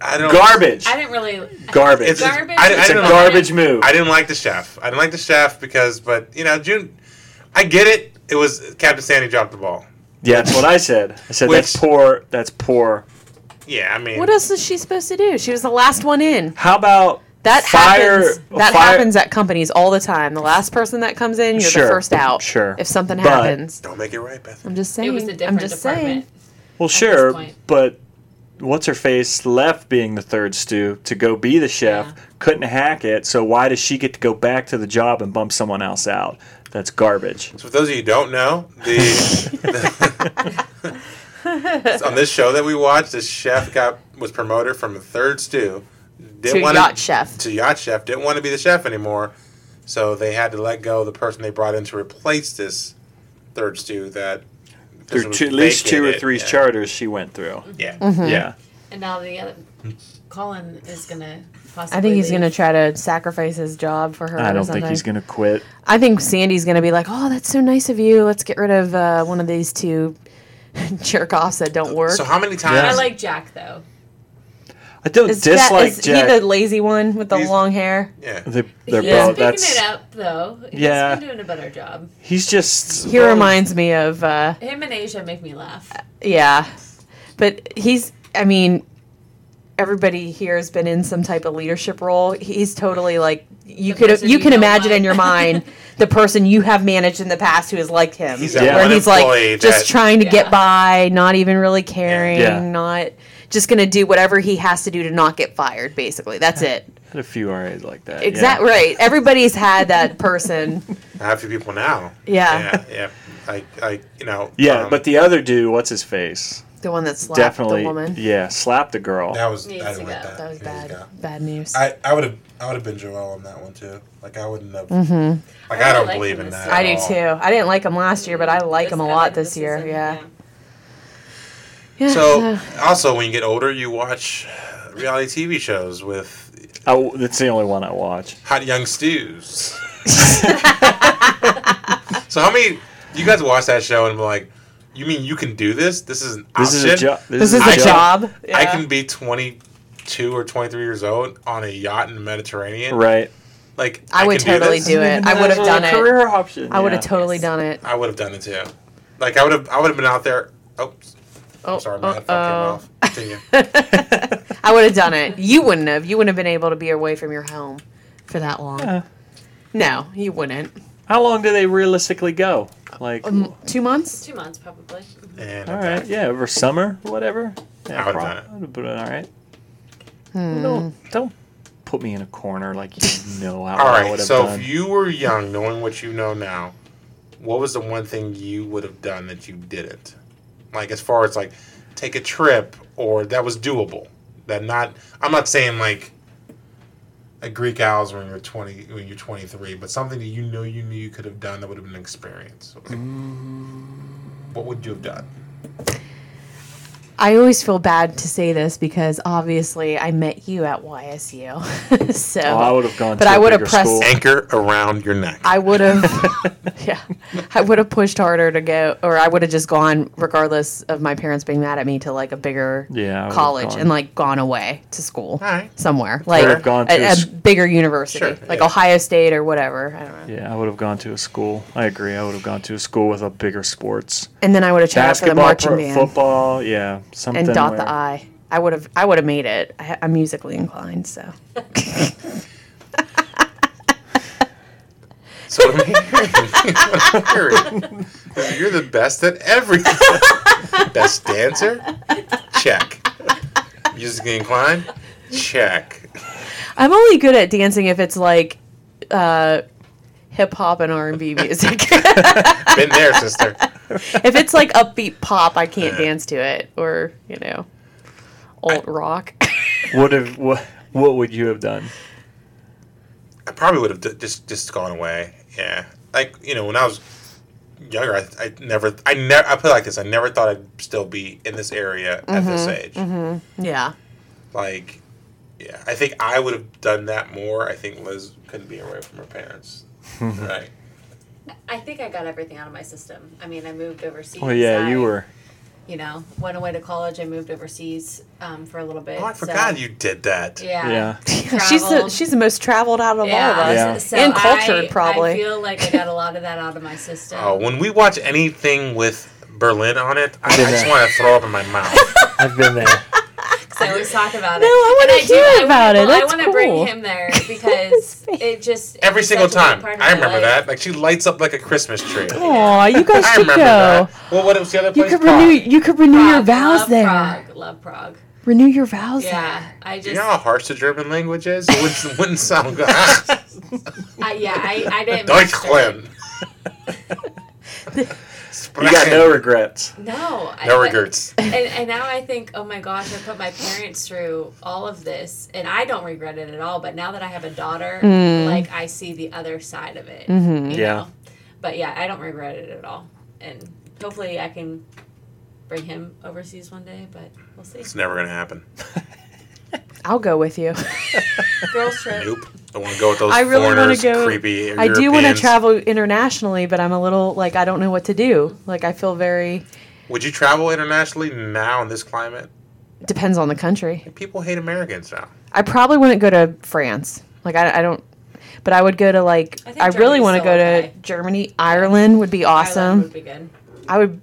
Speaker 3: I don't
Speaker 1: Garbage.
Speaker 4: I didn't really.
Speaker 1: Garbage.
Speaker 3: It's,
Speaker 1: It's,
Speaker 3: it's-
Speaker 4: Garbage.
Speaker 3: I, I
Speaker 4: It's
Speaker 1: a
Speaker 3: don't know.
Speaker 1: garbage move.
Speaker 3: I didn't like the chef. I didn't like the chef because, but you know, June. I get it. It was Captain Sandy dropped the ball.
Speaker 1: yeah, that's what I said. I said
Speaker 3: Which-
Speaker 1: that's poor. That's poor.
Speaker 3: Yeah, I mean,
Speaker 2: what else is she supposed to do? She was the last one in.
Speaker 1: How about
Speaker 2: That
Speaker 1: fire?
Speaker 2: happens. That
Speaker 1: fire-
Speaker 2: happens at companies all the time. The last person that comes in, you're
Speaker 1: Sure.
Speaker 2: the first out.
Speaker 1: Sure.
Speaker 2: If something
Speaker 1: But-
Speaker 2: happens,
Speaker 3: don't make it right, Beth.
Speaker 2: I'm just saying.
Speaker 4: It was a
Speaker 2: I'm
Speaker 4: different
Speaker 2: just saying.
Speaker 4: department.
Speaker 1: Well, sure,
Speaker 4: point.
Speaker 1: but what's her face left being the third stew to go be the chef
Speaker 4: Yeah.
Speaker 1: couldn't hack it. So why does she get to go back to the job and bump someone else out? That's garbage.
Speaker 3: So for those of you who don't know, the (laughs) on this show that we watched, this chef got was promoted from a third stew didn't
Speaker 2: to
Speaker 3: wanna-
Speaker 2: yacht chef.
Speaker 3: to yacht chef didn't want to be the chef anymore, so they had to let go of the person they brought in to replace this third stew
Speaker 1: There
Speaker 3: that this
Speaker 1: are
Speaker 3: was
Speaker 1: two, at least two or
Speaker 3: vacated.
Speaker 1: three
Speaker 3: yeah.
Speaker 1: charters she went through.
Speaker 3: Yeah,
Speaker 2: Mm-hmm.
Speaker 4: Mm-hmm.
Speaker 1: Yeah.
Speaker 4: And now the other Colin is gonna
Speaker 2: I
Speaker 4: possibly.
Speaker 2: think he's
Speaker 4: leave.
Speaker 2: gonna try to sacrifice his job for her.
Speaker 1: I
Speaker 2: or
Speaker 1: don't
Speaker 2: something.
Speaker 1: think he's going to quit.
Speaker 2: I think Sandy's gonna be like, "Oh, that's so nice of you. Let's get rid of uh, one of these two (laughs) jerk offs that don't work."
Speaker 3: So how many
Speaker 1: Yeah.
Speaker 4: I
Speaker 3: times?
Speaker 4: like Jack though.
Speaker 1: I don't
Speaker 2: is that-
Speaker 1: dislike
Speaker 2: is
Speaker 1: Jack.
Speaker 2: he the lazy one with the
Speaker 3: He's-
Speaker 2: long hair?
Speaker 3: Yeah.
Speaker 1: they, they're
Speaker 4: He's
Speaker 1: both.
Speaker 4: picking
Speaker 1: That's,
Speaker 4: it up though.
Speaker 1: Yeah.
Speaker 4: He's been doing a better job.
Speaker 1: He's just.
Speaker 2: He reminds me of uh,
Speaker 4: Him and Asia make me laugh.
Speaker 2: yeah, but he's. I mean, everybody here has been in some type of leadership role. He's totally like you
Speaker 4: The
Speaker 2: could
Speaker 4: person
Speaker 2: you
Speaker 4: you
Speaker 2: can
Speaker 4: don't
Speaker 2: imagine
Speaker 4: like.
Speaker 2: in your
Speaker 4: (laughs)
Speaker 2: mind the person you have managed in the past who is like him.
Speaker 3: He's
Speaker 1: that
Speaker 2: where
Speaker 1: one
Speaker 2: he's like
Speaker 3: employee
Speaker 2: just
Speaker 3: that-
Speaker 2: trying to
Speaker 4: Yeah.
Speaker 2: get by, not even really caring,
Speaker 1: Yeah.
Speaker 2: not just gonna do whatever he has to do to not get fired. Basically, that's it.
Speaker 1: Had a few RAs like that.
Speaker 2: Exact right. Everybody's had that person.
Speaker 3: I have a few people now.
Speaker 2: Yeah.
Speaker 3: (laughs) Yeah. yeah. I, I, you know.
Speaker 1: Yeah, yeah
Speaker 3: um,
Speaker 1: but the other dude, what's his face?
Speaker 2: The one that slapped
Speaker 1: Definitely.
Speaker 2: the woman.
Speaker 1: Yeah, slapped the girl.
Speaker 3: that was I
Speaker 4: Needs to
Speaker 3: didn't like
Speaker 4: go.
Speaker 3: that.
Speaker 2: That was
Speaker 3: Needs to
Speaker 2: bad.
Speaker 3: go.
Speaker 2: Bad news. I,
Speaker 3: I, I would have I would have been Joel on that one too. Like I wouldn't have. Like
Speaker 4: I
Speaker 3: I,
Speaker 4: really
Speaker 3: don't
Speaker 4: like
Speaker 3: believe in
Speaker 4: him this
Speaker 3: that.
Speaker 4: season.
Speaker 3: at
Speaker 2: do
Speaker 3: all.
Speaker 2: too. Mm-hmm. I didn't like him last year, but I like him a
Speaker 4: I
Speaker 2: lot
Speaker 4: like
Speaker 2: this year.
Speaker 4: season,
Speaker 2: yeah. yeah.
Speaker 3: So
Speaker 2: (laughs)
Speaker 3: also when you get older, you watch reality TV shows with
Speaker 1: I, that's the only one I watch.
Speaker 3: hot
Speaker 2: (laughs)
Speaker 3: young stews. so how many you guys watch that show and be like, you mean you can do this? This is an
Speaker 1: This
Speaker 3: option.
Speaker 1: is a job.
Speaker 2: this is
Speaker 3: I
Speaker 2: a
Speaker 3: don't-
Speaker 2: job.
Speaker 3: I
Speaker 2: Yeah.
Speaker 3: can be twenty two or twenty three years old on a yacht in the Mediterranean.
Speaker 1: Right.
Speaker 3: Like
Speaker 2: I would
Speaker 3: can
Speaker 2: totally
Speaker 3: this?
Speaker 2: do it. I would have done it.
Speaker 1: Career option.
Speaker 2: I would have
Speaker 1: yeah.
Speaker 2: totally
Speaker 4: Yes.
Speaker 2: done it.
Speaker 3: I would have done it too. Like I would have I would have been out there. Oops.
Speaker 2: Oh,
Speaker 3: I'm
Speaker 1: Uh,
Speaker 3: sorry, my headphone
Speaker 2: uh-oh.
Speaker 3: came off. Continue.
Speaker 1: (laughs)
Speaker 2: I would have done it. You wouldn't have. You wouldn't have been able to be away from your home for that long.
Speaker 1: Yeah.
Speaker 2: No, you wouldn't.
Speaker 1: Uh, How long do they realistically go? Like,
Speaker 2: Um, two months?
Speaker 4: Two months probably.
Speaker 3: And uh,
Speaker 1: all
Speaker 3: I'm
Speaker 1: right,
Speaker 3: back.
Speaker 1: yeah, over summer, whatever. Yeah,
Speaker 3: I would've done it.
Speaker 1: would have been all right.
Speaker 2: Hmm.
Speaker 1: Don't, don't put me in a corner like you know how
Speaker 3: All
Speaker 1: I
Speaker 3: right.
Speaker 1: would have
Speaker 3: So
Speaker 1: done.
Speaker 3: if you were young, knowing what you know now, what was the one thing you would have done that you didn't? Like as far as like take a trip or that was doable. That not I'm not saying like a Greek hours when you're 20 when you're 23, but something that you know you knew you could have done that would have been an experience. Like,
Speaker 1: Mm-hmm.
Speaker 3: What would you have done?
Speaker 2: I always feel bad to say this because obviously I met you at YSU. (laughs) so
Speaker 1: Oh, I would have gone
Speaker 2: But
Speaker 1: to
Speaker 2: I
Speaker 1: a
Speaker 2: would have
Speaker 1: bigger
Speaker 2: pressed-
Speaker 1: school.
Speaker 3: Anchor around your neck.
Speaker 2: I would have, (laughs) yeah, I would have pushed harder to go, or I would have just gone, regardless of my parents being mad at me, to like a bigger
Speaker 1: Yeah, I would've
Speaker 2: college
Speaker 1: gone.
Speaker 2: and like gone away to school
Speaker 3: Alright.
Speaker 2: somewhere, like
Speaker 1: would've gone to a
Speaker 2: a, a
Speaker 1: s-
Speaker 2: bigger university,
Speaker 3: Sure,
Speaker 2: like
Speaker 3: yeah.
Speaker 2: Ohio State or whatever. I don't know.
Speaker 1: Yeah, I would have gone to a school. I agree. I would have gone to a school with a bigger sports.
Speaker 2: And then I would have tried out for the
Speaker 1: Basketball,
Speaker 2: marching
Speaker 1: pro-
Speaker 2: band
Speaker 1: football, yeah, something.
Speaker 2: and dot
Speaker 1: where-
Speaker 2: the I. I would have, I would have made it. I, I'm musically inclined, so
Speaker 3: So I'm hearing- I'm hearing you're the best at everything. best dancer? Check. Musically inclined? Check.
Speaker 2: I'm only good at dancing if it's like. Uh, Hip hop and R and (laughs) B music.
Speaker 3: Been there, sister.
Speaker 2: if it's like upbeat pop, I can't
Speaker 3: Yeah.
Speaker 2: dance to it, or you know, alt rock. (laughs)
Speaker 1: Would have what? What would you have done?
Speaker 3: I probably would have d- just just gone away. Yeah, like you know, when I was younger, I, I never, I never, I put it like this. I never thought I'd still be in this area at this age.
Speaker 2: yeah,
Speaker 3: Like, yeah, I think I would have done that more. I think Liz couldn't be away from her parents, right?
Speaker 4: I think I got everything out of my system. I mean, I moved overseas.
Speaker 1: Well, Oh, yeah,
Speaker 4: I,
Speaker 1: you were.
Speaker 4: You know, went away to college. I moved overseas um, for a little bit.
Speaker 3: Oh, I
Speaker 4: so-
Speaker 3: forgot you did that.
Speaker 4: Yeah.
Speaker 1: Yeah,
Speaker 2: she's the,
Speaker 4: Traveled.
Speaker 2: she's the most traveled out of all of us.
Speaker 1: Yeah.
Speaker 4: So
Speaker 2: And cultured,
Speaker 4: I-
Speaker 2: probably.
Speaker 4: I feel like I got a lot of that out of my system.
Speaker 3: Oh, when we watch anything with Berlin on it, I, I
Speaker 1: Yeah.
Speaker 3: just want to throw up in my
Speaker 2: (laughs)
Speaker 3: mouth.
Speaker 1: (laughs) I've been there.
Speaker 4: So I always talk about
Speaker 2: No,
Speaker 4: it.
Speaker 2: I wanna
Speaker 4: And do-
Speaker 2: hear
Speaker 4: I wanna-
Speaker 2: about it.
Speaker 4: well,
Speaker 2: That's
Speaker 4: I want to bring
Speaker 2: cool. (laughs)
Speaker 4: him there because it just
Speaker 3: Every
Speaker 4: it's
Speaker 3: single
Speaker 4: such a
Speaker 3: time,
Speaker 4: big part of
Speaker 3: I
Speaker 4: my
Speaker 3: remember
Speaker 4: life.
Speaker 3: that. Like she lights up like a Christmas tree.
Speaker 2: Aw, you guys
Speaker 3: I
Speaker 2: should
Speaker 3: remember
Speaker 2: go.
Speaker 3: that. Well, what was the other
Speaker 2: You
Speaker 3: place?
Speaker 2: could
Speaker 3: Prague.
Speaker 2: renew you could renew your
Speaker 4: Prague,
Speaker 2: vows
Speaker 4: love
Speaker 2: there.
Speaker 4: Prague, love Prague.
Speaker 2: Renew your vows
Speaker 4: Yeah, I just
Speaker 3: You know how harsh the German language is? It wouldn't, wouldn't sound good. Ah,
Speaker 2: (laughs)
Speaker 4: I, yeah, I, I didn't. master it.
Speaker 3: Deutschland.
Speaker 1: You got no regrets.
Speaker 4: No, I-
Speaker 3: No
Speaker 4: but-
Speaker 3: regrets.
Speaker 4: And, and now I think, oh my gosh, I put my parents through all of this, and I don't regret it at all. But now that I have a daughter,
Speaker 2: Mm.
Speaker 4: like I see the other side of it.
Speaker 2: Mm-hmm.
Speaker 4: you
Speaker 1: Yeah.
Speaker 4: know? But (laughs) yeah, I don't regret it at all, and hopefully I can bring him overseas one day. But we'll see.
Speaker 3: It's never gonna happen.
Speaker 2: I'll go with you.
Speaker 4: Girls trip.
Speaker 3: Nope. I want to go with those
Speaker 2: I really want
Speaker 3: foreigners,
Speaker 2: to go.
Speaker 3: creepy.
Speaker 2: I do want to
Speaker 3: Europeans.
Speaker 2: travel internationally, but I'm a little like I don't know what to do. Like I feel very
Speaker 3: Would you travel internationally now in this climate?
Speaker 2: depends on the country.
Speaker 3: People hate Americans now.
Speaker 2: I probably wouldn't go to France. Like I, I don't, but I would go to like
Speaker 4: I think
Speaker 2: I, really
Speaker 4: Germany's
Speaker 2: want to
Speaker 4: still
Speaker 2: go
Speaker 4: okay.
Speaker 2: to Germany. Ireland would be
Speaker 4: Ireland
Speaker 2: awesome.
Speaker 4: would be good.
Speaker 2: I would.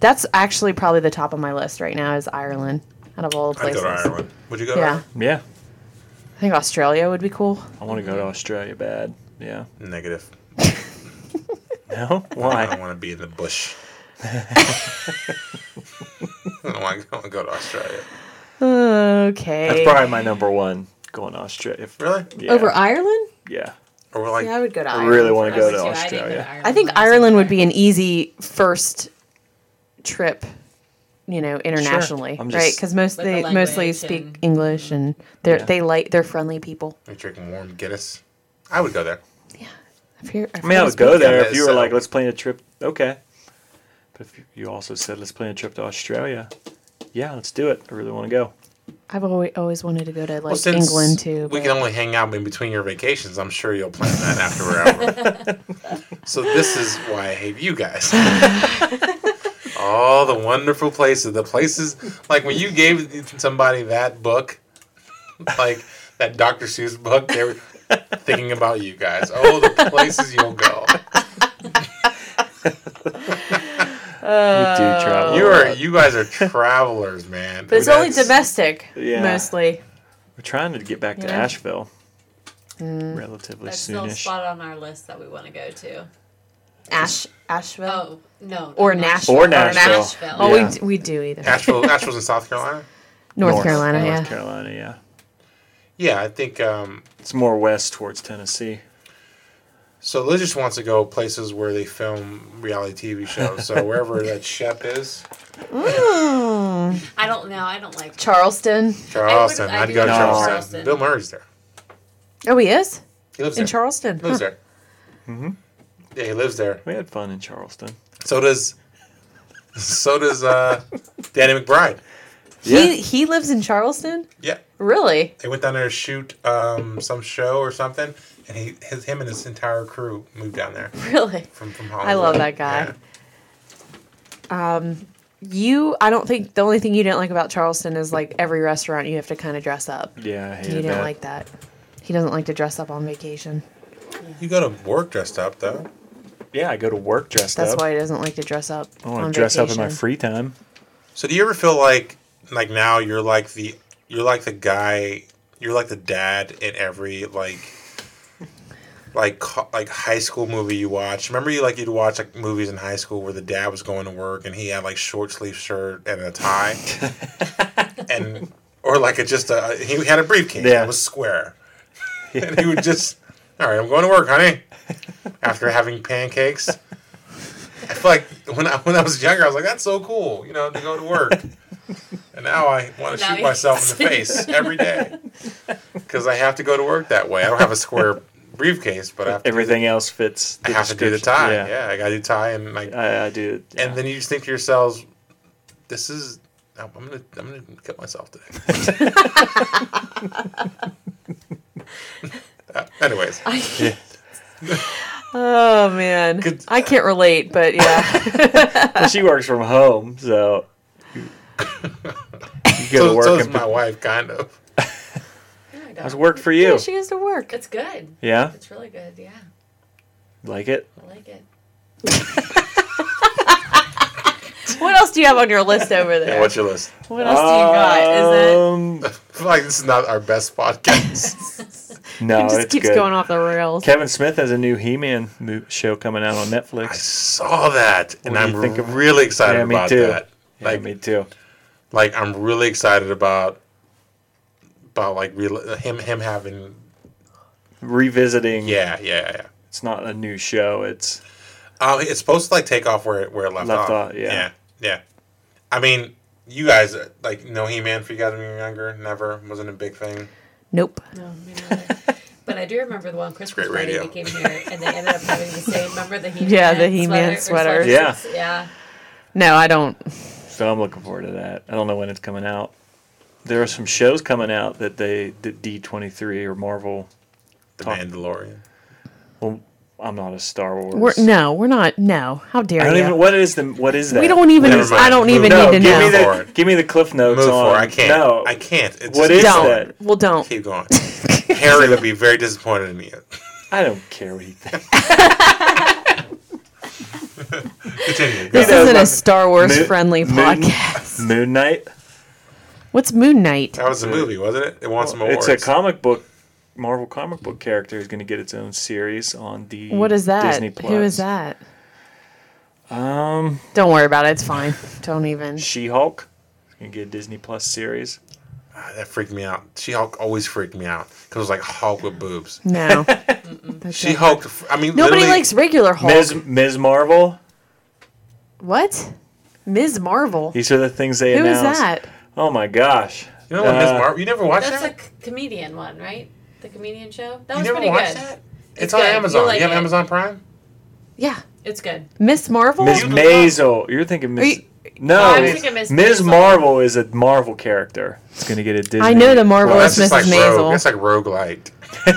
Speaker 2: That's actually probably the top of my list right now is Ireland. Out of all the
Speaker 3: I'd
Speaker 2: places,
Speaker 3: go to Ireland. Would you go?
Speaker 2: Yeah,
Speaker 1: Yeah.
Speaker 2: I think Australia would be cool.
Speaker 1: I want to go to Australia bad. Yeah.
Speaker 3: To Ireland? Negative.
Speaker 1: No?
Speaker 3: I don't
Speaker 1: Why?
Speaker 3: want to be in the bush. I don't want to go to Australia.
Speaker 1: That's
Speaker 2: Okay.
Speaker 1: probably my number one going to Australia. If-
Speaker 3: Really?
Speaker 1: Yeah.
Speaker 2: Over Ireland?
Speaker 1: Yeah.
Speaker 3: Or we're like,
Speaker 2: Yeah, I would go to
Speaker 1: I
Speaker 2: Ireland.
Speaker 1: really want to go
Speaker 4: would
Speaker 1: to
Speaker 4: too. I didn't go to
Speaker 1: Australia.
Speaker 2: I think
Speaker 4: when was
Speaker 2: Ireland would
Speaker 4: younger.
Speaker 2: be an easy first trip, you know, internationally,
Speaker 1: I'm
Speaker 2: right?
Speaker 1: just-
Speaker 2: Because most
Speaker 4: Like
Speaker 2: they
Speaker 4: the
Speaker 2: mostly
Speaker 4: language
Speaker 2: speak
Speaker 4: and-
Speaker 2: English and they're
Speaker 1: Yeah.
Speaker 2: they like they're friendly people.
Speaker 3: we drink warm Guinness. I would go there.
Speaker 2: If you're- if
Speaker 1: I mean, I
Speaker 2: you're
Speaker 1: would go
Speaker 2: speaking-
Speaker 1: there
Speaker 3: Yeah,
Speaker 1: if you were
Speaker 3: so-
Speaker 1: like, let's plan a trip. Okay. But if you also said, let's plan a trip to Australia, yeah, let's do it. I really want to go.
Speaker 2: I've always, always wanted to go to like
Speaker 3: Well, since
Speaker 2: England too.
Speaker 3: We
Speaker 2: but-
Speaker 3: can only hang out in between your vacations. I'm sure you'll plan that after we're out.
Speaker 2: (laughs)
Speaker 3: so this is why I hate you guys. (laughs) All the wonderful places, the places like when you gave somebody that book, like that Dr. Seuss book, they were thinking about you guys. Oh, the places
Speaker 2: (laughs)
Speaker 3: you'll go.
Speaker 1: we
Speaker 2: Uh,
Speaker 1: do travel.
Speaker 3: You
Speaker 1: a
Speaker 3: are
Speaker 1: lot.
Speaker 3: you guys are travelers, man.
Speaker 2: Oh. but it's only
Speaker 3: That's-
Speaker 2: domestic
Speaker 1: Yeah.
Speaker 2: mostly.
Speaker 1: We're trying to get back to
Speaker 2: Yeah.
Speaker 1: Asheville relatively
Speaker 4: That's still a
Speaker 1: soonish.
Speaker 4: spot on our list that we want to go to.
Speaker 2: Ash Asheville
Speaker 4: Oh no.
Speaker 2: Uh, or
Speaker 4: not
Speaker 2: Nashville
Speaker 1: Or Nashville.
Speaker 4: Nashville.
Speaker 2: Oh,
Speaker 1: Yeah.
Speaker 2: we d- we do either.
Speaker 3: Asheville, Asheville's in South Carolina.
Speaker 2: North,
Speaker 1: North-
Speaker 2: Carolina, yeah.
Speaker 1: North Carolina, yeah.
Speaker 3: Yeah, I think um,
Speaker 1: It's more west towards Tennessee.
Speaker 3: So Liz just wants to go places where they film reality TV shows.
Speaker 2: (laughs)
Speaker 3: So wherever that Shep is,
Speaker 4: I don't know. I don't like.
Speaker 2: Hmm. Charleston.
Speaker 3: Charleston,
Speaker 4: I
Speaker 3: I'd
Speaker 4: do
Speaker 3: go to
Speaker 1: like
Speaker 3: Charleston.
Speaker 4: Charleston.
Speaker 3: Bill Murray's there.
Speaker 2: Oh, he is
Speaker 3: He lives
Speaker 2: in
Speaker 3: there.
Speaker 2: Charleston. Mm-hmm.
Speaker 3: He lives there. Yeah, he lives there.
Speaker 1: We had fun in Charleston.
Speaker 3: So does, so does uh, Danny McBride.
Speaker 1: Yeah.
Speaker 2: He he lives in Charleston.
Speaker 3: Yeah,
Speaker 2: Really? (laughs)
Speaker 3: they went down there to shoot um, some show or something, and he, his, him and his entire crew moved down there
Speaker 2: Really?
Speaker 3: from from Hollywood.
Speaker 2: I love that guy.
Speaker 3: Yeah.
Speaker 2: You, I don't think the only thing you didn't like about Charleston is like every restaurant you have to kind of dress up.
Speaker 1: Mm, Yeah, I
Speaker 2: You
Speaker 1: hated
Speaker 2: didn't
Speaker 1: that.
Speaker 2: like that. He doesn't like to dress up on vacation.
Speaker 3: You go to work dressed up though.
Speaker 1: yeah, I go to work dressed
Speaker 2: That's
Speaker 1: up.
Speaker 2: why he doesn't like to dress up.
Speaker 1: I want
Speaker 2: on
Speaker 1: to dress up in
Speaker 2: vacation.
Speaker 1: my free time.
Speaker 3: So do you ever feel like like now you're like the you're like the guy you're like the dad in every like like co- like high school movie you watch. Remember you like you'd watch like movies in high school where the dad was going to work and he had like short sleeve shirt and a tie and or like a, just a he had a briefcase
Speaker 1: Yeah.
Speaker 3: that was square. (laughs) And he would just all right, I'm going to work, honey. After having pancakes. I feel like when I when I was younger, I was like, that's so cool, you know, to go to work. And now I want to
Speaker 4: Now
Speaker 3: shoot
Speaker 4: you-
Speaker 3: myself in the face every day because I have to go to work that way. I don't have a square briefcase, but I have to,
Speaker 1: Everything else fits.
Speaker 3: I
Speaker 1: The
Speaker 3: have to do the
Speaker 1: description.
Speaker 3: tie. Yeah, Uh, I got to do tie, and like,
Speaker 1: I, I do. Yeah.
Speaker 3: and then you just think to yourselves, "This is I'm gonna I'm gonna kill myself today."
Speaker 4: (laughs)
Speaker 3: (laughs) Uh, anyways,
Speaker 2: Oh man,
Speaker 3: Good-
Speaker 2: I can't relate,
Speaker 1: (laughs)
Speaker 2: but yeah,
Speaker 1: Well, she works from home, so you go to
Speaker 3: so,
Speaker 1: work.
Speaker 3: so is
Speaker 1: and
Speaker 3: my wife, kind of.
Speaker 4: No, I
Speaker 1: How's
Speaker 4: don't.
Speaker 1: work for you?
Speaker 2: she goes to work.
Speaker 4: It's good.
Speaker 1: Yeah,
Speaker 4: It's really good. Yeah,
Speaker 1: like it.
Speaker 4: I like it.
Speaker 2: (laughs) What else do you have on your list over there?
Speaker 3: Yeah, what's your list?
Speaker 2: what else do you got? Is
Speaker 1: Um,
Speaker 3: I feel (laughs) like this is not our best podcast.
Speaker 1: no,
Speaker 2: it, it just
Speaker 1: it's
Speaker 2: keeps
Speaker 1: good.
Speaker 2: going off the rails.
Speaker 1: Kevin Smith has a new He-Man mo- show coming out on
Speaker 3: I
Speaker 1: Netflix.
Speaker 3: saw that, and
Speaker 1: do you
Speaker 3: I'm
Speaker 1: think of it?
Speaker 3: really excited
Speaker 1: Yeah, me
Speaker 3: about
Speaker 1: too.
Speaker 3: that.
Speaker 1: Yeah, me too.
Speaker 3: like I'm really excited about about like real, him him having
Speaker 1: Revisiting.
Speaker 3: yeah yeah yeah.
Speaker 1: It's not a new show. It's
Speaker 3: Um, it's supposed to like take off where it, where it left,
Speaker 1: Left
Speaker 3: off.
Speaker 1: off, yeah.
Speaker 3: yeah, yeah. I mean, you guys uh, like no He Man for you guys when you were younger. Never wasn't a big thing.
Speaker 2: Nope.
Speaker 4: No, me neither. But I do remember the one Christmas
Speaker 3: Great
Speaker 4: party
Speaker 3: radio.
Speaker 4: we came here, and they ended up having the same. Remember the He-Man
Speaker 2: Yeah, the He-Man
Speaker 4: sweater? or
Speaker 2: sweater.
Speaker 1: Yeah.
Speaker 4: sweatsuits? yeah.
Speaker 2: No, I don't.
Speaker 1: So I'm looking forward to that. I don't know when it's coming out. There are some shows coming out that they that D23 or Marvel.
Speaker 3: The
Speaker 1: Talk-
Speaker 3: Mandalorian.
Speaker 1: Well, I'm not a Star Wars.
Speaker 2: We're no, we're not. No, how dare
Speaker 1: I don't
Speaker 2: you?
Speaker 1: even. What is the? What is that?
Speaker 2: we don't even.
Speaker 3: Never mind.
Speaker 2: I don't even
Speaker 1: No,
Speaker 2: need to
Speaker 1: give
Speaker 2: know.
Speaker 1: me the
Speaker 3: Forward.
Speaker 1: give me the cliff notes
Speaker 3: Move
Speaker 1: on.
Speaker 3: forward. I can't.
Speaker 1: No,
Speaker 3: I can't. It's
Speaker 1: What is
Speaker 2: don't.
Speaker 1: that?
Speaker 2: Well, don't.
Speaker 3: Keep going. Harry would be very
Speaker 1: (laughs)
Speaker 3: disappointed in you.
Speaker 1: I don't care what you think.
Speaker 3: Continue.
Speaker 2: This
Speaker 1: You know,
Speaker 2: isn't
Speaker 1: my-
Speaker 2: a Star Wars friendly
Speaker 1: Moon- (laughs)
Speaker 2: podcast.
Speaker 1: Moon Knight.
Speaker 2: What's Moon Knight?
Speaker 3: That was a movie, wasn't it? It won some awards.
Speaker 1: It's a comic book. Marvel comic book character is going to get its own series on the
Speaker 2: What is that?
Speaker 1: Disney Plus.
Speaker 2: Who is that?
Speaker 1: Um,
Speaker 2: Don't worry about it. It's fine.
Speaker 1: (laughs)
Speaker 2: Don't even.
Speaker 1: She-Hulk. It's going to get a Disney Plus series.
Speaker 3: Ah, that freaked me out. She Hulk always freaked me out because it was like Hulk with boobs.
Speaker 2: No.
Speaker 3: She Hulk. I mean,
Speaker 2: Nobody
Speaker 3: literally-
Speaker 2: likes regular Hulk.
Speaker 1: Ms. Ms. Marvel.
Speaker 2: What? Ms. Marvel.
Speaker 1: These are the things they
Speaker 2: Who is
Speaker 1: announced.
Speaker 2: that?
Speaker 1: Oh my gosh.
Speaker 3: You know what, Ms.
Speaker 1: Uh,
Speaker 3: Marvel? You never watched
Speaker 4: That's a
Speaker 3: that?
Speaker 4: c- comedian one, right? The comedian show. That
Speaker 3: you
Speaker 4: was
Speaker 3: never
Speaker 4: pretty
Speaker 3: watched
Speaker 4: good.
Speaker 3: that? It's,
Speaker 4: It's
Speaker 3: on
Speaker 4: good. You'll
Speaker 3: Amazon.
Speaker 4: like
Speaker 3: you have
Speaker 4: it.
Speaker 3: Amazon Prime?
Speaker 2: Yeah.
Speaker 4: It's good. (laughs)
Speaker 2: Ms. Marvel?
Speaker 1: Ms.
Speaker 3: You-
Speaker 1: Maisel. You're thinking
Speaker 2: Are
Speaker 1: Ms.
Speaker 2: you-
Speaker 1: no,
Speaker 4: Oh, I'm thinking
Speaker 1: Ms.
Speaker 4: Ms. Maisel.
Speaker 1: Marvel is a Marvel character. It's going to get a Disney.
Speaker 2: I know the marvelous Mrs.
Speaker 3: just like rogue. That's
Speaker 2: Maisel.
Speaker 3: like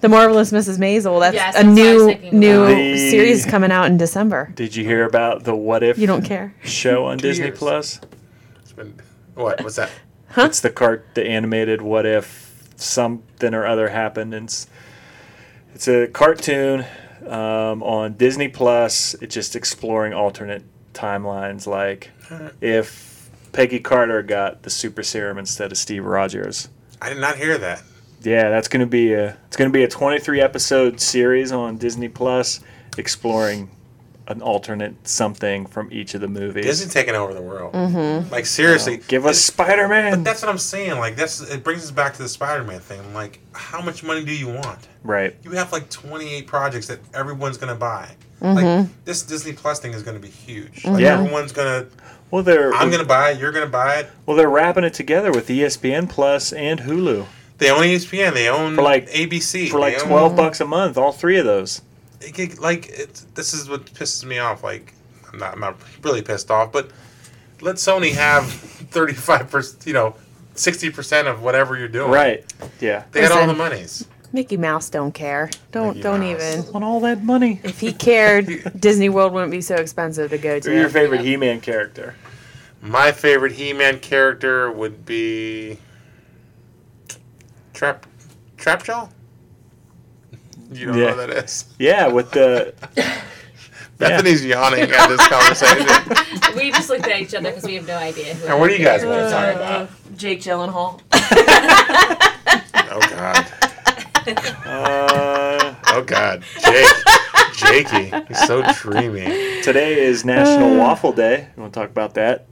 Speaker 1: (laughs)
Speaker 2: the marvelous Mrs. Maisel. That's
Speaker 4: Yes,
Speaker 2: a
Speaker 4: that's what I was
Speaker 2: new
Speaker 4: thinking
Speaker 2: new
Speaker 1: about. The-
Speaker 2: series coming out in December.
Speaker 1: Did you hear about the What If
Speaker 2: You don't care.
Speaker 1: show on Disney
Speaker 3: years.
Speaker 1: Plus?
Speaker 3: It's been, what? What's that?
Speaker 1: It's the cart, the animated What If something or other happened, and it's, it's a cartoon um, on Disney Plus. It's just exploring alternate timelines, like if Peggy Carter got the super serum instead of Steve Rogers.
Speaker 3: I did not hear that.
Speaker 1: Yeah, that's gonna be a it's gonna be a 23 episode series on Disney Plus, exploring an alternate something from each of the movies.
Speaker 3: Disney taking over the world. Mm-hmm. Like seriously,
Speaker 1: Give us Spider Man.
Speaker 3: That's what I'm saying. Like that's it brings us back to the Spider-Man thing. Like, how much money do you want?
Speaker 1: Right.
Speaker 3: You have like 28 projects that everyone's gonna buy. Like this Disney Plus thing is gonna be huge. Like,
Speaker 1: Yeah.
Speaker 3: everyone's gonna.
Speaker 1: Well, they're
Speaker 3: I'm gonna buy it. You're gonna buy it.
Speaker 1: well they're wrapping it together with E ESPN Plus and Hulu
Speaker 3: They own E ESPN. They own
Speaker 1: For, like-
Speaker 3: ABC.
Speaker 1: for like
Speaker 3: they own-
Speaker 1: 12 bucks a month. All three of those.
Speaker 3: it could- like it's, this is what pisses me off. Like I'm not, I'm not really pissed off, but let Sony have (laughs) 35 percent, you know, 60 percent of whatever you're doing.
Speaker 1: Right. Yeah.
Speaker 3: They got all
Speaker 2: Listen.
Speaker 3: the monies.
Speaker 2: Mickey Mouse don't care. Don't
Speaker 3: Mickey
Speaker 2: don't
Speaker 3: Mouse.
Speaker 2: even.
Speaker 1: On all that money.
Speaker 2: If he
Speaker 3: (laughs)
Speaker 2: cared, Disney World wouldn't be so expensive to go
Speaker 1: Who's your
Speaker 2: to.
Speaker 1: favorite He Man character?
Speaker 3: My favorite He-Man character would be Trap Trapjaw. You don't
Speaker 1: Yeah.
Speaker 3: know who that is.
Speaker 1: Yeah, with the
Speaker 3: Bethany's yawning at this conversation.
Speaker 4: We just looked at each other because we have no idea.
Speaker 3: (laughs)
Speaker 4: Who
Speaker 3: now, what do you guys
Speaker 4: it
Speaker 3: want to
Speaker 4: is.
Speaker 3: talk about?
Speaker 2: Uh, Jake
Speaker 3: (laughs)
Speaker 2: Gyllenhaal. (laughs)
Speaker 3: Oh God.
Speaker 1: uh,
Speaker 3: Oh God. Jake. Jakey. He's so dreamy.
Speaker 1: today is
Speaker 2: Uh.
Speaker 1: National Waffle Day. You want to talk about that?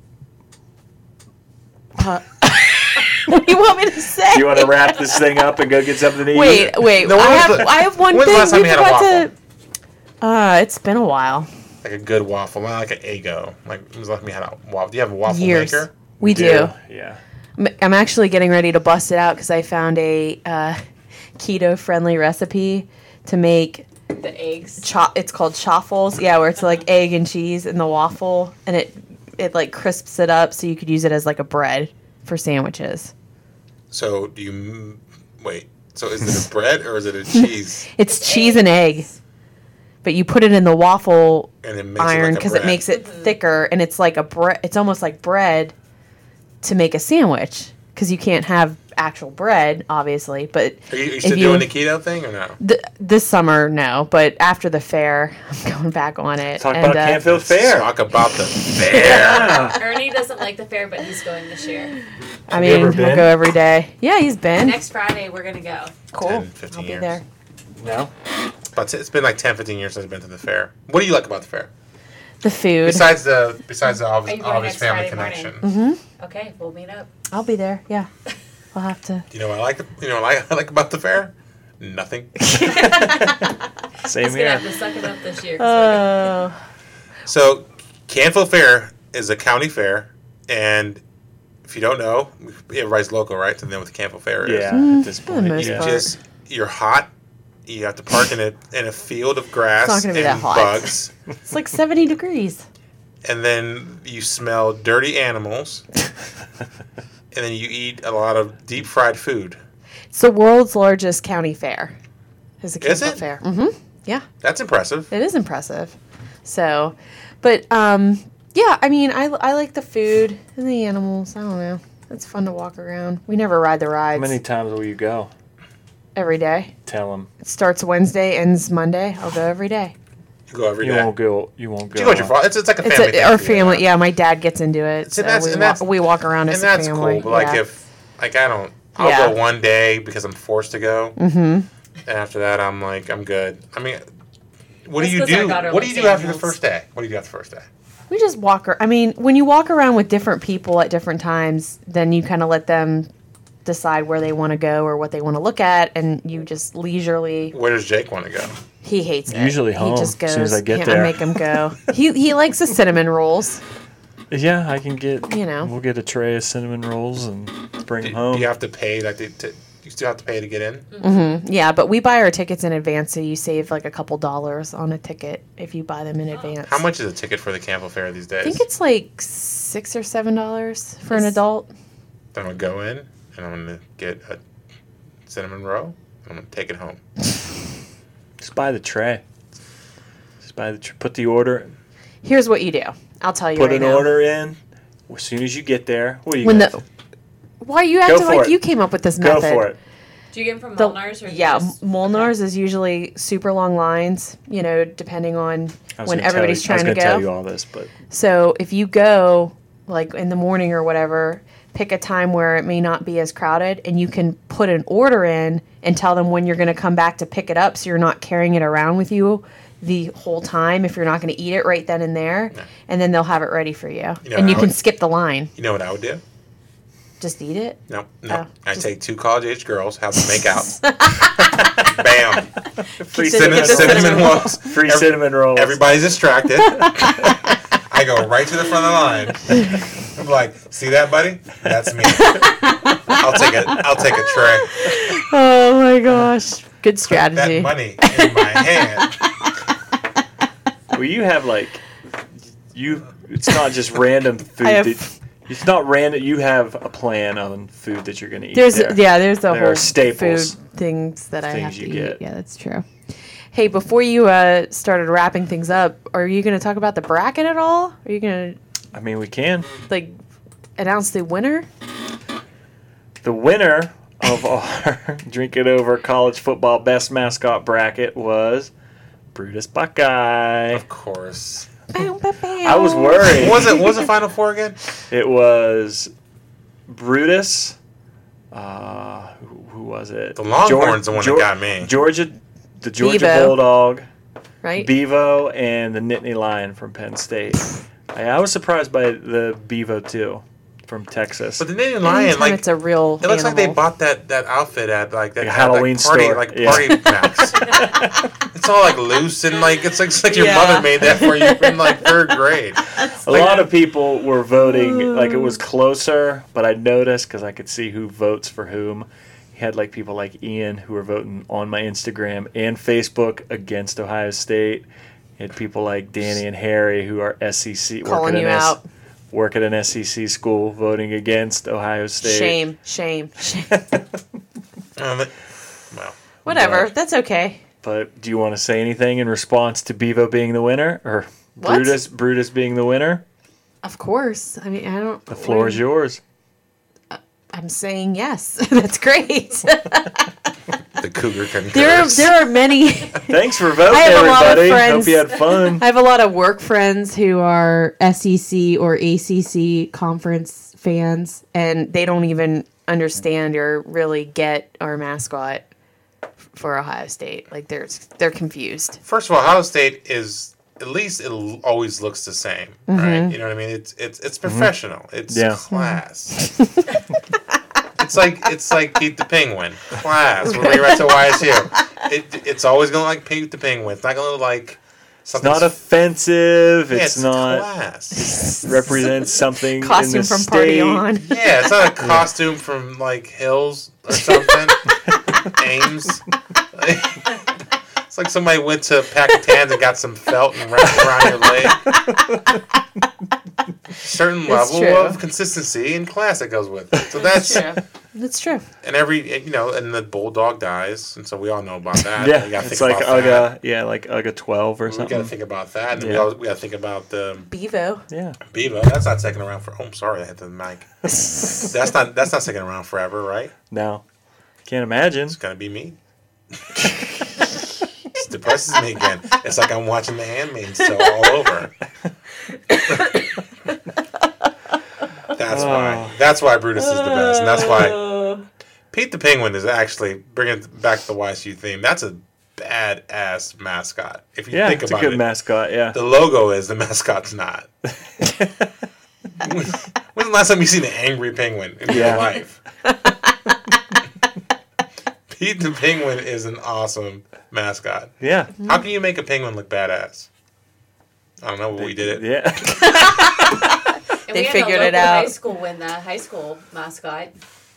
Speaker 2: what do you want me to say?
Speaker 1: you want to wrap this thing up and go get something to eat?
Speaker 2: Wait, wait.
Speaker 3: No, when
Speaker 2: I
Speaker 3: was
Speaker 2: have
Speaker 3: the-
Speaker 2: I have one
Speaker 3: when's the
Speaker 2: thing.
Speaker 3: last time you had a
Speaker 2: forgot to. Uh, it's been a while.
Speaker 3: Like a good waffle, not like an ego. Like it was like me had a waffle. Do you have a waffle
Speaker 2: Years.
Speaker 3: maker?
Speaker 2: We do.
Speaker 1: Yeah.
Speaker 2: M- I'm actually getting ready to bust it out because I found a uh, keto-friendly recipe to make.
Speaker 4: The eggs.
Speaker 2: Cho- it's called chaffles. Yeah, where it's like egg and cheese and the waffle, and it it like crisps it up so you could use it as like a bread for sandwiches.
Speaker 3: So do you m- wait? So is it a bread or is it a cheese?
Speaker 2: It's cheese and egg, but you put it in the waffle
Speaker 3: And it makes
Speaker 2: iron
Speaker 3: like a
Speaker 2: because it
Speaker 3: bread.
Speaker 2: makes it thicker and it's like a bread it's almost like bread to make a sandwich because you can't have actual bread obviously but
Speaker 3: Are you, you
Speaker 2: if
Speaker 3: still
Speaker 2: you-
Speaker 3: doing the keto thing or no?
Speaker 2: th- this summer no but after the fair (laughs) i'm going back on it
Speaker 1: Talk
Speaker 2: and,
Speaker 1: about
Speaker 2: uh,
Speaker 1: Canfield Fair.
Speaker 3: Talk about the fair.
Speaker 4: Ernie doesn't like the fair, but he's going this year.
Speaker 2: i
Speaker 1: you
Speaker 2: mean
Speaker 1: ever
Speaker 2: i'll
Speaker 1: been?
Speaker 2: go every day yeah he's been
Speaker 4: Next Friday, we're gonna go.
Speaker 2: cool
Speaker 3: 10, 15
Speaker 2: Oh, i'll be
Speaker 3: years.
Speaker 2: there
Speaker 1: No.
Speaker 3: But it's been like 10, 15 years since I've been to the fair. What do you like about the fair?
Speaker 2: the food
Speaker 3: Besides the besides the
Speaker 4: Are you
Speaker 3: obvious,
Speaker 4: going
Speaker 3: obvious
Speaker 4: next
Speaker 3: family
Speaker 4: Friday morning?
Speaker 3: connection.
Speaker 4: Okay, we'll meet up.
Speaker 2: i'll be there yeah i'll have to
Speaker 3: (laughs) You know what I like you know what I like about the fair? Nothing.
Speaker 1: Same
Speaker 4: He's gonna
Speaker 1: here.
Speaker 4: have to suck it up this year. 'cause
Speaker 2: Oh,
Speaker 3: So, Canfield Fair is a county fair, and if you don't know, everybody's local, right? To know what the Canfield Fair is.
Speaker 1: Yeah, at this
Speaker 2: the
Speaker 1: point.
Speaker 2: most
Speaker 3: You
Speaker 1: yeah.
Speaker 2: part.
Speaker 3: just you're hot. You have to park in a in a field of grass
Speaker 2: not gonna be that
Speaker 3: and
Speaker 2: hot. (laughs)
Speaker 3: bugs,
Speaker 2: it's like 70 degrees.
Speaker 3: and then you smell dirty
Speaker 1: (laughs)
Speaker 3: animals, and then you eat a lot of deep fried food.
Speaker 2: It's the world's largest county fair. Is a
Speaker 3: Is
Speaker 2: Campbell
Speaker 3: it?
Speaker 2: fair? Mm-hmm. Yeah,
Speaker 3: That's impressive.
Speaker 2: it is impressive. So, but um, yeah, I mean, I, I like the food and the animals. I don't know. It's fun to walk around. We never ride the
Speaker 1: How
Speaker 2: rides
Speaker 1: many times will you go?
Speaker 2: every day.
Speaker 1: Tell him
Speaker 2: It starts Wednesday, ends Monday. I'll go every day.
Speaker 3: You go every
Speaker 1: you
Speaker 3: day.
Speaker 1: won't go. You won't go.
Speaker 3: you go with your father. It's, it's like a
Speaker 2: It's
Speaker 3: family.
Speaker 2: a,
Speaker 3: thing
Speaker 2: our
Speaker 3: for you.
Speaker 2: family. Yeah, my dad gets into it.
Speaker 3: See,
Speaker 2: So,
Speaker 3: that's-
Speaker 2: we,
Speaker 3: and
Speaker 2: wa-
Speaker 3: that's-
Speaker 2: we walk around as
Speaker 3: and that's
Speaker 2: a family.
Speaker 3: cool. But like
Speaker 2: yeah.
Speaker 3: if like I don't, I'll
Speaker 2: Yeah.
Speaker 3: go one day because I'm forced to go. Mm-hmm. And after that, I'm like I'm good. I mean, what
Speaker 4: That's
Speaker 3: do you
Speaker 4: 'cause our
Speaker 3: do?
Speaker 4: daughter
Speaker 3: What do you
Speaker 4: likes
Speaker 3: do after the
Speaker 4: animals.
Speaker 3: first day? What do you do after the first day?
Speaker 2: We just walk. Ar- I mean, when you walk around with different people at different times, then you kind of let them decide where they want to go or what they want to look at, and you just leisurely.
Speaker 3: Where does Jake want to go?
Speaker 2: He hates it.
Speaker 1: Usually home,
Speaker 2: He
Speaker 1: as
Speaker 2: just goes.
Speaker 1: soon as I get
Speaker 2: "Yeah,
Speaker 1: there."
Speaker 2: make him (laughs) go. he he likes the cinnamon rolls.
Speaker 1: Yeah, I can get.
Speaker 2: You know.
Speaker 1: we'll get a tray of cinnamon rolls and bring
Speaker 3: Do,
Speaker 1: them home.
Speaker 3: do you have to pay? Like to, to, you still have to pay to get in.
Speaker 2: Yeah, but we buy our tickets in advance, so you save like a couple dollars on a ticket if you buy them in advance.
Speaker 3: How much is a ticket for the Campbell Fair these days?
Speaker 2: I think it's like six or seven dollars for an
Speaker 4: It's-
Speaker 2: adult.
Speaker 3: I'm gonna go in and I'm gonna get a cinnamon roll. and I'm gonna take it home.
Speaker 1: Just buy the tray. Just buy the. Tr- put the order.
Speaker 2: Here's what you do. I'll tell you.
Speaker 1: Put
Speaker 2: right
Speaker 1: an
Speaker 2: now.
Speaker 1: order in. As soon as you get there, what do you
Speaker 2: When
Speaker 1: got?
Speaker 2: the why you acting
Speaker 1: for
Speaker 2: like
Speaker 1: it.
Speaker 2: you came up with this
Speaker 1: go
Speaker 2: method?
Speaker 1: for it.
Speaker 4: Do you get them from
Speaker 2: the-
Speaker 4: Molnar's or
Speaker 2: yeah,
Speaker 4: just-
Speaker 2: M- Molnar's is usually super long lines. You know, depending on
Speaker 1: I was
Speaker 2: when
Speaker 1: gonna tell
Speaker 2: everybody's
Speaker 1: you- I was
Speaker 2: trying to
Speaker 1: gonna tell you
Speaker 2: go.
Speaker 1: all this, but
Speaker 2: So if you go like in the morning or whatever, pick a time where it may not be as crowded, and you can put an order in and tell them when you're going to come back to pick it up, so you're not carrying it around with you the whole time if you're not going to eat it right then and there and then they'll have it ready for you,
Speaker 3: You know,
Speaker 2: and you
Speaker 3: I
Speaker 2: can
Speaker 3: would-
Speaker 2: skip the line
Speaker 3: You know what I would do?
Speaker 2: just eat it
Speaker 3: No, no.
Speaker 2: Oh,
Speaker 3: I
Speaker 2: just-
Speaker 3: take two college-age girls, have them
Speaker 2: (laughs)
Speaker 3: make out. Bam.
Speaker 1: free
Speaker 2: Get the-
Speaker 3: Cinnamon,
Speaker 2: get the
Speaker 3: cinnamon
Speaker 2: cinnamon
Speaker 3: rolls.
Speaker 1: Free
Speaker 3: Every-
Speaker 1: cinnamon rolls.
Speaker 2: (laughs)
Speaker 3: Everybody's distracted. I go right to the front of the line. I'm like, see that, buddy? That's me. I'll take a, I'll take a tray.
Speaker 2: oh my gosh good strategy
Speaker 3: That money in my hand.
Speaker 1: Well, you have like you. It's not just
Speaker 2: (laughs)
Speaker 1: random food.
Speaker 2: have-
Speaker 1: that, it's not random. You have a plan on food that you're going to eat.
Speaker 2: There's
Speaker 1: there.
Speaker 2: yeah, there's a
Speaker 1: There are
Speaker 2: whole
Speaker 1: staples.
Speaker 2: food things that I
Speaker 1: Things
Speaker 2: have to
Speaker 1: you
Speaker 2: eat.
Speaker 1: get.
Speaker 2: Yeah, that's true. Hey, before you uh, started wrapping things up, are you going to talk about the bracket at all? Are you going to
Speaker 1: I mean, we can.
Speaker 2: like announce the winner?
Speaker 1: The winner of (laughs) our drink it over college football best mascot bracket was Brutus Buckeye.
Speaker 2: (laughs)
Speaker 3: Of course.
Speaker 1: I
Speaker 2: I
Speaker 1: was
Speaker 3: What
Speaker 1: worried.
Speaker 3: was it? What was the final four again?
Speaker 1: It was Brutus. Uh, who, who was it?
Speaker 3: The Longhorns
Speaker 1: Geor-
Speaker 3: the one
Speaker 1: Geor-
Speaker 3: that got me.
Speaker 1: Georgia, the Georgia
Speaker 2: Bevo.
Speaker 1: Bulldog.
Speaker 2: right.
Speaker 1: Bevo and the Nittany Lion from Penn State. I, I was surprised by the Bevo too, from Texas.
Speaker 3: But the Ninja Lion,
Speaker 2: Anytime
Speaker 3: like,
Speaker 2: it's a real.
Speaker 3: it looks like they
Speaker 2: animal.
Speaker 3: bought that, that outfit at like
Speaker 1: Like
Speaker 3: that
Speaker 1: a
Speaker 3: at, like,
Speaker 1: Halloween
Speaker 3: party,
Speaker 1: store.
Speaker 3: like
Speaker 1: Yeah. (laughs)
Speaker 3: party packs. it's all like loose and like it's like, it's like your
Speaker 2: Yeah.
Speaker 3: mother made that for you in like third grade.
Speaker 1: a lot of people were voting like it was closer, but I noticed because I could see who votes for whom. You had like people like Ian who were voting on my Instagram and Facebook against Ohio State. You had people like Danny and Harry who are SEC
Speaker 2: Calling
Speaker 1: working
Speaker 2: you
Speaker 1: at
Speaker 2: out.
Speaker 1: work at an SEC E school voting against Ohio State.
Speaker 2: Shame,
Speaker 1: (laughs)
Speaker 2: shame, shame.
Speaker 3: Um, well,
Speaker 2: Whatever.
Speaker 1: But-
Speaker 2: That's okay.
Speaker 1: But do you want to say anything in response to Bevo being the winner or
Speaker 2: What?
Speaker 1: Brutus Brutus being the winner?
Speaker 2: Of course. I mean, I don't.
Speaker 1: The floor is yours.
Speaker 2: I'm saying yes. (laughs) that's great.
Speaker 3: the cougar can
Speaker 2: there, are,
Speaker 3: curse.
Speaker 2: there are
Speaker 1: (laughs)
Speaker 2: many.
Speaker 1: Thanks for voting,
Speaker 2: (laughs) I have a lot of
Speaker 1: everybody. Hope
Speaker 2: friends.
Speaker 1: you had fun.
Speaker 2: I have a lot of work friends who are SEC or ACC conference fans, and they don't even understand or really get our mascot for Ohio State. Like they're they're confused.
Speaker 3: First of all, Ohio State is at least it l- always looks the same,
Speaker 2: Mm-hmm.
Speaker 1: Mm-hmm.
Speaker 3: right? You know what I mean? It's it's it's professional. It's
Speaker 1: Yeah.
Speaker 3: class. it's like it's like Pete the Penguin class when we were at the YSU. It, it's always gonna like Pete the Penguin. It's not gonna look like
Speaker 1: It's
Speaker 3: something.
Speaker 1: not offensive.
Speaker 3: yeah,
Speaker 1: it's, not
Speaker 3: class. (laughs)
Speaker 1: represents something in
Speaker 2: Costume
Speaker 1: the
Speaker 2: from
Speaker 1: state.
Speaker 2: Party On.
Speaker 3: yeah,
Speaker 1: (laughs)
Speaker 3: it's not a costume from like Hills or something. Ames. it's like somebody went to Pakistan and got some felt and wrapped it around your leg. Certain level
Speaker 2: true.
Speaker 3: of consistency and class that goes with it. So
Speaker 4: (laughs)
Speaker 3: that's
Speaker 2: That's true.
Speaker 3: and every you know, and the bulldog dies, and so we all know about that.
Speaker 1: Yeah,
Speaker 3: we gotta
Speaker 1: it's
Speaker 3: think
Speaker 1: like
Speaker 3: about that.
Speaker 1: UGA. Yeah, like UGA twelve or
Speaker 3: We gotta
Speaker 1: something.
Speaker 3: think about that, and then we,
Speaker 1: Yeah.
Speaker 3: all, we gotta think about the
Speaker 2: Bevo.
Speaker 1: Yeah,
Speaker 3: Bevo. That's not sticking around for. Oh, I'm sorry, I hit the mic. (laughs) That's not that's not sticking around forever, right?
Speaker 1: no, can't imagine.
Speaker 3: It's gonna
Speaker 1: (laughs)
Speaker 3: be me. it depresses me again. It's like I'm watching The Handmaid's Tale all over. that's
Speaker 1: Oh.
Speaker 3: why. That's why Brutus is the best, and that's why Pete the Penguin is actually bringing back the YSU theme. That's a badass mascot. If you
Speaker 1: Yeah,
Speaker 3: think
Speaker 1: it's a
Speaker 3: about
Speaker 1: good
Speaker 3: it,
Speaker 1: mascot. Yeah,
Speaker 3: the logo is the mascot's
Speaker 2: (laughs)
Speaker 3: not. when, when's the last time you seen an angry penguin in
Speaker 1: Yeah.
Speaker 2: (laughs)
Speaker 3: your life? Pete the Penguin is an awesome mascot.
Speaker 1: yeah,
Speaker 3: How can you make a penguin look badass? I don't know, but we did it.
Speaker 1: yeah. (laughs)
Speaker 4: And
Speaker 2: They
Speaker 4: we had a
Speaker 2: figured it
Speaker 4: local High
Speaker 2: out.
Speaker 4: school win the high school mascot.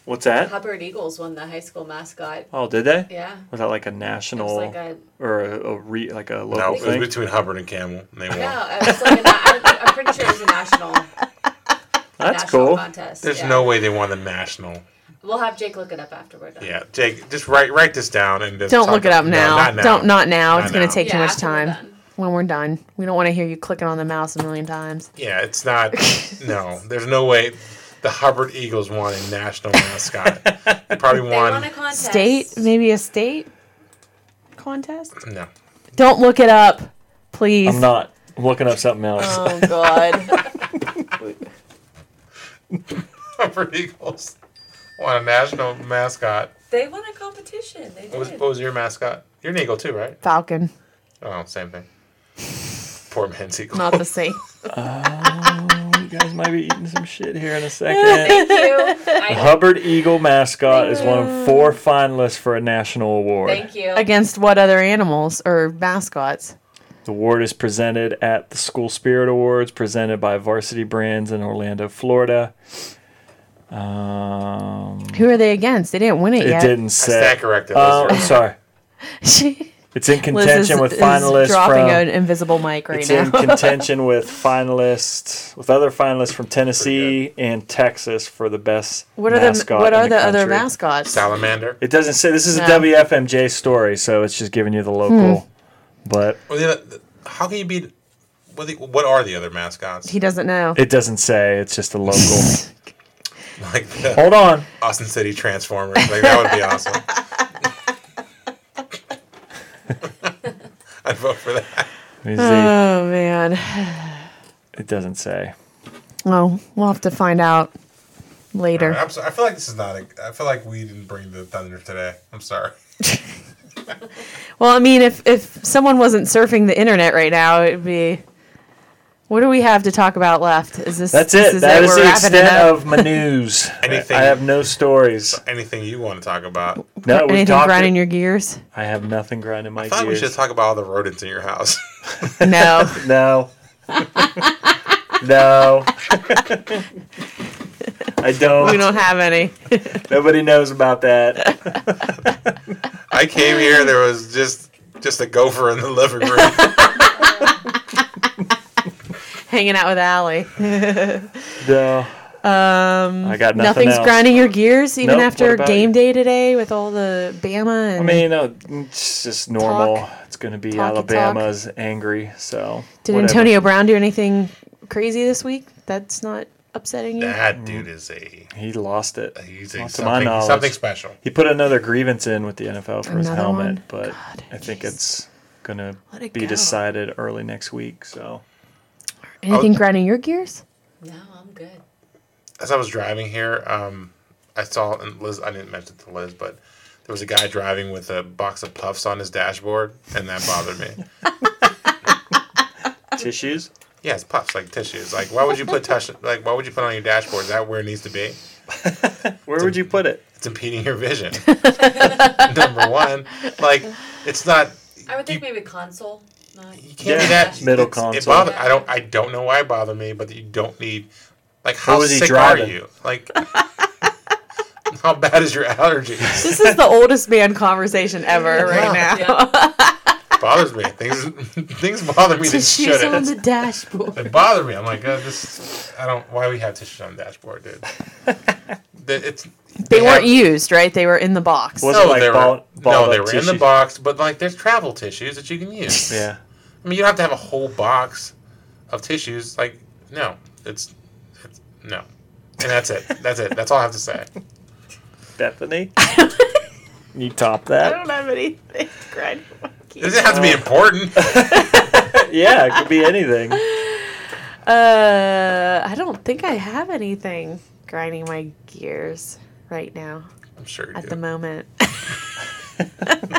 Speaker 1: What's that?
Speaker 4: Hubbard Eagles won the high school mascot.
Speaker 1: Oh, did they?
Speaker 4: Yeah,
Speaker 1: Was that like a
Speaker 4: it
Speaker 1: national
Speaker 4: was like a
Speaker 1: or a, a re, like a local
Speaker 3: No, it was
Speaker 1: thing?
Speaker 3: between Hubbard and Camel. And they won.
Speaker 4: no, it was like a, I, I'm pretty sure it was
Speaker 3: (laughs)
Speaker 4: a national.
Speaker 1: That's
Speaker 4: national
Speaker 1: cool.
Speaker 4: Contest.
Speaker 3: There's
Speaker 4: yeah.
Speaker 3: no way they won the national.
Speaker 4: We'll have Jake look it up afterward.
Speaker 3: Yeah, Jake, just write write this down and just
Speaker 2: Don't
Speaker 3: talk
Speaker 2: look it up
Speaker 3: no,
Speaker 2: now.
Speaker 3: not now.
Speaker 2: Don't not now.
Speaker 3: Not
Speaker 2: it's going
Speaker 3: now.
Speaker 2: to take too
Speaker 4: Yeah,
Speaker 2: much
Speaker 4: after we're
Speaker 2: time.
Speaker 4: done.
Speaker 2: When we're done, we don't want to hear you clicking on the mouse a million times.
Speaker 3: Yeah, it's not. no, there's no way. The Hubbard Eagles won a national mascot. They probably
Speaker 4: They
Speaker 3: won.
Speaker 4: won a contest.
Speaker 2: State, maybe a state contest.
Speaker 3: no, (laughs)
Speaker 2: Don't look it up, please.
Speaker 1: I'm not I'm looking up something else.
Speaker 2: Oh God.
Speaker 3: Hubbard Eagles won a national mascot.
Speaker 4: They won a competition. They
Speaker 3: What was,
Speaker 4: did.
Speaker 3: what was your mascot? You're an eagle too, right?
Speaker 2: Falcon,
Speaker 3: Oh, same thing. Poor man's eagle. (laughs)
Speaker 2: not the same.
Speaker 1: (laughs) you guys might be eating some shit here in a second.
Speaker 2: (laughs)
Speaker 4: Thank you. I-
Speaker 1: Hubbard Eagle mascot is one of four finalists for a national award.
Speaker 4: Thank you.
Speaker 2: Against what other animals or mascots?
Speaker 1: The award is presented at the School Spirit Awards, presented by Varsity Brands in Orlando, Florida. Um,
Speaker 2: Who are they agast? They didn't win it,
Speaker 1: it
Speaker 2: yet.
Speaker 1: didn't
Speaker 3: I
Speaker 1: say.
Speaker 3: stand corrected.
Speaker 1: Oh, I'm sorry.
Speaker 2: (laughs) She,
Speaker 1: It's in
Speaker 2: Liz
Speaker 1: contention
Speaker 2: is,
Speaker 1: with
Speaker 2: is
Speaker 1: finalists
Speaker 2: dropping
Speaker 1: from.
Speaker 2: an invisible mic right
Speaker 1: it's
Speaker 2: now. (laughs)
Speaker 1: in contention with finalists, with other finalists from Tennessee and Texas for the best.
Speaker 2: what are the
Speaker 1: mascot
Speaker 2: What
Speaker 1: in
Speaker 2: are the, other
Speaker 1: country.
Speaker 2: mascots?
Speaker 3: Salamander.
Speaker 1: It doesn't say this is
Speaker 2: No. Hmm.
Speaker 1: a WFMJ story, so it's just giving you the local. But
Speaker 3: Well, the other- How can you beat? What, the, what are the other mascots?
Speaker 2: He doesn't know.
Speaker 1: it doesn't say. It's just a local. (laughs)
Speaker 3: Like the
Speaker 1: Hold on.
Speaker 3: Austin City Transformers. Like that would be awesome. (laughs) I'd vote for that.
Speaker 1: Let me see.
Speaker 2: Oh man.
Speaker 1: it doesn't say.
Speaker 2: Well, we'll have to find out later.
Speaker 3: I'm sorry. I feel like this is not. A, I feel like we didn't bring the thunder today. I'm sorry. (laughs)
Speaker 2: Well, I mean, if if someone wasn't surfing the internet right now, it'd be. What do we have to talk about left? Is this
Speaker 1: That's
Speaker 2: this
Speaker 1: it. That
Speaker 2: it?
Speaker 1: is
Speaker 2: We're
Speaker 1: the
Speaker 2: wrapping it
Speaker 1: extent
Speaker 2: up? (laughs)
Speaker 1: of my news.
Speaker 3: Anything.
Speaker 1: I have no stories.
Speaker 3: Anything you want to talk about?
Speaker 1: No, we
Speaker 2: Anything
Speaker 1: talked.
Speaker 2: grinding
Speaker 1: it. (laughs)
Speaker 2: your gears?
Speaker 1: I have nothing grinding my
Speaker 3: I thought we should
Speaker 1: gears.
Speaker 3: talk about all the rodents in your house. (laughs)
Speaker 2: No.
Speaker 1: No.
Speaker 2: (laughs)
Speaker 1: no. I
Speaker 2: we
Speaker 1: don't.
Speaker 2: don't have any. (laughs)
Speaker 1: Nobody knows about that.
Speaker 3: I came here. There was just just a gopher in the living room.
Speaker 1: (laughs)
Speaker 2: Hanging out with Allie.
Speaker 1: No.
Speaker 2: Um,
Speaker 1: I got nothing
Speaker 2: nothing's
Speaker 1: else.
Speaker 2: grinding your gears, even
Speaker 1: Nope,
Speaker 2: after
Speaker 1: what about
Speaker 2: game
Speaker 1: you?
Speaker 2: day today with all the Bama.
Speaker 1: I
Speaker 2: And
Speaker 1: mean, no, it's just normal.
Speaker 2: Talk.
Speaker 1: It's going to be
Speaker 2: Talky talk.
Speaker 1: Alabama's angry. So
Speaker 2: did
Speaker 1: whatever.
Speaker 2: Antonio Brown do anything crazy this week? That's not upsetting you.
Speaker 3: that dude is a
Speaker 1: He lost it.
Speaker 3: he's a
Speaker 1: Not to my
Speaker 3: something,
Speaker 1: knowledge.
Speaker 3: something special.
Speaker 1: He put another grievance in with the NFL for his
Speaker 2: Another
Speaker 1: helmet,
Speaker 2: one?
Speaker 1: but
Speaker 2: God,
Speaker 1: I think
Speaker 2: jeez.
Speaker 1: it's going to
Speaker 2: Let it
Speaker 1: be
Speaker 2: go.
Speaker 1: decided early next week.
Speaker 2: (laughs)
Speaker 1: So
Speaker 2: Anything grinding your gears?
Speaker 4: No, I'm good.
Speaker 3: As I was driving here, um, I saw and Liz. I didn't mention it to Liz, but there was a guy driving with a box of puffs on his dashboard, and that bothered me. (laughs)
Speaker 1: tissues. (laughs)
Speaker 3: Yeah, it's puffs like tissues. Like, why would you put tush- like why would you put on your dashboard? Is that where it needs to be?
Speaker 1: Where would you put it?
Speaker 3: It's impeding
Speaker 2: (laughs)
Speaker 3: your vision. Number one, like it's not.
Speaker 4: I would think
Speaker 3: You-
Speaker 4: maybe console. Not
Speaker 3: You
Speaker 1: Yeah,
Speaker 3: can't do that.
Speaker 1: middle
Speaker 3: It's- It
Speaker 1: console.
Speaker 3: bothered. I don't. I don't know why it bothered me, but you don't need. Like how
Speaker 1: was he
Speaker 3: sick
Speaker 1: driving?
Speaker 3: are you? Like (laughs) how bad is your allergies?
Speaker 2: This is the oldest man conversation ever right now. (laughs)
Speaker 3: bothers me. Things (laughs) things bother me that
Speaker 2: Tissues on
Speaker 3: shouldn't.
Speaker 2: the dashboard.
Speaker 3: It bothered me. I'm like, uh, this. I don't. Why we have tissues on the dashboard, dude? That it's.
Speaker 2: They weren't
Speaker 3: have-
Speaker 2: used, right? They were in the box.
Speaker 1: Was-
Speaker 3: No,
Speaker 1: Like
Speaker 3: they were.
Speaker 1: ball- balled
Speaker 3: no, they
Speaker 1: up
Speaker 3: were in
Speaker 1: tissues.
Speaker 3: the box. But like, there's travel tissues that you can use.
Speaker 1: Yeah.
Speaker 3: I mean, you don't have to have a whole box of tissues. Like, no, it's, it's no, and that's it. That's it. That's all I have to say.
Speaker 2: (laughs)
Speaker 1: Bethany? you top that?
Speaker 2: have anything to grind.
Speaker 3: It doesn't have to be important.
Speaker 1: Yeah, it could be
Speaker 2: (laughs)
Speaker 1: anything.
Speaker 2: Uh, I don't think I have anything grinding my gears right now
Speaker 3: I'm sure you
Speaker 2: at the
Speaker 3: do.
Speaker 1: (laughs)
Speaker 2: moment. (laughs)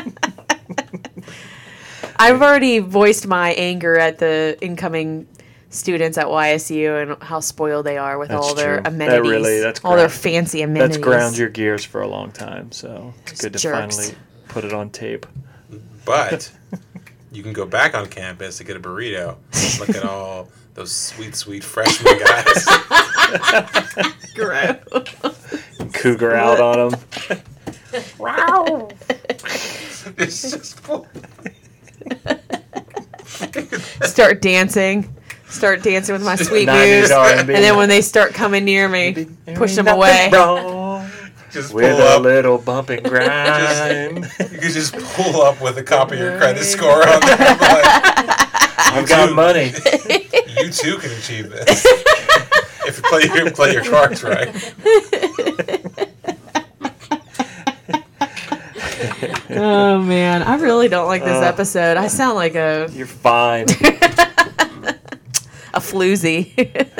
Speaker 2: I've already voiced my anger at the incoming students at YSU and how spoiled they are with
Speaker 1: That's
Speaker 2: all their
Speaker 1: true. That
Speaker 2: amenities,
Speaker 1: really- that's
Speaker 2: all their
Speaker 1: ground-
Speaker 2: fancy amenities.
Speaker 1: That's ground your gears for a long time, so it's good to
Speaker 2: jerks.
Speaker 1: finally put it on
Speaker 2: (laughs)
Speaker 1: tape. (laughs)
Speaker 3: But you can go back on campus to get a burrito. Look at all those sweet, sweet freshman guys. (laughs)
Speaker 1: Cougar out on them.
Speaker 3: it's just full.
Speaker 2: (laughs) Start dancing, start dancing with my sweet moves,
Speaker 1: and
Speaker 2: and then when they start coming near me, push them away.
Speaker 3: Just
Speaker 1: (laughs)
Speaker 3: pull
Speaker 1: With a
Speaker 3: up.
Speaker 1: little bump and grind.
Speaker 3: You can just pull up with a copy of your credit score on there.
Speaker 2: (laughs)
Speaker 3: Like,
Speaker 1: I've got
Speaker 3: Dude.
Speaker 1: money.
Speaker 3: you too can achieve this if you play your play your cards right.
Speaker 2: Oh man, I really don't like this
Speaker 1: Uh.
Speaker 2: episode. I sound like a
Speaker 1: (laughs) You're fine.
Speaker 2: a floozy.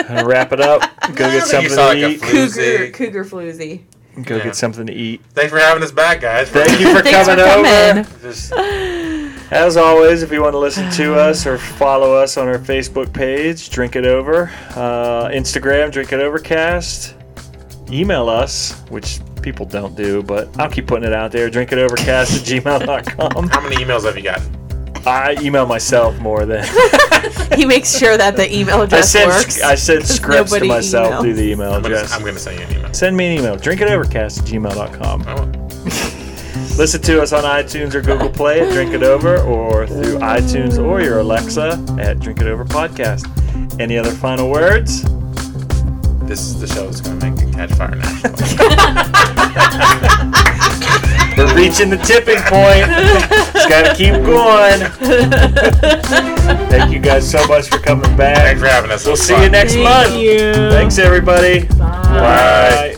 Speaker 1: And wrap it
Speaker 2: (laughs)
Speaker 1: up. Go
Speaker 3: I
Speaker 1: get
Speaker 3: think you
Speaker 1: something to
Speaker 3: sound like a
Speaker 1: eat.
Speaker 2: cougar
Speaker 3: floozy.
Speaker 2: cougar floozy.
Speaker 1: Go
Speaker 3: Yeah.
Speaker 1: get something to eat.
Speaker 3: Thanks for having us back, guys.
Speaker 1: Thank you for
Speaker 2: Thanks for
Speaker 1: coming over.
Speaker 2: coming.
Speaker 3: Just
Speaker 1: As always, if you want to listen
Speaker 2: (sighs)
Speaker 1: to us or follow us on our Facebook page, Drink It Over, uh, Instagram, Drink It Overcast, email us, which people don't do, but I'll keep putting it out there, Drink It Overcast at
Speaker 2: (laughs)
Speaker 1: gmail.com.
Speaker 3: how many emails have you gotten?
Speaker 1: I email myself more
Speaker 2: (laughs)
Speaker 1: than
Speaker 2: He makes sure that the email
Speaker 1: I
Speaker 2: address
Speaker 1: send,
Speaker 2: works. (laughs)
Speaker 1: I send scripts to
Speaker 2: nobody
Speaker 1: myself
Speaker 2: emails.
Speaker 1: through the email
Speaker 3: I'm gonna,
Speaker 1: address.
Speaker 3: I'm gonna send you an email.
Speaker 1: Send me an email, drinkitovercast at gmail.com.
Speaker 3: Oh,
Speaker 1: Listen to us on iTunes or Google Play at Drink It Over or through iTunes or your Alexa at Drink It Over Podcast. Any other final words?
Speaker 3: this is the show that's gonna make it catch fire national.
Speaker 1: We're reaching the tipping
Speaker 2: (laughs)
Speaker 1: point. Just gotta keep going. Thank you guys so much for coming
Speaker 3: (laughs) Thanks
Speaker 1: back.
Speaker 3: for having us.
Speaker 1: We'll see you next
Speaker 2: Thank
Speaker 1: month.
Speaker 2: you.
Speaker 1: Thanks everybody.
Speaker 2: Bye.
Speaker 1: Bye.